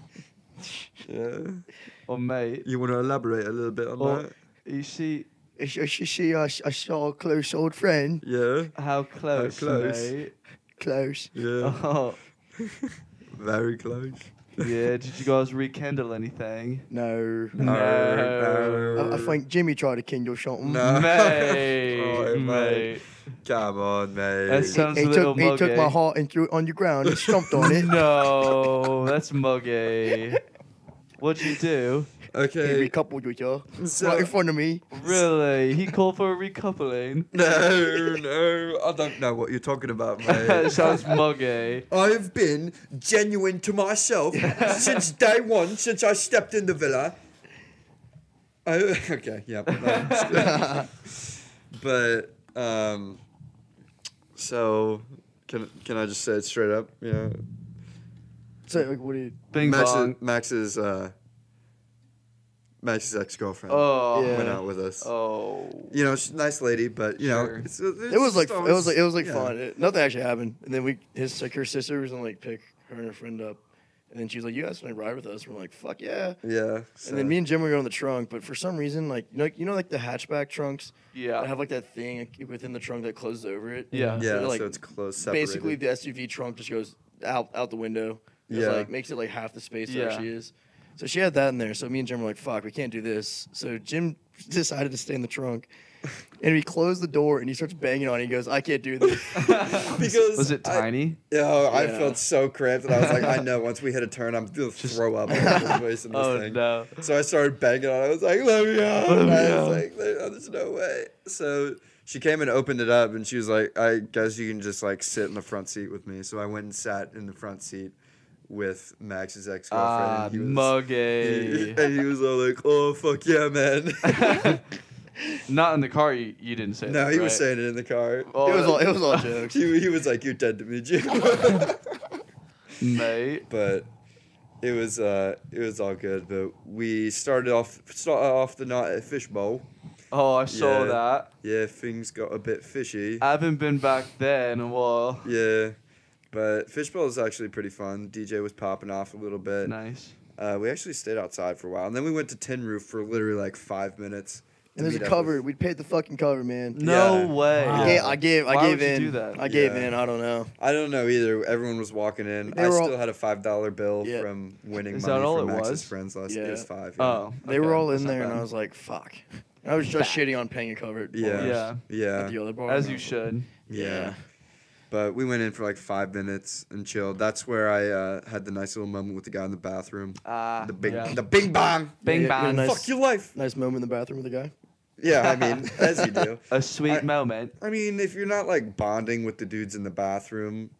[SPEAKER 1] Cheeky.
[SPEAKER 4] wanna, yeah.
[SPEAKER 1] Oh, mate.
[SPEAKER 4] You want to elaborate a little bit on
[SPEAKER 1] Oh,
[SPEAKER 4] that?
[SPEAKER 1] you see
[SPEAKER 2] I, I, see, I, I saw a close old friend.
[SPEAKER 4] Yeah.
[SPEAKER 1] how close,
[SPEAKER 4] close.
[SPEAKER 1] mate.
[SPEAKER 2] Close.
[SPEAKER 4] Yeah.
[SPEAKER 1] Oh,
[SPEAKER 4] Very close.
[SPEAKER 1] yeah. Did you guys rekindle anything?
[SPEAKER 2] No.
[SPEAKER 1] No.
[SPEAKER 2] I, I think Jimmy tried to kindle something.
[SPEAKER 4] No.
[SPEAKER 1] Mate,
[SPEAKER 4] Oh, mate.
[SPEAKER 1] mate.
[SPEAKER 4] Come on, mate.
[SPEAKER 1] That sounds
[SPEAKER 2] He
[SPEAKER 1] a little
[SPEAKER 2] took, he took my
[SPEAKER 1] muggy.
[SPEAKER 2] heart and threw it on the ground and stomped on it.
[SPEAKER 1] No, that's muggy. What'd you do?
[SPEAKER 2] He
[SPEAKER 4] okay.
[SPEAKER 2] recoupled with you.
[SPEAKER 4] So-
[SPEAKER 2] right in front of me.
[SPEAKER 1] Really? He called for a recoupling?
[SPEAKER 4] No, no. I don't know what you're talking about,
[SPEAKER 1] That
[SPEAKER 4] mate.
[SPEAKER 1] sounds muggy.
[SPEAKER 4] I've been genuine to myself since day one, since I stepped in the villa. I, okay, yeah. no, but um, so can can I just say it straight up? Yeah.
[SPEAKER 2] So, like, what did.
[SPEAKER 1] Bing
[SPEAKER 4] Max's
[SPEAKER 1] bong.
[SPEAKER 4] Max's uh, Max's ex girlfriend
[SPEAKER 1] Oh.
[SPEAKER 2] Yeah.
[SPEAKER 4] went out with us.
[SPEAKER 1] Oh.
[SPEAKER 4] You know, she's a nice lady, but you
[SPEAKER 1] Sure.
[SPEAKER 4] know, it's, it's
[SPEAKER 2] It was like
[SPEAKER 4] just
[SPEAKER 2] it
[SPEAKER 4] always-
[SPEAKER 2] was like it was like
[SPEAKER 4] yeah.
[SPEAKER 2] fun. It- nothing actually happened. And then we his like her sister was gonna like pick her and her friend up. And then she's like, "You guys want to ride with us?" We're like, "Fuck yeah!"
[SPEAKER 4] Yeah. so-
[SPEAKER 2] And then me and Jim were on the trunk, but for some reason, like you know, you know, like the hatchback trunks,
[SPEAKER 1] Yeah.
[SPEAKER 2] that have like that thing like, within the trunk that closes over it.
[SPEAKER 1] Yeah.
[SPEAKER 4] yeah,
[SPEAKER 2] so, like,
[SPEAKER 4] so it's close. Separated.
[SPEAKER 2] Basically, the SUV trunk just goes out out the window. It's
[SPEAKER 4] Yeah.
[SPEAKER 2] like makes it like half the space
[SPEAKER 1] Yeah.
[SPEAKER 2] there she is. So she had that in there. So me and Jim were like, "Fuck, we can't do this." So Jim decided to stay in the trunk, and he closed the door and he starts banging on. it. He goes, "I can't do this."
[SPEAKER 4] because
[SPEAKER 1] Was it tiny?
[SPEAKER 4] I, yo, Oh, I
[SPEAKER 2] Yeah.
[SPEAKER 4] felt so cramped, and I was like, I know. Once we hit a turn, I'm gonna throw up. I'm wasting this
[SPEAKER 1] oh,
[SPEAKER 4] thing.
[SPEAKER 1] no.
[SPEAKER 4] So I started banging on. it. I was like, "Let me out!"
[SPEAKER 1] Let me
[SPEAKER 4] I
[SPEAKER 1] out.
[SPEAKER 4] was like, "There- "There's no way." So she came and opened it up, and she was like, "I guess you can just like sit in the front seat with me." So I went and sat in the front seat with Max's ex
[SPEAKER 1] Ah,
[SPEAKER 4] girlfriend.
[SPEAKER 1] muggy.
[SPEAKER 4] and he was all like, "Oh fuck yeah, man!"
[SPEAKER 1] Not in the car. You, you didn't say.
[SPEAKER 4] No,
[SPEAKER 1] that,
[SPEAKER 4] he was
[SPEAKER 1] right?
[SPEAKER 4] saying it in the car.
[SPEAKER 1] Oh,
[SPEAKER 2] it was all it was all jokes.
[SPEAKER 4] He, he was like, "You're dead to me, Jim."
[SPEAKER 1] mate.
[SPEAKER 4] but it was uh, it was all good. But we started off started off the night at Fishbowl.
[SPEAKER 1] Oh, I saw
[SPEAKER 4] Yeah.
[SPEAKER 1] that.
[SPEAKER 4] Yeah, things got a bit fishy.
[SPEAKER 1] I haven't been back there in a while.
[SPEAKER 4] yeah, but Fishbowl was actually pretty fun. DJ was popping off a little bit.
[SPEAKER 1] Nice.
[SPEAKER 4] Uh, we actually stayed outside for a while, and then we went to Tin Roof for literally like five minutes. to
[SPEAKER 2] And there's a
[SPEAKER 4] meet up
[SPEAKER 2] cover.
[SPEAKER 4] with-
[SPEAKER 2] We paid the fucking cover, man.
[SPEAKER 1] No
[SPEAKER 4] Yeah.
[SPEAKER 1] way.
[SPEAKER 3] Wow.
[SPEAKER 2] I gave I gave, I
[SPEAKER 1] Why
[SPEAKER 2] gave
[SPEAKER 1] would you
[SPEAKER 2] in.
[SPEAKER 1] do that?
[SPEAKER 2] I gave
[SPEAKER 4] Yeah.
[SPEAKER 2] in. I don't know.
[SPEAKER 4] I don't know either. Everyone was walking in.
[SPEAKER 2] They
[SPEAKER 4] I
[SPEAKER 2] were
[SPEAKER 4] still
[SPEAKER 2] all-
[SPEAKER 4] had a five dollar bill
[SPEAKER 2] Yeah.
[SPEAKER 4] from winning
[SPEAKER 1] Is
[SPEAKER 4] money
[SPEAKER 1] that all
[SPEAKER 4] from
[SPEAKER 1] it
[SPEAKER 4] Max's
[SPEAKER 1] was?
[SPEAKER 4] friends last
[SPEAKER 2] Yeah.
[SPEAKER 4] year. It was five. yeah.
[SPEAKER 1] Oh,
[SPEAKER 2] They were
[SPEAKER 1] okay.
[SPEAKER 2] all
[SPEAKER 4] that's
[SPEAKER 2] in
[SPEAKER 4] not
[SPEAKER 2] there, and
[SPEAKER 4] bad.
[SPEAKER 2] I was like, "Fuck!" I was just shitting on paying a cover.
[SPEAKER 4] Yeah.
[SPEAKER 1] Yeah.
[SPEAKER 4] Yeah.
[SPEAKER 2] At the other bar.
[SPEAKER 1] as you should.
[SPEAKER 4] Yeah.
[SPEAKER 2] Yeah.
[SPEAKER 4] But we went in for like five minutes and chilled. That's where I uh, had the nice little moment with the guy in the bathroom.
[SPEAKER 1] Ah,
[SPEAKER 4] The big,
[SPEAKER 1] yeah.
[SPEAKER 4] the bing bong.
[SPEAKER 1] bing
[SPEAKER 2] Uh, Yeah,
[SPEAKER 1] bang.
[SPEAKER 2] yeah, nice.
[SPEAKER 4] Fuck your life.
[SPEAKER 2] Nice moment in the bathroom with the guy.
[SPEAKER 4] Yeah, I mean, as you do.
[SPEAKER 1] A sweet
[SPEAKER 4] I-
[SPEAKER 1] moment.
[SPEAKER 4] I mean, if you're not like bonding with the dudes in the bathroom,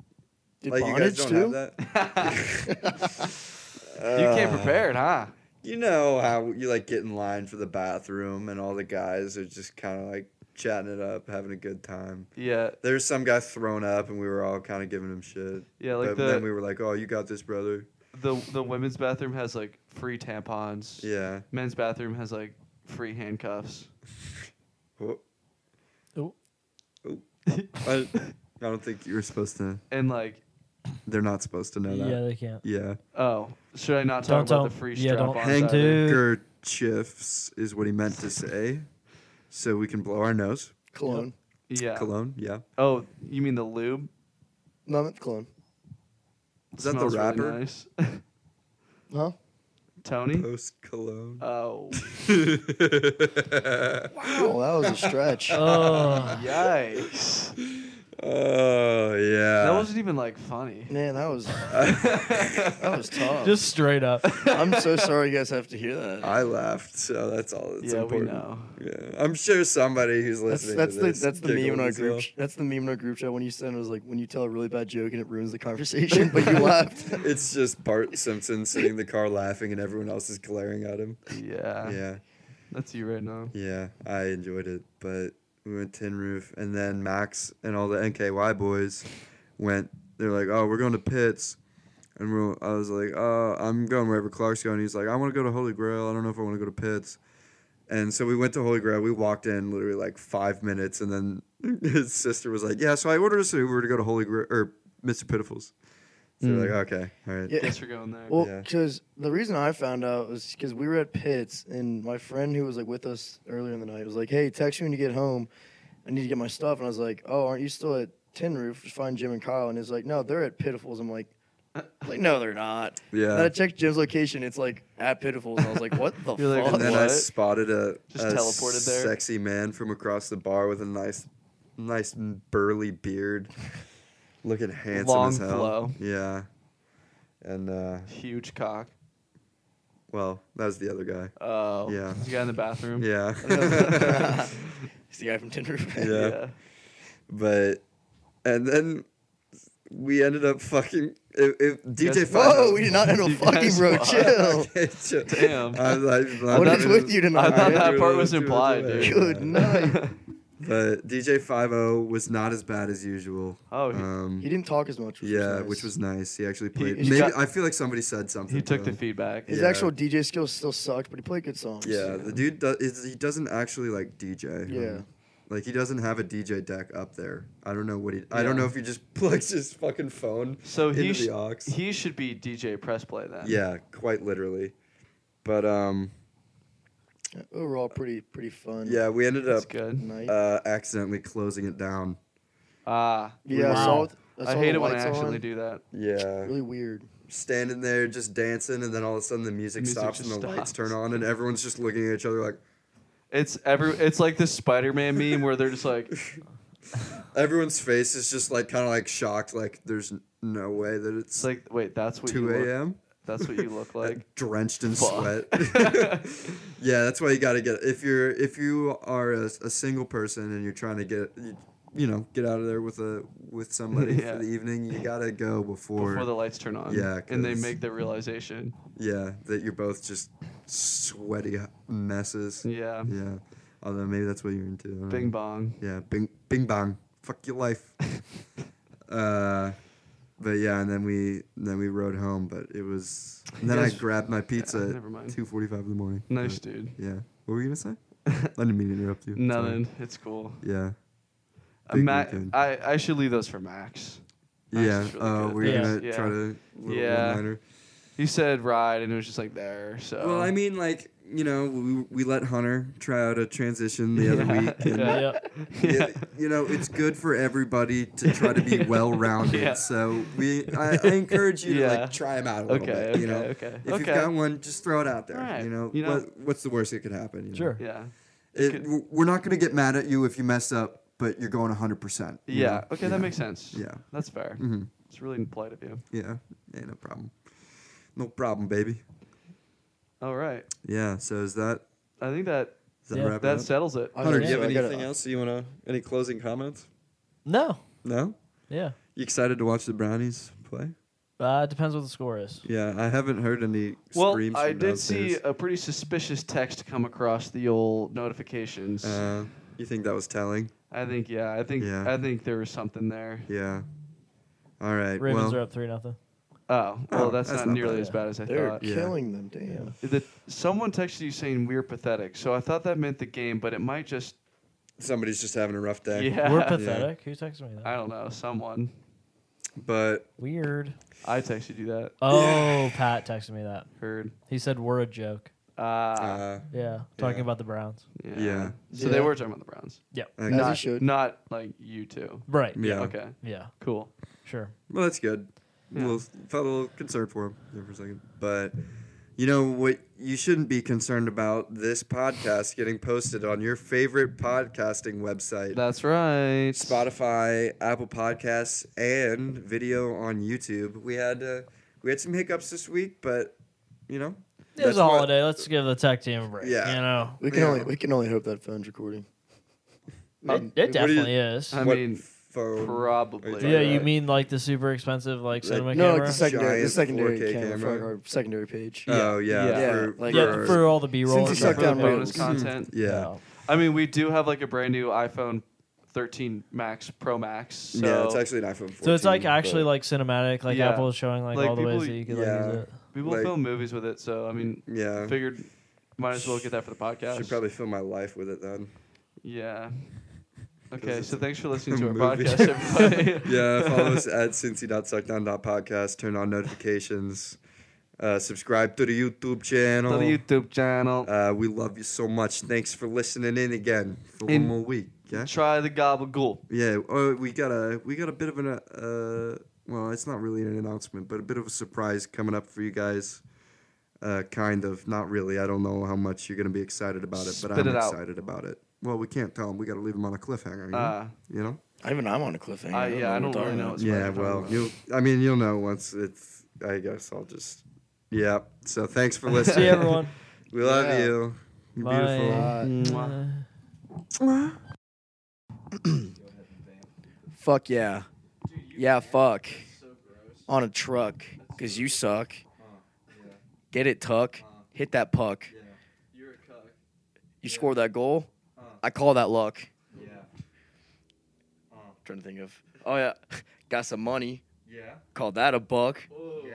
[SPEAKER 2] Did
[SPEAKER 4] like you Uh, guys
[SPEAKER 2] bondage
[SPEAKER 4] don't
[SPEAKER 2] too?
[SPEAKER 4] have that.
[SPEAKER 1] you came prepared, huh?
[SPEAKER 4] You know how you like get in line for the bathroom and all the guys are just kind of like chatting it up, having a good time.
[SPEAKER 1] Yeah.
[SPEAKER 4] There was some guy thrown up and we were all kind of giving him shit.
[SPEAKER 1] Yeah, like
[SPEAKER 4] but
[SPEAKER 1] the-
[SPEAKER 4] then we were like, "Oh, you got this, brother."
[SPEAKER 1] The the women's bathroom has like free tampons.
[SPEAKER 4] Yeah.
[SPEAKER 1] Men's bathroom has like free handcuffs.
[SPEAKER 4] Oh.
[SPEAKER 3] Oh.
[SPEAKER 4] Oh. I, I don't think you were supposed to.
[SPEAKER 1] And like,
[SPEAKER 4] They're not supposed to know
[SPEAKER 3] Yeah,
[SPEAKER 4] that.
[SPEAKER 3] they can't.
[SPEAKER 4] Yeah.
[SPEAKER 1] oh, should I not
[SPEAKER 3] Don't
[SPEAKER 1] talk
[SPEAKER 3] tell-
[SPEAKER 1] about the free
[SPEAKER 3] yeah,
[SPEAKER 1] strap
[SPEAKER 3] don't-
[SPEAKER 1] on?
[SPEAKER 3] Hang-
[SPEAKER 1] either?
[SPEAKER 4] Handkerchiefs is what he meant to say. So we can blow our nose.
[SPEAKER 2] Cologne.
[SPEAKER 1] Yeah.
[SPEAKER 4] Cologne, yeah.
[SPEAKER 1] Oh, you mean the lube?
[SPEAKER 2] No, I meant cologne.
[SPEAKER 4] Is that
[SPEAKER 1] Smells
[SPEAKER 4] the
[SPEAKER 1] really
[SPEAKER 4] rapper?
[SPEAKER 1] nice.
[SPEAKER 2] Huh?
[SPEAKER 1] Tony.
[SPEAKER 4] Post cologne.
[SPEAKER 1] Oh,
[SPEAKER 2] Oh, that was a stretch.
[SPEAKER 4] Uh,
[SPEAKER 3] Oh,
[SPEAKER 1] yikes!
[SPEAKER 4] Oh yeah.
[SPEAKER 1] That wasn't even like funny.
[SPEAKER 2] Man, that was that was tough.
[SPEAKER 3] just straight up.
[SPEAKER 2] I'm so sorry you guys have to hear that.
[SPEAKER 4] I laughed, so that's all. That's
[SPEAKER 1] yeah,
[SPEAKER 4] important.
[SPEAKER 1] we know.
[SPEAKER 4] Yeah, I'm sure somebody who's
[SPEAKER 2] That's
[SPEAKER 4] listening.
[SPEAKER 2] that's
[SPEAKER 4] to
[SPEAKER 2] the
[SPEAKER 4] this
[SPEAKER 2] that's the meme in
[SPEAKER 4] giggled
[SPEAKER 2] our
[SPEAKER 4] as
[SPEAKER 2] group.
[SPEAKER 4] well.
[SPEAKER 2] ch- That's the meme in our group chat when you send it was like when you tell a really bad joke and it ruins the conversation, but you laughed.
[SPEAKER 4] It's just Bart Simpson sitting in the car laughing, and everyone else is glaring at him.
[SPEAKER 1] Yeah.
[SPEAKER 4] Yeah,
[SPEAKER 1] That's you right now.
[SPEAKER 4] yeah, I enjoyed it, but we went Tin Roof, and then Max and all the NKY boys went. They're like, "Oh, we're going to Pitts," and we're, I was like, "Oh, I'm going wherever Clark's going." He's like, "I want to go to Holy Grail. I don't know if I want to go to Pitts." And so we went to Holy Grail. We walked in literally like five minutes, and then his sister was like, "Yeah, so I ordered us an Uber to go to Holy Grail or Mr. Pitiful's." So we're like, "Okay, all right."
[SPEAKER 2] Yeah.
[SPEAKER 1] Guess we're going there.
[SPEAKER 2] Well,
[SPEAKER 4] Yeah.
[SPEAKER 2] because the reason I found out was because we were at Pitts, and my friend who was like with us earlier in the night was like, "Hey, text me when you get home. I need to get my stuff." And I was like, "Oh, aren't you still at Tin Roof? Just find Jim and Kyle." And he's like, "No, they're at Pitifuls." I'm like, "Like, no, they're not."
[SPEAKER 4] Yeah.
[SPEAKER 2] Then I checked Jim's location. It's like at Pitifuls. And I was like, "What the
[SPEAKER 1] You're like,
[SPEAKER 2] fuck?"
[SPEAKER 4] And then I
[SPEAKER 1] What?
[SPEAKER 4] spotted a,
[SPEAKER 1] Just
[SPEAKER 4] a
[SPEAKER 1] teleported there.
[SPEAKER 4] sexy man from across the bar with a nice, nice burly beard, looking handsome
[SPEAKER 1] Long
[SPEAKER 4] as hell.
[SPEAKER 1] flow.
[SPEAKER 4] Yeah, and uh,
[SPEAKER 1] Huge cock.
[SPEAKER 4] well, that was the other guy.
[SPEAKER 1] Oh.
[SPEAKER 4] Yeah.
[SPEAKER 1] The guy in the bathroom.
[SPEAKER 4] Yeah,
[SPEAKER 2] He's the guy from Tin Roof.
[SPEAKER 4] Yeah. but and then we ended up fucking. If, if DJ
[SPEAKER 1] Yes.
[SPEAKER 4] found
[SPEAKER 2] Whoa,
[SPEAKER 4] out-
[SPEAKER 2] Oh, we did not end a
[SPEAKER 1] You
[SPEAKER 2] fucking
[SPEAKER 1] guys
[SPEAKER 2] bro.
[SPEAKER 1] fucked.
[SPEAKER 2] Chill.
[SPEAKER 4] Okay, chill.
[SPEAKER 1] Damn.
[SPEAKER 4] I'm like, I'm
[SPEAKER 2] What
[SPEAKER 4] not
[SPEAKER 2] is
[SPEAKER 4] even-
[SPEAKER 2] with you tonight?
[SPEAKER 1] I thought
[SPEAKER 2] man?
[SPEAKER 1] that
[SPEAKER 4] Dude,
[SPEAKER 1] part
[SPEAKER 4] it
[SPEAKER 1] was
[SPEAKER 4] too much
[SPEAKER 1] implied,
[SPEAKER 4] away.
[SPEAKER 1] dude.
[SPEAKER 2] Good night.
[SPEAKER 4] But DJ Five O was not as bad as usual.
[SPEAKER 1] Oh, he-
[SPEAKER 4] um,
[SPEAKER 2] He didn't talk as much. Which
[SPEAKER 4] Yeah,
[SPEAKER 2] nice.
[SPEAKER 4] which was nice. He actually played.
[SPEAKER 1] he's
[SPEAKER 4] maybe
[SPEAKER 1] got-
[SPEAKER 4] I feel like somebody said something.
[SPEAKER 1] He took
[SPEAKER 4] to
[SPEAKER 1] the
[SPEAKER 4] him.
[SPEAKER 1] feedback.
[SPEAKER 2] His
[SPEAKER 4] Yeah.
[SPEAKER 2] actual DJ skills still sucked, but he played good songs.
[SPEAKER 4] Yeah, the dude does. is- He doesn't actually like DJ.
[SPEAKER 2] Yeah.
[SPEAKER 4] Like he doesn't have a DJ deck up there. I don't know what he. I don't know if he just plugs his fucking phone
[SPEAKER 1] So
[SPEAKER 4] into
[SPEAKER 1] he sh-
[SPEAKER 4] the aux.
[SPEAKER 1] he should be DJ Press Play then.
[SPEAKER 4] yeah, quite literally. But um,
[SPEAKER 2] Overall, pretty pretty fun.
[SPEAKER 4] yeah, we ended
[SPEAKER 1] That's
[SPEAKER 4] up
[SPEAKER 1] good.
[SPEAKER 2] Night.
[SPEAKER 4] uh, accidentally closing it down.
[SPEAKER 1] Ah.
[SPEAKER 2] yeah. I
[SPEAKER 3] Wow.
[SPEAKER 2] saw. I, saw
[SPEAKER 1] I hate
[SPEAKER 2] the
[SPEAKER 1] it when I
[SPEAKER 2] lights
[SPEAKER 1] actually
[SPEAKER 2] on.
[SPEAKER 1] do that.
[SPEAKER 4] Yeah,
[SPEAKER 2] Really weird.
[SPEAKER 4] standing there just dancing, and then all of a sudden the music,
[SPEAKER 1] music
[SPEAKER 4] stops and
[SPEAKER 1] just
[SPEAKER 4] the lights
[SPEAKER 1] stops.
[SPEAKER 4] turn on, and everyone's just looking at each other like.
[SPEAKER 1] It's every it's like this Spider Man meme where they're just like
[SPEAKER 4] Everyone's face is just like kind of like shocked, like there's n- no way that it's
[SPEAKER 1] it's like wait, that's what
[SPEAKER 4] two
[SPEAKER 1] you look,
[SPEAKER 4] a.m.
[SPEAKER 1] that's what you look like.
[SPEAKER 4] drenched in
[SPEAKER 1] Fuck.
[SPEAKER 4] sweat. yeah, that's why you got to get if you're if you are a, a single person and you're trying to get you, you know get out of there with a with somebody for
[SPEAKER 1] Yeah.
[SPEAKER 4] the evening, you gotta go before,
[SPEAKER 1] Before the lights turn on.
[SPEAKER 4] Yeah,
[SPEAKER 1] And they
[SPEAKER 4] 'cause-
[SPEAKER 1] make the realization.
[SPEAKER 4] yeah that you're both just sweaty messes.
[SPEAKER 1] Yeah.
[SPEAKER 4] Yeah. Although maybe that's what you're into. I don't
[SPEAKER 1] Bing
[SPEAKER 4] know.
[SPEAKER 1] bong.
[SPEAKER 4] Yeah, bing bing bong. Fuck your life. uh, but yeah, and then we then we rode home, but it was and then I
[SPEAKER 1] guys- Ah,
[SPEAKER 4] grabbed my pizza
[SPEAKER 1] never mind.
[SPEAKER 4] at two forty five in the morning.
[SPEAKER 1] Nice
[SPEAKER 4] But,
[SPEAKER 1] dude.
[SPEAKER 4] Yeah. What were you gonna say? I didn't mean to interrupt you. Sorry.
[SPEAKER 1] Nothing. It's cool.
[SPEAKER 4] Yeah.
[SPEAKER 1] Uh,
[SPEAKER 4] Big
[SPEAKER 1] Ma-
[SPEAKER 4] weekend.
[SPEAKER 1] I, I should leave those for Max. Nice,
[SPEAKER 4] yeah.
[SPEAKER 1] it's really
[SPEAKER 4] uh,
[SPEAKER 1] good.
[SPEAKER 4] we're
[SPEAKER 3] Yeah.
[SPEAKER 4] gonna
[SPEAKER 1] Yeah.
[SPEAKER 4] try to little
[SPEAKER 1] Yeah.
[SPEAKER 4] one-liner.
[SPEAKER 1] He said ride, and it was just like there. So
[SPEAKER 4] Well, I mean, like you know, we we let Hunter try out a transition the other
[SPEAKER 1] Yeah.
[SPEAKER 4] week. And
[SPEAKER 1] Yeah.
[SPEAKER 3] yeah.
[SPEAKER 4] yeah, you know, it's good for everybody to try to be well-rounded.
[SPEAKER 1] Yeah.
[SPEAKER 4] So we, I, I encourage you to
[SPEAKER 1] Yeah.
[SPEAKER 4] like try them out a little
[SPEAKER 1] Okay,
[SPEAKER 4] bit. You know,
[SPEAKER 1] okay, okay,
[SPEAKER 4] if you've
[SPEAKER 1] okay.
[SPEAKER 4] got one, just throw it out there.
[SPEAKER 1] Alright,
[SPEAKER 4] You know,
[SPEAKER 1] you know-
[SPEAKER 4] What, what's the worst that could happen? you know?
[SPEAKER 3] Sure.
[SPEAKER 1] yeah,
[SPEAKER 4] It-
[SPEAKER 1] could-
[SPEAKER 4] w- we're not gonna get mad at you if you mess up, but you're going 100. percent
[SPEAKER 1] yeah. Okay, that makes sense.
[SPEAKER 4] Yeah. Mm-hmm.
[SPEAKER 1] that's fair. It's really polite of you.
[SPEAKER 4] Yeah, yeah, no problem. No problem, baby.
[SPEAKER 1] All right,
[SPEAKER 4] Yeah. So is that
[SPEAKER 1] I think that
[SPEAKER 4] is that
[SPEAKER 3] Yeah.
[SPEAKER 4] wrap it
[SPEAKER 1] that
[SPEAKER 4] up?
[SPEAKER 1] settles it.
[SPEAKER 2] I
[SPEAKER 4] Hunter,
[SPEAKER 2] think
[SPEAKER 4] do you
[SPEAKER 2] so.
[SPEAKER 4] have
[SPEAKER 2] I gotta-
[SPEAKER 4] anything else? You wanna any closing comments?
[SPEAKER 3] No.
[SPEAKER 4] No.
[SPEAKER 3] Yeah.
[SPEAKER 4] You excited to watch the Brownies play?
[SPEAKER 3] Uh, it depends what the score is.
[SPEAKER 4] Yeah, I haven't heard any
[SPEAKER 1] Well,
[SPEAKER 4] screams.
[SPEAKER 1] I
[SPEAKER 4] from
[SPEAKER 1] did see
[SPEAKER 4] downstairs.
[SPEAKER 1] a pretty suspicious text come across the old notifications.
[SPEAKER 4] Uh, you think that was telling?
[SPEAKER 1] I think yeah, I think
[SPEAKER 4] yeah.
[SPEAKER 1] I think there was something there.
[SPEAKER 4] Yeah. All right.
[SPEAKER 3] Ravens are
[SPEAKER 4] well,
[SPEAKER 3] up three nothing.
[SPEAKER 1] Oh, well,
[SPEAKER 4] Oh,
[SPEAKER 1] that's,
[SPEAKER 4] that's
[SPEAKER 1] not,
[SPEAKER 4] not
[SPEAKER 1] nearly
[SPEAKER 4] bad.
[SPEAKER 1] as bad as I
[SPEAKER 2] They're
[SPEAKER 1] thought.
[SPEAKER 4] Yeah.
[SPEAKER 2] killing them, damn.
[SPEAKER 1] The, someone texted you saying we're pathetic, so I thought that meant the game, but it might just
[SPEAKER 4] Somebody's just having a rough day.
[SPEAKER 1] yeah.
[SPEAKER 3] We're pathetic. Who texted me that?
[SPEAKER 1] I don't know, someone.
[SPEAKER 4] But
[SPEAKER 3] Weird.
[SPEAKER 1] I texted you that.
[SPEAKER 3] Oh, Pat texted me that.
[SPEAKER 1] Heard.
[SPEAKER 3] He said we're a joke.
[SPEAKER 1] Uh,
[SPEAKER 4] uh,
[SPEAKER 3] Yeah, talking
[SPEAKER 4] Yeah.
[SPEAKER 3] about the Browns.
[SPEAKER 1] yeah.
[SPEAKER 4] yeah.
[SPEAKER 1] So they
[SPEAKER 2] Yeah.
[SPEAKER 1] were talking about the Browns.
[SPEAKER 3] Yeah.
[SPEAKER 4] okay.
[SPEAKER 2] As he
[SPEAKER 1] Not,
[SPEAKER 2] should.
[SPEAKER 1] not like you two.
[SPEAKER 3] Right.
[SPEAKER 4] yeah.
[SPEAKER 1] Okay.
[SPEAKER 3] Yeah.
[SPEAKER 1] Cool.
[SPEAKER 3] Sure.
[SPEAKER 4] Well, that's good.
[SPEAKER 1] Yeah.
[SPEAKER 4] Well, felt a little concerned for him there for a second, but you know what? You shouldn't be concerned about this podcast getting posted on your favorite podcasting website.
[SPEAKER 1] That's right.
[SPEAKER 4] Spotify, Apple Podcasts, and video on YouTube. We had uh, we had some hiccups this week, but you know,
[SPEAKER 3] It was
[SPEAKER 4] that's
[SPEAKER 3] a
[SPEAKER 4] what-
[SPEAKER 3] holiday. Let's give the tech team a break.
[SPEAKER 4] Yeah.
[SPEAKER 3] You know,
[SPEAKER 2] We can
[SPEAKER 4] Yeah.
[SPEAKER 2] only we can only hope that phone's recording.
[SPEAKER 3] it,
[SPEAKER 4] Um,
[SPEAKER 3] it
[SPEAKER 4] what do you-
[SPEAKER 3] definally is.
[SPEAKER 1] I
[SPEAKER 4] what
[SPEAKER 1] mean,
[SPEAKER 4] phone?
[SPEAKER 1] probably.
[SPEAKER 4] Are you talking
[SPEAKER 3] yeah,
[SPEAKER 4] about?
[SPEAKER 3] you mean like the super expensive like
[SPEAKER 4] Like-
[SPEAKER 3] cinema
[SPEAKER 2] No,
[SPEAKER 3] camera?
[SPEAKER 2] like the secondary, the
[SPEAKER 4] Giant
[SPEAKER 2] secondary
[SPEAKER 4] 4K
[SPEAKER 2] camera,
[SPEAKER 4] camera.
[SPEAKER 2] For our secondary page.
[SPEAKER 4] Oh yeah,
[SPEAKER 1] Yeah.
[SPEAKER 2] Yeah,
[SPEAKER 4] for,
[SPEAKER 2] like-
[SPEAKER 3] yeah, for all the B roll.
[SPEAKER 2] Since you
[SPEAKER 1] For
[SPEAKER 2] suck
[SPEAKER 1] the
[SPEAKER 2] down
[SPEAKER 1] bonus
[SPEAKER 2] rails.
[SPEAKER 1] content.
[SPEAKER 4] yeah.
[SPEAKER 1] I mean, we do have like a brand new iPhone 13 Max Pro Max. So
[SPEAKER 4] yeah, it's actually an iPhone. 14,
[SPEAKER 3] So it's like actually like cinematic. Like
[SPEAKER 1] Yeah.
[SPEAKER 3] Apple is showing like,
[SPEAKER 1] Like,
[SPEAKER 3] all the
[SPEAKER 1] people-
[SPEAKER 3] ways that you could
[SPEAKER 4] yeah.
[SPEAKER 3] like use it.
[SPEAKER 1] people
[SPEAKER 4] like-
[SPEAKER 1] film movies with it. So I mean,
[SPEAKER 4] yeah.
[SPEAKER 1] figured might as well get that for the podcast.
[SPEAKER 4] Should probably fill my life with it then.
[SPEAKER 1] Yeah.
[SPEAKER 4] 'Cause
[SPEAKER 1] Okay,
[SPEAKER 4] it's
[SPEAKER 1] so
[SPEAKER 4] a
[SPEAKER 1] thanks for listening to our
[SPEAKER 4] movie.
[SPEAKER 1] podcast, everybody.
[SPEAKER 4] Yeah, follow us at cincy.suckdown.podcast. Turn on notifications. Uh, subscribe to the YouTube
[SPEAKER 1] To
[SPEAKER 4] channel.
[SPEAKER 1] the YouTube channel.
[SPEAKER 4] Uh, we love you so much. Thanks for listening in again for
[SPEAKER 1] And-
[SPEAKER 4] one more week. Yeah.
[SPEAKER 1] Try the gobble ghoul.
[SPEAKER 4] Yeah, oh, we got a we got a bit of an uh, well, it's not really an announcement, but a bit of a surprise coming up for you guys. Uh, kind of, not really. I don't know how much you're gonna be excited about it, but
[SPEAKER 1] Spit
[SPEAKER 4] I'm
[SPEAKER 1] it out.
[SPEAKER 4] excited about it. Well, we can't tell them. We gotta leave them on a cliffhanger. You know?
[SPEAKER 1] Uh,
[SPEAKER 4] You know?
[SPEAKER 2] Even I'm on a cliffhanger.
[SPEAKER 1] I- yeah, I
[SPEAKER 2] what
[SPEAKER 1] don't
[SPEAKER 2] we're talking
[SPEAKER 1] really know
[SPEAKER 2] about.
[SPEAKER 1] what's
[SPEAKER 4] Yeah. Well, you. I mean, you'll know once it's. I guess I'll just. Yeah. So thanks for listening.
[SPEAKER 3] See everyone.
[SPEAKER 4] We love
[SPEAKER 2] Yeah.
[SPEAKER 4] you. You're
[SPEAKER 3] Bye.
[SPEAKER 4] beautiful.
[SPEAKER 1] Mwah.
[SPEAKER 2] Fuck yeah. Yeah, fuck. On a truck. Because you suck. Get it, Tuck. Hit that puck. You score that goal.
[SPEAKER 4] Uh-huh.
[SPEAKER 2] I call that luck.
[SPEAKER 4] Uh-huh.
[SPEAKER 2] Trying to think of. Oh, yeah. Got some money.
[SPEAKER 4] Yeah.
[SPEAKER 2] Call that a buck.
[SPEAKER 4] Yeah.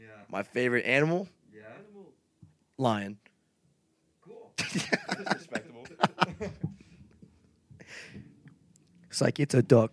[SPEAKER 4] Yeah.
[SPEAKER 2] My favorite animal?
[SPEAKER 4] Yeah.
[SPEAKER 2] Lion.
[SPEAKER 4] Cool.
[SPEAKER 2] It's like it's a duck.